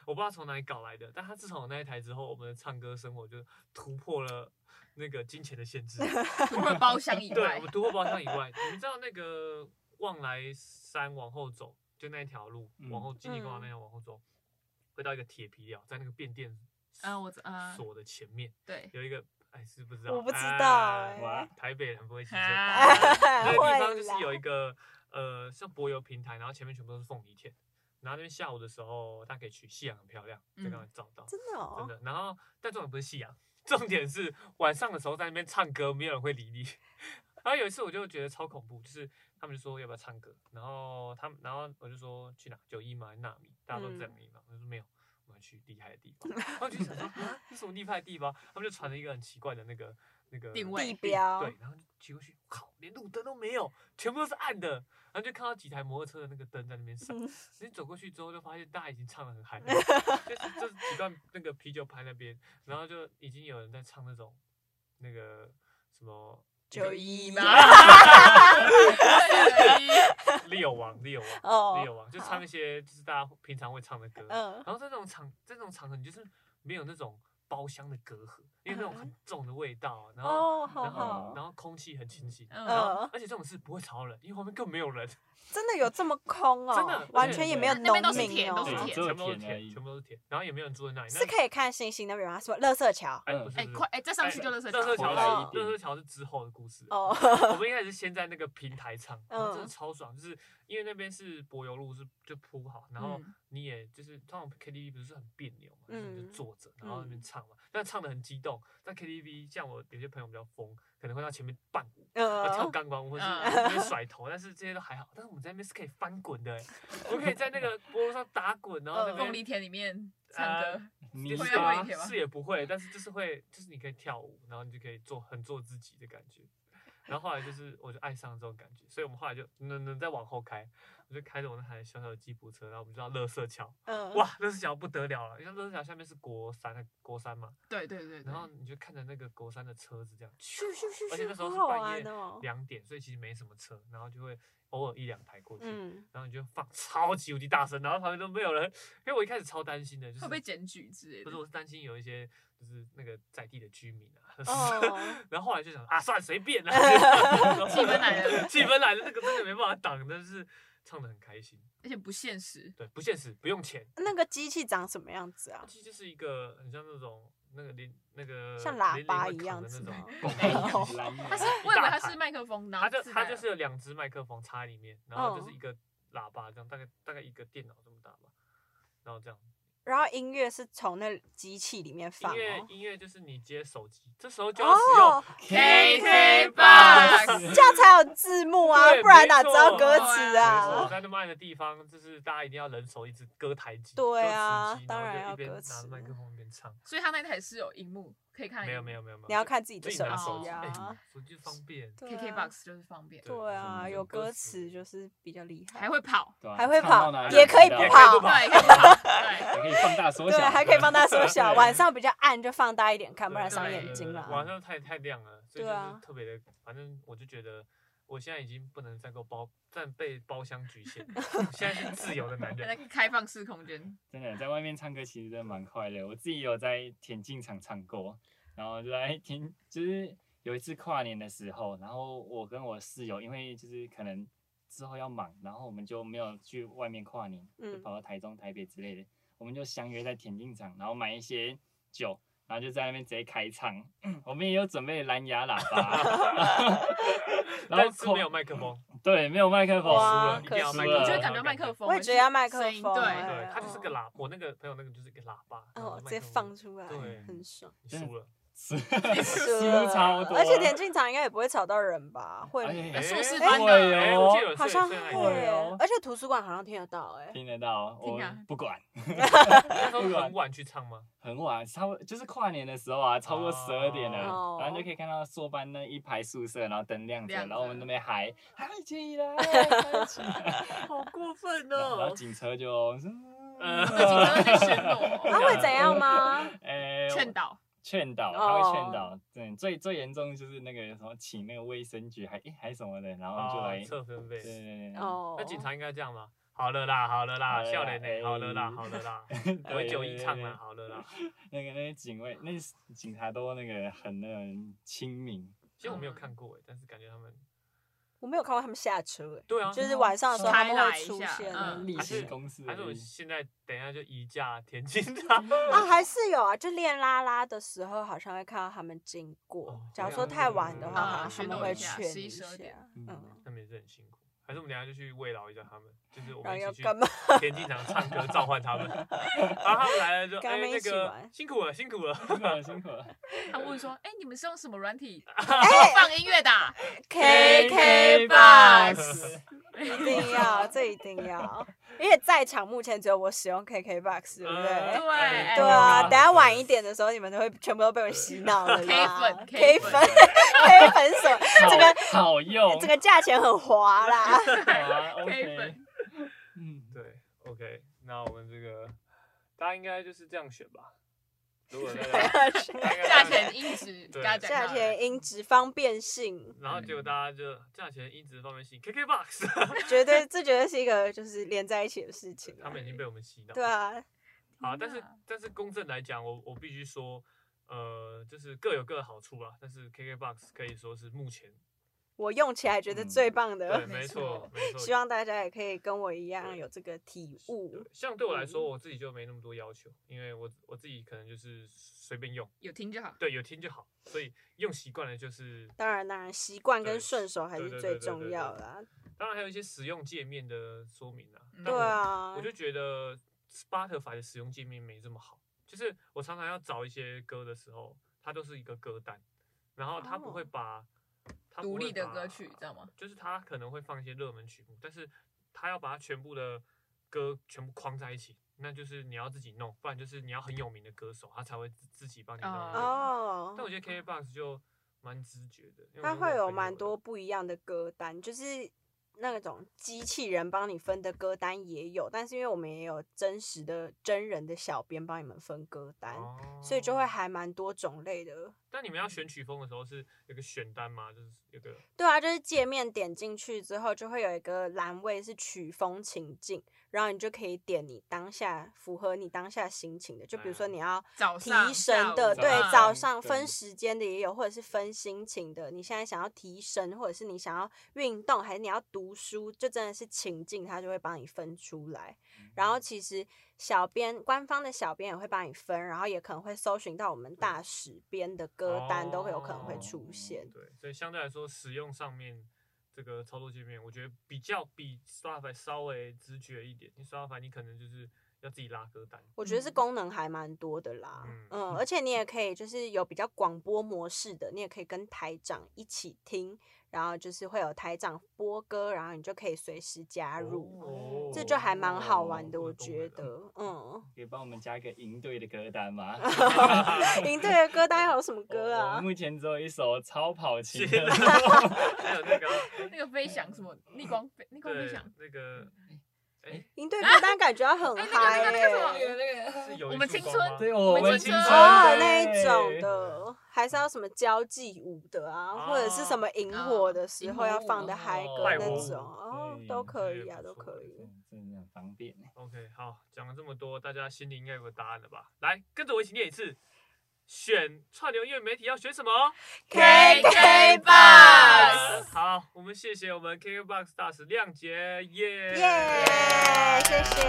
B: 我不知道从哪里搞来的，但他自从有那一台之后，我们的唱歌生活就突破了那个金钱的限
A: (laughs)
B: 制。
A: 除了包厢以
B: 对，
A: 外
B: 我们，突破包厢以外，你们知道那个望来山往后走，就那一条路，往后经历光华那条往后走，会到一个铁皮寮，在那个变电
A: 啊我知啊
B: 锁的前面
A: 对，
B: 有一个，哎，是不知道，
E: 我不知
B: 哎
E: 道哎 (laughs)
C: 哇
B: 台北人不会骑车，
A: 啊
B: 那个地方就是
E: 会啦
B: 有一个呃，像柏油平台，然后前面全部都是凤梨田，然后那边下午的时候大家可以去，夕阳很漂亮，就刚才照到，
E: 真的哦
B: 真，的。然后，但重点不是夕阳， (laughs) 重点是晚上的时候在那边唱歌，没有人会理你。然后有一次我就觉得超恐怖，就是他们就说要不要唱歌，然后他们，然后我就说去哪？九一吗？还是纳米？大家都在
E: 嗯
B: 哪里嘛？我就说没有，我们要去厉害的地方。 (laughs) 然后就想说啊，这什么厉害的地方？他们就传了一个很奇怪的那个那个
A: 定位
E: 地标
B: 对，然后就骑过去，靠，连路灯都没有，全部都是暗的，然后就看到几台摩托车的那个灯在那边闪。
E: 嗯
B: 你走过去之后，就发现大家已经唱的很
E: (laughs)
B: 嗨了，就是就是几段那个啤酒牌那边，然后就已经有人在唱那种那个什
E: (laughs)
B: 么
E: 九
A: 一
E: 一
A: 吗？
B: (laughs) 六王六王
E: 哦
B: 六王，就唱一些就是大家平常会唱的歌。
E: 嗯
B: 然后在这种场在这种场合，你就是没有那种包厢的隔阂，因为那种很重的味道，啊然后。
E: 哦，好
B: 然后
E: 好，
B: 然后空气很清新，
A: 嗯
B: 然后
E: 嗯
B: 而且这种事不会吵到人，因为旁边根本没有人，
E: 真的有这么空哦，
B: 真的
E: 完全也没有
A: 那边都
E: 农
A: 是
E: 民
A: 田
E: 哦
A: 都是，
C: 对
A: 田
C: 只有
B: 全部都是
C: 田而已
B: 田，全部都是田，然后也没有人住在那里，那
E: 是可以看星星的远吗？什么乐色桥？
C: 嗯
B: 哎不是
A: 哎，
B: 不是
A: 快哎，再上去就
B: 哎
A: 乐色
B: 乐色
C: 回
E: 来
B: 桥
C: 一
B: 是
C: 点
B: 乐色桥是之后的故事。
E: 哦，
A: (laughs)
B: 我们一开始是先在那个平台唱，然后真的
E: 嗯
B: 超爽，就是因为那边是柏油路是就铺好，然后
A: 嗯
B: 你也就是通常 KTV 不是很别扭嘛，就是你就
E: 嗯
B: 坐着然后那边
E: 嗯
B: 唱嘛，但唱的很激动。但 KTV 像我有些朋友比较疯，可能会到前面伴舞，要跳
E: 嗯，
B: 钢管舞或是
A: 嗯
B: 那边
A: (laughs)
B: 甩头，但是这些都还好。但是我们在那边是可以翻滚的欸，我们可以在那
A: (laughs)
B: 个柏油上打滚，然后那
A: 凤
E: 嗯
B: 边
A: 梨田里面唱
B: 呃
A: 歌，
C: 你
E: 啊
B: 就是
A: 会
C: 是
A: 要
C: 吧
A: 跪舔吗
B: 是也不会，但是就是会，就是你可以跳舞，然后你就可以做很做自己的感觉。然后后来就是我就爱上了这种感觉，所以我们后来就能能再往后开，我就开着我那台小小的吉普车，然后我们就到乐色桥，
E: 嗯，
B: 哇，乐色桥不得了了，因为乐色桥下面是国三的国三嘛，
A: 对对对，对
B: 然后你就看着那个国三的车子这样，咻
E: 咻咻咻咻，
B: 而且那时候是
E: 好好
B: 半
E: 玩
B: 夜
E: 哦，
B: 两点，所以其实没什么车，然后就会偶尔一两台过去，
E: 嗯，
B: 然后你就放超级无敌大声，然后旁边都没有人，因为我一开始超担心的，就是
A: 会被检举之类
B: 不
A: 的
B: 是，。我是担心有一些就是那个在地的居民啊。
E: 哦，
B: (laughs) 然后后来就想啊，算了，随便
E: (laughs)
B: 啦、啊。
A: 气氛来
B: (laughs)
A: 了
B: 气氛来了，那个真的没办法挡，但是唱的很开心。
A: 而且不现实，
B: 对，不现实，不用钱，
E: 那个机器长什么样子
B: 它
E: 啊？
B: 其实就是一个很像那种那个连那个
E: 像喇
B: 连铃
E: 叭
B: 会
E: 一
B: 扛
E: 样
B: 的
E: 子
B: 那种
E: 吗。？
B: (laughs)
A: 没有
E: 哦
C: (laughs) 他
A: 它是我以为它是麦克风，然后
B: 它就
A: 自
B: 它
A: 带
B: 就
A: 了
B: 是有两只麦克风插在里面，然后就是
E: 哦
B: 一个喇叭这样，大概大概一个电脑这么大吧，然后这样。
E: 然后音乐是从那机器里面放
B: 音乐
E: 哦。
B: 音乐就是你接手机，这时候就要使用
E: 哦，
A: KKBOX
E: (laughs) 这样才有字幕啊，
B: 对
E: 不然哪知道
B: 没错
E: 歌词
B: 没错，
E: 啊？
B: 在那么暗的地方，就是大家一定要人手一支歌台机，
E: 对啊
B: 歌词机
E: 当然
B: 然后就
E: 要
B: 一边
E: 歌
B: 拿着
E: 词
B: 麦克风一边唱。
A: 所以它那台是有荧幕可以看，
B: 没有没有没有没有，
E: 你要看自己的
B: 自己
E: 手
B: 拿
A: 手
E: 机
A: 机
E: 啊
A: (laughs)
B: 哎， (laughs) 手机方便，
E: 对啊
A: KKBox 就是方便，
B: 对
E: 对
B: 嗯
E: 啊，有
B: 有歌
E: 歌
B: 词
E: 词就是比较厉害，
A: 还会跑，
C: 对啊
E: 还会
C: 唱
E: 跑
C: 到哪里
E: 也可
C: 知
E: 以不
C: 道
B: 也可以
E: 跑
B: 不
A: 对，可以跑对，
C: (laughs) 也可以放大缩
E: 对，啊
C: 小，
E: 还可以放大
C: (laughs)
E: 缩小，
B: 对
E: 晚上比较暗就放大一点看，
B: 对
E: 啊不然伤
B: 对
E: 眼
B: 对
E: 睛
B: 对
E: 了。
B: 晚上太太亮了，所以
E: 对啊
B: 就是特别的，反正我就觉得。我现在已经不能再够包，再被包厢局
E: (laughs)
B: 限了。我现在是自由的男 (laughs)
A: 现在 (laughs)
B: 人，
A: 可以开放式空间，
C: 真的在外面唱歌其实真的蛮快乐。我自己有在田径场唱过，然后就在田，就是有一次跨年的时候，然后我跟我室友，因为就是可能之后要忙，然后我们就没有去外面跨年，就
E: 嗯
C: 跑到台中、台北之类的，我们就相约在田径场，然后买一些酒。然后就在那边直接开唱，我们也有准备蓝牙喇叭，然后
B: 但是
C: 口
B: 没有麦克风，
C: 对没有麦克风，
E: 哇
B: 输了一定要
E: 可
B: 麦
E: 惜
B: 克风
A: 我
C: 我
A: 觉得
C: 觉得
B: 感
A: 感觉
B: 觉
A: 麦克风，
E: 啊我也觉得要麦克
A: 声音
E: 风哎
A: 对，
B: 对，它就是个喇，我那个朋友那个就是一个喇叭，然后
E: 哦，
B: 麦
E: 直接
B: 克风
E: 放出来，
B: 对 (laughs)
E: 很爽。
B: 你输了，
C: 输
E: 是
C: 输超多，
E: 而且田径场应该也不会吵到人吧？会吗，
C: 哎
A: 硕士
B: 哎
A: 班的
C: 会
B: 哎，
C: 哦
B: 我记得有
E: 好像
B: 睡
E: 会
B: 睡那一
C: 对
E: 耶
B: 天，
C: 哦，
E: 而且图书馆好像听得到哎。
C: 听得到，我
A: 听啊
C: 不管，
B: 那时候很晚去唱
E: (laughs)
B: 吗？
C: 很晚，超就是跨年的时候啊，超过十二点了，
E: 哦
C: 然后就可以看到硕班那一排宿舍，然后灯亮着，
A: 亮着
C: 然后我们那边嗨嗨起来，嗨起来，
A: 好过分
C: 然后然
A: 哦
C: 后！警车就，
B: 呃
A: 自己真的在旋螺，
E: (laughs) 他会怎样吗？
C: 呃，
A: (laughs) 劝导，
C: 劝导，他会劝导，对，最最严重就是那个什么，请那个卫生局还诶还什么的，然后就来，
B: 哦测分
C: 对
B: 贝。
C: 对对，
E: 哦，
B: 那警察应该这样吧？好了啦，好了
C: 好
B: 啦，
C: 了啦
B: 笑脸呢？
C: 哎
B: 好了啦，好了
E: (laughs)
B: 啦，
C: 对
B: 我九一唱
C: 对对
B: 啦，好了啦。
C: 那个那些警卫，那些警察都那个很那种亲民，
B: 其实我没有看
E: (laughs)
B: 过哎，但是感觉他们
E: 我没有看过他们下车
B: 对啊
E: 哎，，就是晚上的时候他
A: 开
E: 们
A: 来
E: 会
A: 一
E: 出
A: 下
E: 现
A: 嗯
C: 例
B: 还是
C: 行公事
B: 还
C: 而已，
B: 是我现在等一下就移驾田径场。
E: (laughs) 啊，还是有啊，就练拉拉的时候好像会看到他们经过
B: 哦。
E: 假如说太晚的话，
A: 啊
E: 好像他们
A: 巡逻
E: 会
A: 一下
E: 劝
A: 11
E: 一下
A: 12点。
E: 嗯，
B: 他们也是很辛苦。还是我们等一下就去慰劳一下他们，就是我们
E: 然后
B: 一
E: 要
B: 起去
E: 干嘛？
B: 田径场唱歌召唤他
E: (laughs)
B: 们，然后他们来了就
E: 跟他
B: 哎
E: 们一
B: 那
E: 起
B: 个
E: 玩
B: 辛苦了辛苦了，
C: 辛苦了，辛苦了。
A: 他问说，哎，你们是用什么软体
E: (laughs) 哎
A: 放音乐的啊？
E: KKBox 一定要，这一定要，因为在场目前只有我使用 KKBox，对不对
B: 嗯？
A: 对
E: 对啊，
B: 嗯
E: 等下晚一点的时候，你们都会全部都被我洗脑了啦
A: K 粉 K
E: ，K 粉
A: 粉
E: ，K 粉什么？
C: 好
E: 这个
C: 好用，
E: 这个价钱很
B: (laughs)
E: 划啦。
C: 好啊
A: K
C: ，OK，
A: 粉
C: 嗯，
B: 对，OK，那我们这个大家应该就是这样选吧。如果大
E: (laughs)
B: 家大 (laughs) 概
A: 价钱音质，
B: 对
A: 刚刚
E: 价
A: 讲到的
E: 钱、音质、方便性，
B: 然后结果大家就价钱一直方面性，KKBox， (laughs)
E: 绝对这绝对是一个就是连在一起的事情啊。
B: 他们已经被我们洗脑。
E: 对啊，
B: 好，
A: 天
B: 但是
A: 哪
B: 但是公正来讲，我我必须说，呃，就是各有各的好处啦。啊但是 KKBox 可以说是目前
E: 我用起来觉得最棒
B: 对，
E: 的，
B: 没
A: 错
B: 错没错。
E: 希望大家也可以跟我一样有这个体
B: 对
E: 悟。
B: 像对我来说，
E: 嗯
B: 我自己就没那么多要求，因为我我自己可能就是随便用，
A: 有听就好。
B: 对，有听就好，所以用习惯了就是
E: 当然，当然，习惯跟
B: 对
E: 顺手还
B: 对
E: 是
B: 对
E: 最
B: 对对
E: 重
B: 对
E: 要
B: 对
E: 啦。
B: 当然还有一些使用界面的说明啊。
A: 嗯
B: 但
E: 对
B: 我
E: 啊
B: 我，就觉得 Spotify 的使用界面没这么好，就是我常常要找一些歌的时候，它都是一个歌单，然后它不会
E: 哦
B: 把它不
A: 独
B: 会
A: 立的
B: 把
A: 歌曲，知道吗？
B: 就是它可能会放一些热门曲目，但是它要把它全部的歌全部框在一起，那就是你要自己弄，不然就是你要很有名的歌手，他才会自自己帮你弄一个。
E: 哦
B: 但，我觉得 KKBox 就蛮直觉的，因为我
E: 它
B: 就问
E: 会
B: 我
E: 有
B: 朋
E: 蛮
B: 友
E: 多
B: 的，
E: 不一样的歌单，就是那种机器人帮你分的歌单也有，但是因为我们也有真实的真人的小编帮你们分歌单，
B: 哦
E: 所以就会还蛮多种类的。
B: 但你们
A: 嗯
B: 要选曲风的时候是有个选单吗？就是有个
E: 对啊，就是界面点进去之后，就会有一个栏位是曲风情境，然后你就可以点你当下符合你当下心情的，就比如说
B: 嗯
E: 你要
A: 早
E: 提
A: 上下
E: 神
A: 午
E: 的，对
A: 嗯，
E: 早上分
C: 对
E: 时间的也有，或者是分心情的，你现在想要提神，或者是你想要运动，还是你要读书，就真的是情境，它就会帮你分出来。然
A: 嗯
E: 后其实小编官方的小编也会帮你分，然后也可能会搜寻到我们大使编的歌单，都会有可能会出
C: 哦
A: 呃
E: 现。
B: 对，所以相对来说，使用上面这个操作界面，我觉得比较比 Spotify 稍微直觉一点。你 Spotify 你可能就是要自己拉歌单，
E: 我觉得是
A: 嗯
E: 功能还蛮多的啦，嗯
B: 嗯
E: 而且你也可以就是有比较广播模式的，你也可以跟台长一起听，然后就是会有台长播歌，然后你就可以随时加入，
B: 哦
E: 这就还蛮好玩的，
B: 哦
E: 我
B: 这个功能
E: 觉
B: 啊
E: 得，嗯，
C: 可以帮我们加一个营队的歌单吗？
E: 营队的歌单有什么 (laughs) 歌
C: 哦我
E: 啊
C: 我？目前只有一首《超跑情
B: 是
C: (laughs) 人
B: 的》 (laughs) 还有那个
A: (laughs)
B: 啊
A: 那个飞翔
B: (laughs)
A: 什么逆光飞逆光飞
B: 对
A: 翔，
B: 那个
E: 营队歌单感觉要很
A: 哎
E: 嗨
A: 那个那个那个
E: 耶、
A: 什么
B: 是有
A: 嗯我们青春
C: 对，我
A: 们
C: 们
A: 青
C: 青
A: 春
C: 春
E: 哦，
C: 对
E: 那一种的，还是要什么交际舞的啊，
B: 哦
E: 或者是什么萤火的时候要放的
C: 哦
E: 嗨歌
B: 拜
E: 那
B: 火
E: 种，哦，
C: 对
E: 都可以啊，
B: 这个也
E: 都
B: 不错
E: 可以。
C: 真的很方便。
B: OK，好，讲了这么多，大家心里应该有个答案了吧？来，跟着我一起念一次，选串流音乐媒体要选什么？
A: KK
E: KKBOX
B: 好，我们谢谢我们 KKBOX 大使亮杰，耶、
E: 耶、谢谢。